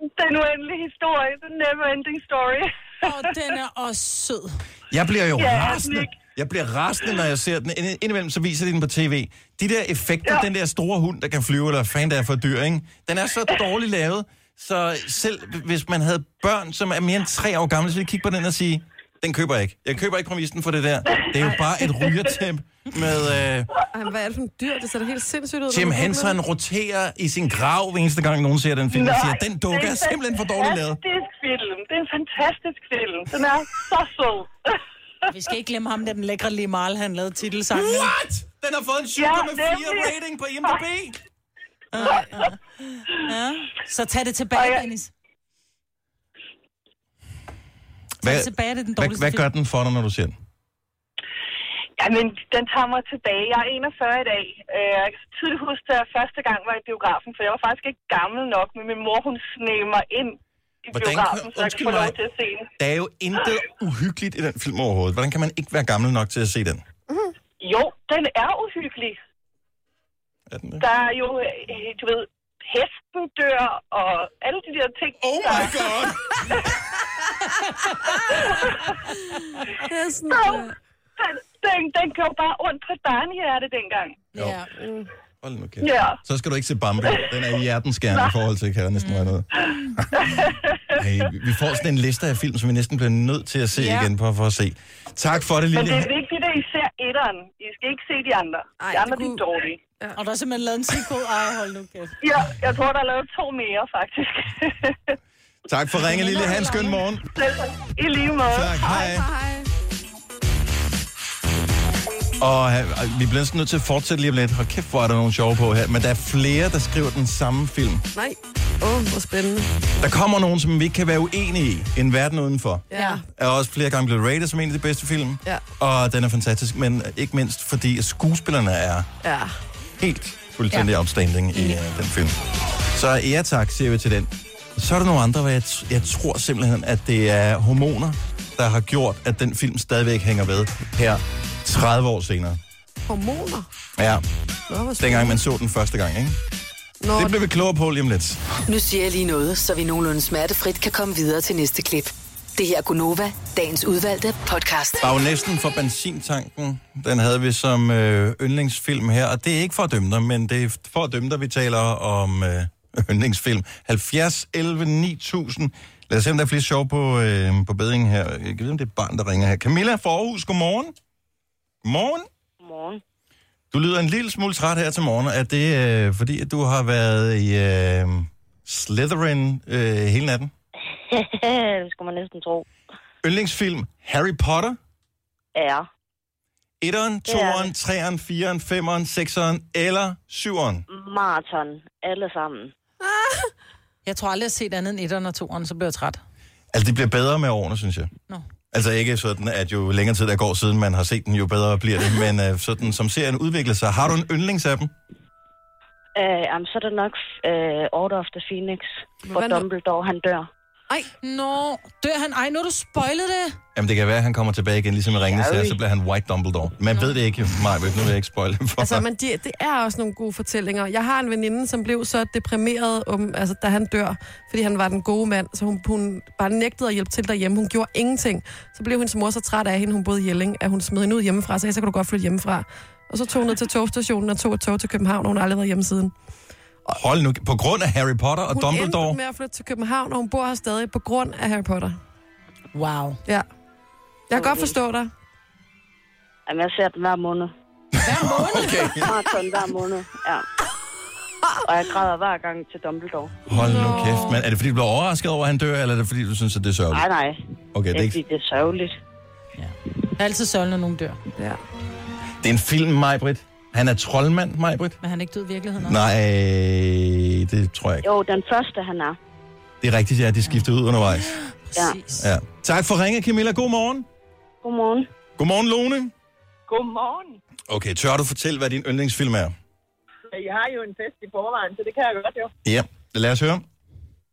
[SPEAKER 23] Den uendelige historie, The Never Ending Story.
[SPEAKER 6] Og den er også sød.
[SPEAKER 1] Jeg bliver jo
[SPEAKER 23] Ja, er den
[SPEAKER 1] rasende.
[SPEAKER 23] ikke?
[SPEAKER 1] Jeg bliver rasende, når jeg ser den. Ind- Indimellem så viser de den på tv. De der effekter, ja. den der store hund, der kan flyve, eller hvad fanden der er for dyr, ikke? Den er så dårligt lavet, så selv hvis man havde børn, som er mere end tre år gamle, så ville jeg kigge på den og sige, den køber jeg ikke. Jeg køber ikke præmissen for det der. Det er jo bare et rygertemp med... Øh,
[SPEAKER 4] Ej, hvad er det for en dyr? Det ser da helt sindssygt ud.
[SPEAKER 1] Tim Henson roterer i sin grav hver eneste gang, nogen ser den film, og
[SPEAKER 23] Nej,
[SPEAKER 1] siger, den dukke
[SPEAKER 23] det
[SPEAKER 1] er simpelthen for dårligt lavet.
[SPEAKER 23] Det er en fantastisk film. Det er en fantastisk film. Den er så sød.
[SPEAKER 6] Vi skal ikke glemme ham, der den lækre Limal, han lavede titelsangen.
[SPEAKER 23] What?
[SPEAKER 1] Den har fået en
[SPEAKER 23] 7,4 rating
[SPEAKER 1] på IMDb.
[SPEAKER 6] Ja, ja. ja. Så tag det tilbage, Dennis. Tag det tilbage, det er den
[SPEAKER 1] hvad,
[SPEAKER 6] dårligste
[SPEAKER 1] hvad gør
[SPEAKER 6] film.
[SPEAKER 1] den for dig, når du ser den?
[SPEAKER 23] Jamen, den tager mig tilbage. Jeg er 41 i dag. Øh, Jeg kan tydeligt huske, da jeg første gang var i biografen, for jeg var faktisk ikke gammel nok, men min mor, hun sneg mig ind i
[SPEAKER 1] Hvordan kan-
[SPEAKER 23] biografen, så jeg kan
[SPEAKER 1] undskyld
[SPEAKER 23] få lov
[SPEAKER 1] mig.
[SPEAKER 23] til at se den.
[SPEAKER 1] Der er jo intet uhyggeligt i den film overhovedet. Hvordan kan man ikke være gammel nok til at se den?
[SPEAKER 23] Jo, den er uhyggelig.
[SPEAKER 1] Er den det?
[SPEAKER 23] Der er jo, øh, du ved, hesten dør og alle de der ting. Oh my god!
[SPEAKER 4] Det er sådan,
[SPEAKER 23] så, den, den, den gjorde bare ondt på barnehjerte dengang.
[SPEAKER 1] Ja.
[SPEAKER 23] Mm.
[SPEAKER 1] Hold nu kæft.
[SPEAKER 23] Ja.
[SPEAKER 1] Så skal du ikke se Bambi. Den er hjertenskærende i forhold til, kan der næsten være noget. Hey, vi får sådan en liste af film, som vi næsten bliver nødt til at se
[SPEAKER 23] Ja.
[SPEAKER 1] igen for, for at se. Tak for det,
[SPEAKER 23] Men
[SPEAKER 1] Lille.
[SPEAKER 23] det er vigtigt, at I ser etteren. I skal ikke se de andre. Ej, de andre kunne... er dårlige.
[SPEAKER 6] Ja. Og der er simpelthen lavet en sequel. Ej, hold nu kæft.
[SPEAKER 23] Ja, jeg tror, der er lavet to mere, faktisk.
[SPEAKER 1] Tak for ringen, Lille. Ha' en skøn morgen.
[SPEAKER 23] Selv tak. I lige måde.
[SPEAKER 1] Tak, hej. Og øh, vi bliver næsten nødt til at fortsætte lige om lidt. Hold kæft, hvor er der nogle sjove på her. Men der er flere, der skriver den samme film.
[SPEAKER 4] Nej. Åh, oh, hvor spændende.
[SPEAKER 1] Der kommer nogen, som vi ikke kan være uenige i. En verden udenfor.
[SPEAKER 4] Ja.
[SPEAKER 1] Er også flere gange blevet rated som en af de bedste film.
[SPEAKER 4] Ja.
[SPEAKER 1] Og den er fantastisk, men ikke mindst fordi skuespillerne er
[SPEAKER 4] Ja.
[SPEAKER 1] helt fuldstændig ja. outstanding i uh, den film. Så ja tak, siger vi til den. Så er der nogle andre, hvor jeg, t- jeg tror simpelthen, at det er hormoner, der har gjort, at den film stadigvæk hænger ved her 30 år senere.
[SPEAKER 4] Hormoner.
[SPEAKER 1] Ja,
[SPEAKER 4] Nå, hvor spændende.
[SPEAKER 1] dengang man så den første gang, ikke?
[SPEAKER 8] Nå.
[SPEAKER 1] Nå. Det blev vi klogere på lige om lidt.
[SPEAKER 8] Nu siger jeg lige noget, så vi nogenlunde smertefrit kan komme videre til næste klip. Det her er Gunova, dagens udvalgte podcast.
[SPEAKER 1] Der er jo næsten for benzintanken. Den havde vi som øh, yndlingsfilm her, og det er ikke for at dømme dig, men det er for at dømme dig, vi taler om øh, yndlingsfilm. 70, 11, 9000. Lad os se, om der er flere sjov på, øh, på bedringen her. Jeg kan vide, om det er et barn, der ringer her. Camilla fra Aarhus, godmorgen. Godmorgen.
[SPEAKER 3] Godmorgen.
[SPEAKER 1] Du lyder en lille smule træt her til morgen. Er det øh, fordi, at du har været i øh, Slytherin øh, hele natten?
[SPEAKER 3] det skulle man næsten tro.
[SPEAKER 1] Yndlingsfilm Harry Potter?
[SPEAKER 3] Ja.
[SPEAKER 1] 1'eren,
[SPEAKER 3] Det er
[SPEAKER 1] 2'eren, 3'eren, 4'eren, 5'eren, 6'eren eller 7'eren.
[SPEAKER 3] Marathon. Alle sammen.
[SPEAKER 6] Ah. Jeg tror aldrig, jeg har set andet end etteren og toeren, så bliver jeg træt.
[SPEAKER 1] Altså, det bliver bedre med årene, synes jeg.
[SPEAKER 6] Nå.
[SPEAKER 1] Altså ikke sådan, at jo længere tid der går siden man har set den, jo bedre bliver det. Men øh, sådan, som serien udvikler sig, har du en yndlings af dem?
[SPEAKER 3] Øh, jamen, så er det nok øh, Order of the Phoenix, hvor
[SPEAKER 6] Hvad nu?
[SPEAKER 3] Dumbledore han dør.
[SPEAKER 6] Ej, nå, dør han. Ej, nu har du spoilet det.
[SPEAKER 1] Jamen, det kan være, at han kommer tilbage igen, ligesom i Ringnes
[SPEAKER 4] Ja,
[SPEAKER 1] her,
[SPEAKER 4] ui.
[SPEAKER 1] så bliver han White Dumbledore. Man ved det ikke, Maja, nu vil jeg ikke spoil det for
[SPEAKER 4] Altså,
[SPEAKER 1] dig.
[SPEAKER 4] men de, det er også nogle gode fortællinger. Jeg har en veninde, som blev så deprimeret, om, altså, da han dør, fordi han var den gode mand, så hun, hun bare nægtede at hjælpe til derhjemme. Hun gjorde ingenting. Så blev hendes mor så træt af hende, hun boede i Jelling, at hun smed hende ud hjemmefra, og sagde, så kan du godt flytte hjemmefra. Og så tog hun ned til togstationen og tog et tog til København, og hun har aldrig været hjemme siden.
[SPEAKER 1] Hold nu, på grund af Harry Potter og
[SPEAKER 4] hun
[SPEAKER 1] Dumbledore.
[SPEAKER 4] endte med at flytte til København, og hun bor her stadig på grund af Harry Potter.
[SPEAKER 6] Wow.
[SPEAKER 4] Ja. Jeg kan godt forstå dig.
[SPEAKER 3] Jamen, jeg ser den hver måned. Hver måned? Okay. Marathon hver måned, ja. Og jeg græder hver gang til Dumbledore.
[SPEAKER 1] Hold nu kæft, men er det fordi, du bliver overrasket over, at han dør, eller er det fordi, du synes, at det er sørgeligt?
[SPEAKER 3] Nej, nej.
[SPEAKER 1] Okay, det er, ikke...
[SPEAKER 3] fordi, det er sørgeligt.
[SPEAKER 6] Det er altid sørgelig, når nogen dør.
[SPEAKER 4] Ja.
[SPEAKER 1] det er en film, Majbrit. Han er troldmand, Majbrit.
[SPEAKER 6] Men han er ikke død i virkeligheden. også.
[SPEAKER 1] Nej, det tror jeg ikke.
[SPEAKER 3] Jo, den første han er.
[SPEAKER 1] Det er rigtigt, ja, de skifter ud undervejs.
[SPEAKER 3] Ja.
[SPEAKER 1] Ja. Tak for ringe, Camilla. God morgen.
[SPEAKER 3] Godmorgen.
[SPEAKER 1] Godmorgen, Lone.
[SPEAKER 7] Godmorgen.
[SPEAKER 1] Okay, tør du fortælle, hvad din yndlingsfilm er?
[SPEAKER 7] Jeg har jo en fest i forvejen, så det kan jeg godt jo.
[SPEAKER 1] Ja, lad os høre.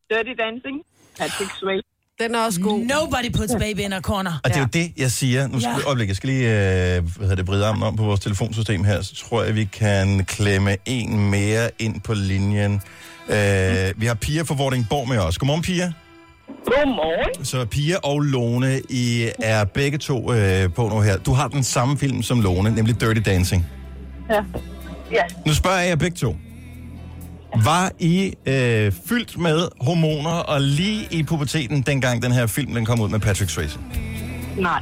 [SPEAKER 7] Dirty Dancing. Patrick Swayze.
[SPEAKER 4] Den er også
[SPEAKER 6] god. Nobody puts baby in a corner.
[SPEAKER 1] Og det er jo det, jeg siger. Nu skal
[SPEAKER 6] Ja.
[SPEAKER 1] ja. øjeblik, jeg skal lige øh, hvad hedder det, vride armen om på vores telefonsystem her, så tror jeg, vi kan klemme en mere ind på linjen. Øh, vi har Pia fra Vordingborg med os. Godmorgen, Pia.
[SPEAKER 7] Godmorgen.
[SPEAKER 1] Så Pia og Lone, I er begge to øh, på nu her. Du har den samme film som Lone, nemlig Dirty Dancing.
[SPEAKER 7] Ja. Ja.
[SPEAKER 1] Nu spørger jeg jer begge to. Var I øh, fyldt med hormoner og lige i puberteten, dengang den her film den kom ud med Patrick Swayze?
[SPEAKER 7] Nej.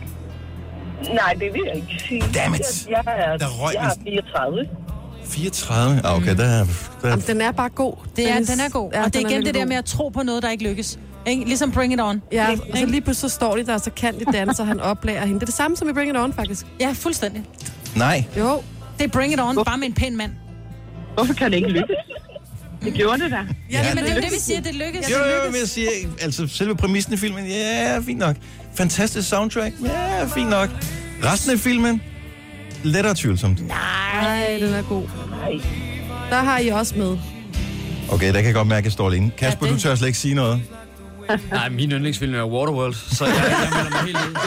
[SPEAKER 7] Nej, det vil jeg ikke sige.
[SPEAKER 1] Damn it.
[SPEAKER 7] Jeg, jeg, er,
[SPEAKER 1] Der røg
[SPEAKER 7] jeg er 34.
[SPEAKER 1] 34? Ah, okay, der, er- der,
[SPEAKER 4] Den er bare god.
[SPEAKER 6] Det er, den er god. Ja, og det
[SPEAKER 4] den
[SPEAKER 6] er igen
[SPEAKER 4] virkelig
[SPEAKER 6] det der
[SPEAKER 4] god.
[SPEAKER 6] med at tro på noget, der ikke lykkes. Ikke? Ligesom Bring It On.
[SPEAKER 4] Ja, og så lige pludselig så står de der, og så kan de danse, og han oplærer hende. Det er det samme som i Bring It On, faktisk.
[SPEAKER 6] Ja, fuldstændig.
[SPEAKER 1] Nej.
[SPEAKER 4] Jo.
[SPEAKER 6] Det er Bring It On, bare med en pæn mand.
[SPEAKER 7] Hvorfor kan det ikke lykkes? Det gjorde det da.
[SPEAKER 6] Ja, ja men det er jo det, vi siger, det lykkes.
[SPEAKER 1] Jo,
[SPEAKER 6] det
[SPEAKER 1] jo,
[SPEAKER 6] lykkes.
[SPEAKER 1] jo, men jeg siger, altså selve præmissen i filmen, ja, fint nok. Fantastisk soundtrack, ja, fint nok. Resten af filmen, lettere tvivlsomt.
[SPEAKER 4] Nej, den er god. Der har I også med.
[SPEAKER 1] Okay, der kan jeg godt mærke, at jeg står alene. Kasper, du tør slet ikke sige noget.
[SPEAKER 9] Nej, min yndlingsfilm er Waterworld, så jeg, jeg melder mig helt ind.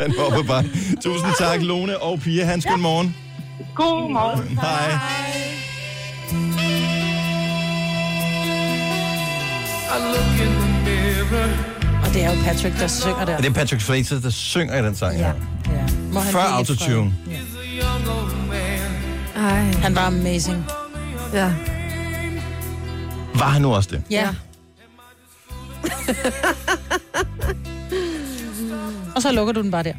[SPEAKER 1] Den var på bare. Tusind tak, Lone og Pia. Hans, god morgen.
[SPEAKER 7] Godmorgen.
[SPEAKER 1] Hej.
[SPEAKER 2] I look in the mirror
[SPEAKER 6] Og det er jo Patrick, der synger der.
[SPEAKER 1] Er det Patrick Swayze, der synger i den sang her?
[SPEAKER 6] Må han
[SPEAKER 1] Før
[SPEAKER 6] blive lidt
[SPEAKER 1] autotune.
[SPEAKER 6] fred? Ej. Han var amazing.
[SPEAKER 4] Ja.
[SPEAKER 1] Var han nu også det?
[SPEAKER 6] Ja. og så lukker du den bare der.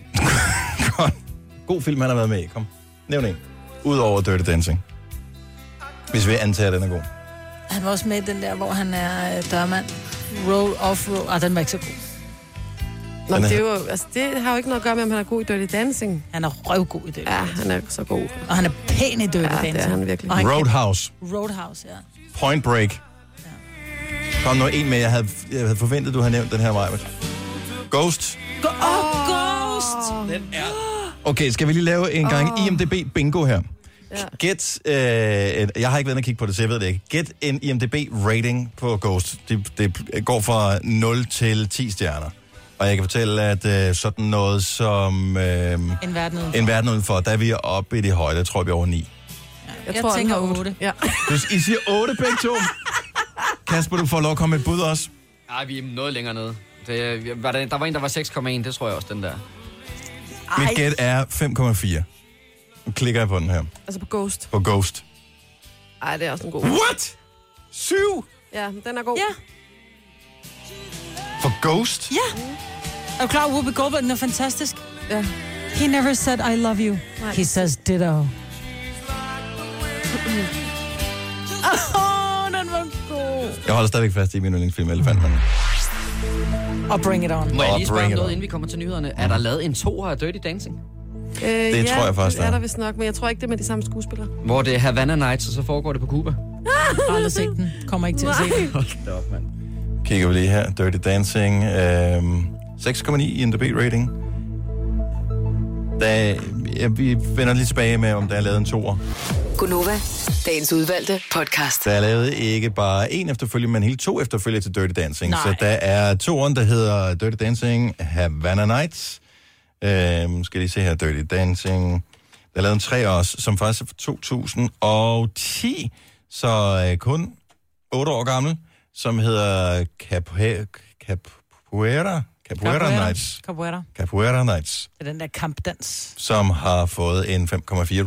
[SPEAKER 1] God film, han har været med i. Kom, nævn en. Udover Dirty Dancing. Hvis vi antager, at den er god.
[SPEAKER 6] Han var også med i den der, hvor han er øh, dørmand. Roll off roll. Ah, den var ikke så god.
[SPEAKER 4] Nå, men
[SPEAKER 6] Den er-
[SPEAKER 4] det, er jo, altså, det har jo ikke noget at gøre med, om han er god i Dirty Dancing.
[SPEAKER 6] Han er røvgod i Dirty
[SPEAKER 4] Ja, han er så god.
[SPEAKER 6] Og han er pæn i Dirty
[SPEAKER 4] ja,
[SPEAKER 6] Dancing.
[SPEAKER 4] det er han virkelig.
[SPEAKER 6] Og han kan-
[SPEAKER 1] Roadhouse.
[SPEAKER 6] Roadhouse, ja.
[SPEAKER 1] Point Break. Kom nu en med, jeg havde, jeg havde forventet, du havde nævnt den her vej. Ghost.
[SPEAKER 6] Go- oh, Ghost! Den er...
[SPEAKER 1] Okay, skal vi lige lave en gang IMDb bingo her? Gæt, øh, en- jeg har ikke været inde og kigge på det, så jeg ved det ikke. Gæt en IMDb rating på Ghost. Det, det går fra 0 til 10 stjerner. Og jeg kan fortælle, at øh, sådan noget som øh,
[SPEAKER 6] En verden udenfor.
[SPEAKER 1] en verden udenfor, der er vi oppe i det høje, der tror vi er over 9.
[SPEAKER 6] Jeg, jeg tror, tænker 8.
[SPEAKER 4] Ja.
[SPEAKER 1] Du, I siger 8 begge to. Kasper, du får lov at komme med et bud også.
[SPEAKER 9] Ej, vi er noget længere nede. Det, vi- var der, der var en, der var 6,1, det tror jeg også, den der.
[SPEAKER 1] Mit
[SPEAKER 9] Ej.
[SPEAKER 1] gæt er 5,4. Nu klikker jeg på den her.
[SPEAKER 4] Altså på Ghost.
[SPEAKER 1] På Ghost.
[SPEAKER 4] Ej, det er også en god.
[SPEAKER 1] What? Syv?
[SPEAKER 4] Ja, den er god. Ja.
[SPEAKER 1] For Ghost?
[SPEAKER 6] Ja. Er du klar, over, Whoopi Goldberg, den er fantastisk?
[SPEAKER 4] Ja.
[SPEAKER 6] He never said, I love you.
[SPEAKER 4] Nej.
[SPEAKER 6] He says, ditto. Åh, den var god.
[SPEAKER 1] Jeg holder stadigvæk fast i min yndlingsfilm, Elefantmanden.
[SPEAKER 6] Og bring it on.
[SPEAKER 9] Må jeg
[SPEAKER 1] Og
[SPEAKER 9] lige spørge om
[SPEAKER 1] bring it
[SPEAKER 9] noget,
[SPEAKER 1] on.
[SPEAKER 9] inden vi kommer til nyhederne? Er der lavet en toer af Dirty Dancing?
[SPEAKER 4] Øh, det ja,
[SPEAKER 1] tror jeg faktisk,
[SPEAKER 4] det
[SPEAKER 1] der
[SPEAKER 4] er
[SPEAKER 1] er.
[SPEAKER 4] der vist nok, men jeg tror ikke, det er med de samme skuespillere.
[SPEAKER 9] Hvor det er Havana Nights, og så foregår det på Cuba?
[SPEAKER 6] Jeg har aldrig set den. Kommer ikke til at se
[SPEAKER 4] Nej.
[SPEAKER 6] den.
[SPEAKER 9] Hold da op, mand.
[SPEAKER 1] Kigger vi lige her. Dirty Dancing. Øhm, 6,9 i NDB rating. Da, ja, vi vender lige tilbage med, om der er lavet en toer.
[SPEAKER 8] Gunova, dagens udvalgte podcast.
[SPEAKER 1] Der er lavet ikke bare en efterfølge, men hele to efterfølge til Dirty Dancing.
[SPEAKER 8] Nej.
[SPEAKER 1] Så der er toeren, der hedder Dirty Dancing Havana Nights. Øhm, skal lige se her, Dirty Dancing. Der er lavet en tre også, som faktisk er fra 2010, så øh, kun 8 år gammel, som hedder Capoe- Capoeira, Capoeira Nights.
[SPEAKER 6] Capoeira.
[SPEAKER 1] Capoeira Nights
[SPEAKER 6] Det er den der kampdans.
[SPEAKER 1] som har fået en 5,4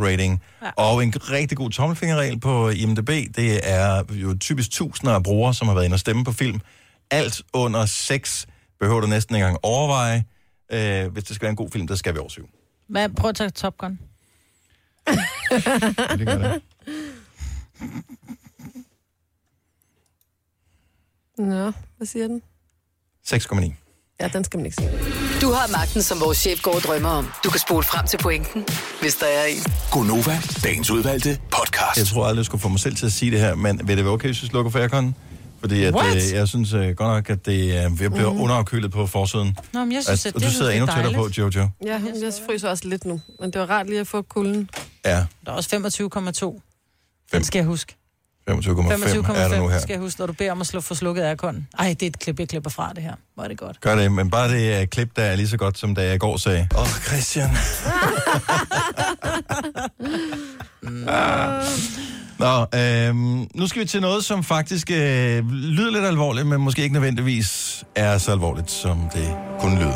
[SPEAKER 1] rating. Ja. Og en rigtig god tommelfingerregel på IMDb, det er jo typisk tusinder af brugere, som har været inde og stemme på film. Alt under 6 behøver du næsten ikke engang overveje. Øh, hvis det skal være en god film, der skal vi over 7.
[SPEAKER 6] Hvad, prøv at tage Top Gun.
[SPEAKER 1] det gør det.
[SPEAKER 4] Nå, hvad siger den?
[SPEAKER 1] 6,9.
[SPEAKER 4] Ja, den skal man ikke se.
[SPEAKER 8] Du har magten, som vores chef går og drømmer om. Du kan spole frem til pointen, hvis der er en.
[SPEAKER 5] Gonova, dagens udvalgte podcast.
[SPEAKER 1] Jeg tror aldrig, jeg skulle få mig selv til at sige det her, men vil det være okay, hvis vi slukker for airconen? Fordi at,
[SPEAKER 6] What?
[SPEAKER 1] øh, jeg synes øh, godt nok, at det, øh, jeg bliver
[SPEAKER 4] Mhm.
[SPEAKER 1] mm. underafkølet på forsiden.
[SPEAKER 6] Nå, men jeg
[SPEAKER 1] At-
[SPEAKER 6] synes, at
[SPEAKER 1] og
[SPEAKER 6] det-
[SPEAKER 1] Altså, du sidder
[SPEAKER 6] det er
[SPEAKER 1] endnu tættere på,
[SPEAKER 6] dejligt.
[SPEAKER 1] Jojo.
[SPEAKER 4] Ja, hun, jeg fryser også lidt nu, men det var rart lige at få kulden.
[SPEAKER 1] Ja,
[SPEAKER 6] Der er også 25,2. Den skal jeg huske.
[SPEAKER 1] 25,5 er der nu
[SPEAKER 6] 25,5
[SPEAKER 1] her.
[SPEAKER 6] skal jeg huske, når du beder om at slå for slukket aircon. Ej, det er et klip, jeg klipper fra det her. Hvor er det godt.
[SPEAKER 1] Gør det, men bare det uh, klip, der er lige så godt, som da jeg i går sagde. Åh, oh, Christian. ah. Nå, øhm, nu skal vi til noget, som faktisk øh, lyder lidt alvorligt, men måske ikke nødvendigvis er så alvorligt, som det kunne lyde.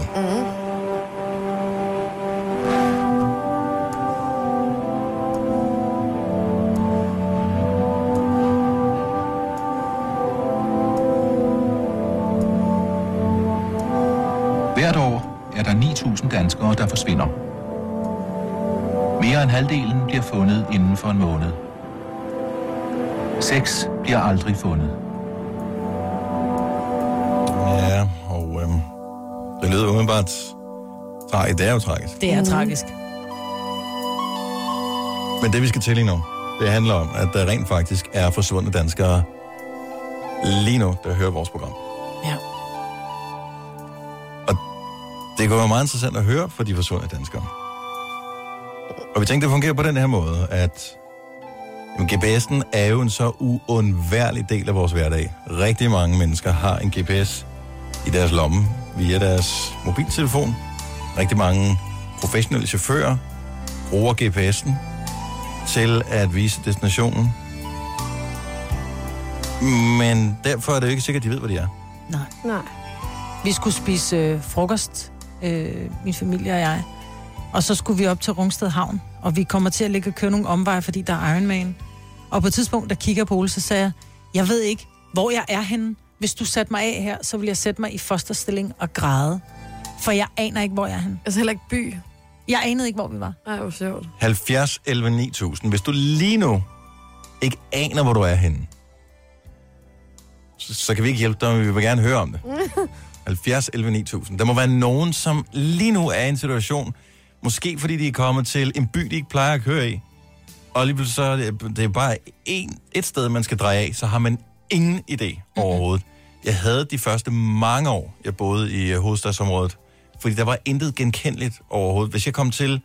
[SPEAKER 11] Hvert år er der 9.000 danskere, der forsvinder. Mere end halvdelen bliver fundet inden for en måned. 6 bliver aldrig fundet.
[SPEAKER 1] Ja, og øhm, det lyder umiddelbart... Nej, det er jo tragisk.
[SPEAKER 6] Det
[SPEAKER 4] Mm.
[SPEAKER 6] er tragisk.
[SPEAKER 1] Men det, vi skal til lige nu, det handler om, at der rent faktisk er forsvundne danskere lige nu, der hører vores program.
[SPEAKER 6] Ja.
[SPEAKER 1] Og det kunne være meget interessant at høre fra de forsvundne danskere. Og vi tænkte, det fungerer på den her måde, at jamen, GPS'en er jo en så uundværlig del af vores hverdag. Rigtig mange mennesker har en GPS i deres lomme via deres mobiltelefon. Rigtig mange professionelle chauffører bruger GPS'en til at vise destinationen. Men derfor er det jo ikke sikkert, at de ved, hvor de er.
[SPEAKER 6] Nej.
[SPEAKER 4] Nej.
[SPEAKER 6] Vi skulle spise øh, frokost, øh, min familie og jeg. Og så skulle vi op til Rungsted Havn, og vi kommer til at ligge og køre nogle omveje, fordi der er Ironman. Og på et tidspunkt, der kigger jeg på Ole, så sagde jeg, jeg ved ikke, hvor jeg er henne. Hvis du satte mig af her, så vil jeg sætte mig i fosterstilling og græde. For jeg aner ikke, hvor jeg er henne.
[SPEAKER 4] Altså heller ikke by?
[SPEAKER 6] Jeg anede ikke, hvor vi var.
[SPEAKER 4] Nej, hvor sjovt.
[SPEAKER 1] 70 11 9000. Hvis du lige nu ikke aner, hvor du er henne, så, så kan vi ikke hjælpe dig, men vi vil gerne høre om det. 70 11 9000. Der må være nogen, som lige nu er i en situation, måske fordi de er kommet til en by, de ikke plejer at køre i, og alligevel så er det, det er bare en, et sted, man skal dreje af, så har man ingen idé overhovedet. Jeg havde de første mange år, jeg boede i øh, hovedstadsområdet, fordi der var intet genkendeligt overhovedet. Hvis jeg kom til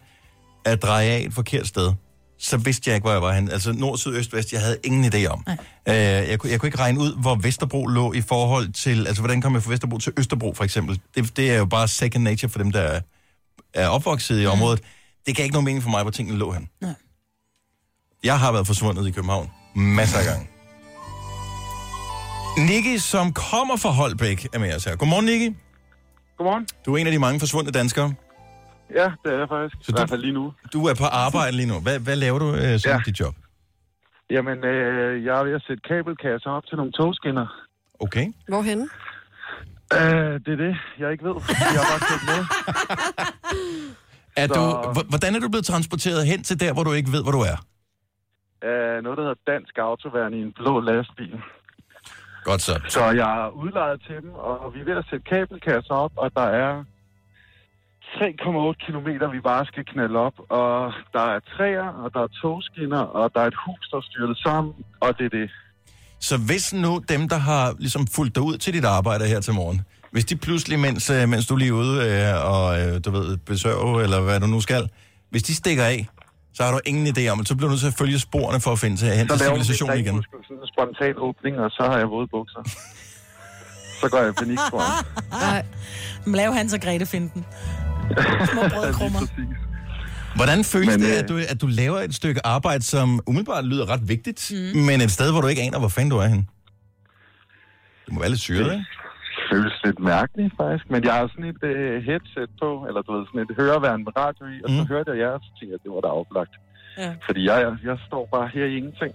[SPEAKER 1] at dreje af et forkert sted, så vidste jeg ikke, hvor jeg var henne. Altså nord, syd, øst, vest, jeg havde ingen idé om. Øh, jeg, kunne, jeg kunne ikke regne ud, hvor Vesterbro lå i forhold til... Altså, hvordan kom jeg fra Vesterbro til Østerbro, for eksempel? Det, det er jo bare second nature for dem, der er, er opvokset i området. Det gav ikke nogen mening for mig, hvor tingene lå hen.
[SPEAKER 6] Nej.
[SPEAKER 1] Jeg har været forsvundet i København masser af gange. Nicky, som kommer fra Holbæk, er med os her. Godmorgen, Nicky.
[SPEAKER 12] Godmorgen.
[SPEAKER 1] Du er en af de mange forsvundne danskere.
[SPEAKER 12] Ja, det er jeg faktisk. Så I hvert fald lige nu.
[SPEAKER 1] Du er på arbejde lige nu. Hvad, hvad laver du øh, som ja. dit job?
[SPEAKER 12] Jamen, øh, jeg er ved at sætte kabelkasser op til nogle togskinner.
[SPEAKER 1] Okay.
[SPEAKER 4] Hvorhenne?
[SPEAKER 12] Øh, det er det, jeg ikke ved. Jeg har bare købt med.
[SPEAKER 1] Er
[SPEAKER 12] Så-
[SPEAKER 1] du, hv- hvordan er du blevet transporteret hen til der, hvor du ikke ved, hvor du er?
[SPEAKER 12] Øh, noget, der hedder Dansk Autoværn i en blå lastbil.
[SPEAKER 1] Godt så.
[SPEAKER 12] Så jeg er udlejet til dem, og vi er ved at sætte kabelkasser op, og der er 3,8 kilometer, vi bare skal knalde op. Og der er træer, og der er togskinner, og der er et hus, der er styrtet sammen, og det er det.
[SPEAKER 1] Så hvis nu dem, der har ligesom fulgt dig ud til dit arbejde her til morgen, hvis de pludselig, mens, øh, mens du lige er ude øh, og øh, du ved, besøger, eller hvad du nu skal, hvis de stikker af, så har du ingen idé om det. Så bliver du nødt til at følge sporene for at finde til, hen
[SPEAKER 12] Så
[SPEAKER 1] til
[SPEAKER 12] laver vi
[SPEAKER 1] civilisationen
[SPEAKER 12] rigtig
[SPEAKER 1] igen.
[SPEAKER 12] Sådan en spontan åbning, og så har jeg våde bukser. så går jeg i panik, tror jeg.
[SPEAKER 6] Nej. Men lav Hans og Grete finden. Små brødkrummer.
[SPEAKER 1] Hvordan føles men, det,
[SPEAKER 12] øh,
[SPEAKER 1] at du, at du laver et stykke arbejde, som umiddelbart lyder ret vigtigt, mm. men et sted, hvor du ikke aner, hvor fanden du er henne? Det må være lidt syret, ikke?
[SPEAKER 12] føles lidt mærkeligt, faktisk. Men jeg har sådan et øh, headset på, eller du ved, sådan et høreværn med radio i, og
[SPEAKER 1] Mm.
[SPEAKER 12] så hørte jeg jeres, og tænkte, at det var da oplagt.
[SPEAKER 6] Ja.
[SPEAKER 12] Fordi jeg, jeg står bare her i ingenting.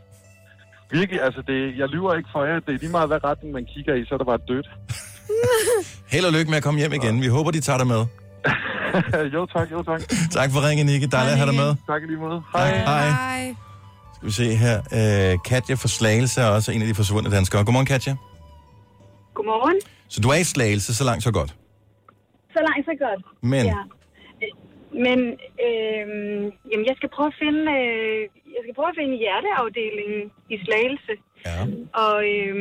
[SPEAKER 12] Virkelig, altså, det, jeg lyver ikke for jer. Det er lige meget, hvad retning man kigger i, så er der bare dødt.
[SPEAKER 1] Held og lykke med at komme hjem igen. Vi håber, de tager dig med.
[SPEAKER 12] jo tak, jo tak.
[SPEAKER 1] Tak for ringen, Nikke. Dejligt at have dig med.
[SPEAKER 12] Tak i lige måde. Hej.
[SPEAKER 1] Hej.
[SPEAKER 4] Hej.
[SPEAKER 1] Skal vi se her. Øh, Katja fra Slagelse er også en af de forsvundne danskere. Godmorgen, Katja.
[SPEAKER 13] Godmorgen.
[SPEAKER 1] Så du er i Slagelse, så langt så godt.
[SPEAKER 13] Så langt, så godt.
[SPEAKER 1] Men?
[SPEAKER 13] Ja. Øh, Men øh, jamen, jeg skal prøve at finde, øh, jeg skal prøve at finde hjerteafdelingen i Slagelse.
[SPEAKER 1] Ja.
[SPEAKER 13] Og, øh,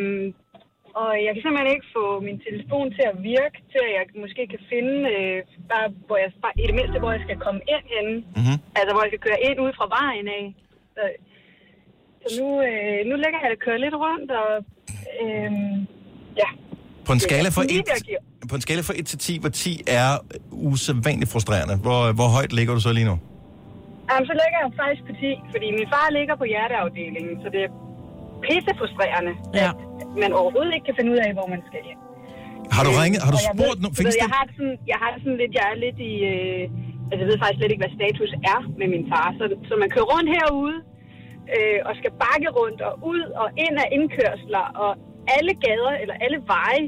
[SPEAKER 13] og jeg kan simpelthen ikke få min telefon til at virke, til at jeg måske kan finde, øh, bare, hvor jeg, bare, i det mindste, hvor jeg skal komme ind henne.
[SPEAKER 1] Mm-hmm.
[SPEAKER 13] Altså, hvor jeg skal køre ind ud fra vejen af. Så, så nu, øh, nu ligger jeg og kører lidt rundt, og øh, ja.
[SPEAKER 1] På en skala fra
[SPEAKER 13] Det er
[SPEAKER 1] 1,
[SPEAKER 13] lige ved at give-
[SPEAKER 1] på en skala fra 1 til 10, hvor 10 er usædvanligt frustrerende, hvor, hvor højt ligger du så lige nu?
[SPEAKER 13] Jamen, så ligger jeg faktisk på 10, fordi min far ligger på hjerteafdelingen, så det er pisse frustrerende,
[SPEAKER 6] ja.
[SPEAKER 13] at man overhovedet ikke kan finde ud af, hvor man skal hen.
[SPEAKER 1] Har du ringet? Har du
[SPEAKER 13] Øh, Og jeg
[SPEAKER 1] spurgt
[SPEAKER 13] ved-
[SPEAKER 1] nogen?
[SPEAKER 13] du
[SPEAKER 1] Findes
[SPEAKER 13] ved,
[SPEAKER 1] det?
[SPEAKER 13] Jeg har, det sådan, jeg har det sådan lidt, jeg er lidt i... Øh, altså, jeg ved faktisk slet ikke, hvad status er med min far. Så, så man kører rundt herude, øh, og skal bakke rundt og ud og ind af indkørsler, og alle gader, eller alle veje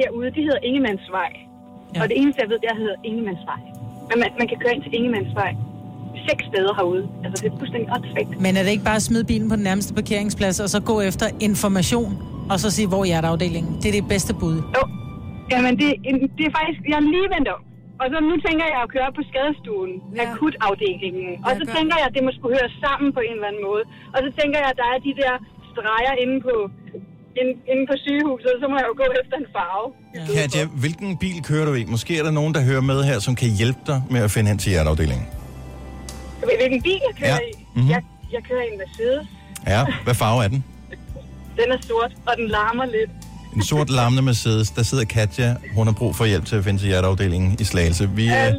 [SPEAKER 13] herude, de hedder Ingemandsvej. Ja. Og det eneste, jeg ved, det er, at hedder Ingemandsvej. Men man, man kan køre ind til Ingemandsvej seks steder herude. Altså, det er fuldstændig åndssvagt.
[SPEAKER 6] Men er det ikke bare at smide bilen på den nærmeste parkeringsplads, og så gå efter information, og så sige, hvor er hjerteafdelingen? Det er det bedste bud.
[SPEAKER 13] Jo. Jamen, det, det er faktisk... Jeg er lige vendt om. Og så nu tænker jeg at køre op på skadestuen, ja. akutafdelingen. Og så tænker jeg, at det må skulle høre sammen på en eller anden måde. Og så tænker jeg, at der er de der streger inde på, inde, inde på sygehuset, så må jeg jo gå efter en farve.
[SPEAKER 1] Katja, hvilken bil kører du i? Måske er der nogen, der hører med her, som kan hjælpe dig med at finde hen til hjerteafdelingen.
[SPEAKER 13] Ved- Hvilken bil jeg kører
[SPEAKER 1] Ja.
[SPEAKER 13] i?
[SPEAKER 1] Mhm.
[SPEAKER 13] Jeg, jeg kører i en Mercedes.
[SPEAKER 1] Ja, hvad farve er den?
[SPEAKER 13] Den er sort, og den larmer lidt.
[SPEAKER 1] En sort lammende Mercedes, der sidder Katja. Hun har brug for hjælp til at finde til hjerteafdelingen i Slagelse. Vi øh,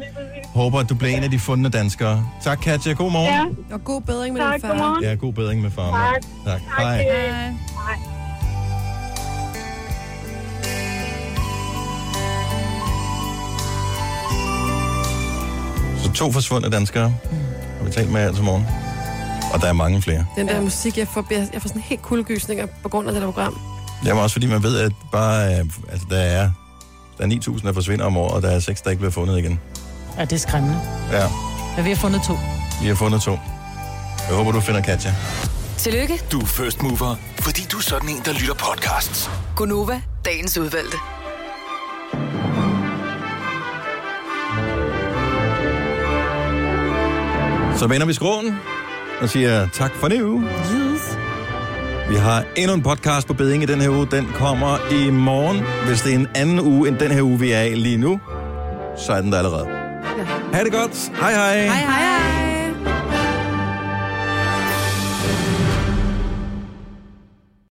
[SPEAKER 1] håber, at du bliver en af de fundne danskere. Tak, Katja. God morgen.
[SPEAKER 4] Og god bedring med
[SPEAKER 13] Tak,
[SPEAKER 4] din far.
[SPEAKER 13] godmorgen.
[SPEAKER 1] Ja, god bedring med farmor.
[SPEAKER 4] Tak.
[SPEAKER 1] tak. Hej.
[SPEAKER 13] Hej.
[SPEAKER 1] Så to forsvundne danskere har vi talt med her til morgen. Og der er mange flere.
[SPEAKER 4] Den der ja. musik, jeg får, jeg jeg får sådan helt kuldegysninger på grund af det der program.
[SPEAKER 1] Det er også fordi, man ved, at bare, øh, altså, der er, der er 9.000, der forsvinder om året, og der er 6, der ikke bliver fundet igen.
[SPEAKER 6] Ja, det er skræmmende.
[SPEAKER 1] Ja,
[SPEAKER 6] Ja, vi har fundet to.
[SPEAKER 1] vi har fundet to. Jeg håber, du finder Katja.
[SPEAKER 8] Tillykke,
[SPEAKER 5] Du er first mover, fordi du er sådan en, der lytter podcasts.
[SPEAKER 8] Gunova, dagens udvalgte.
[SPEAKER 1] Så vender vi skråen og siger tak for nu.
[SPEAKER 6] Yes.
[SPEAKER 1] Vi har endnu en podcast på beding i den her uge. Den kommer i morgen. Hvis det er en anden uge end den her uge, vi er i lige nu, så er den der allerede. Ha' det godt. Hej hej.
[SPEAKER 2] hej.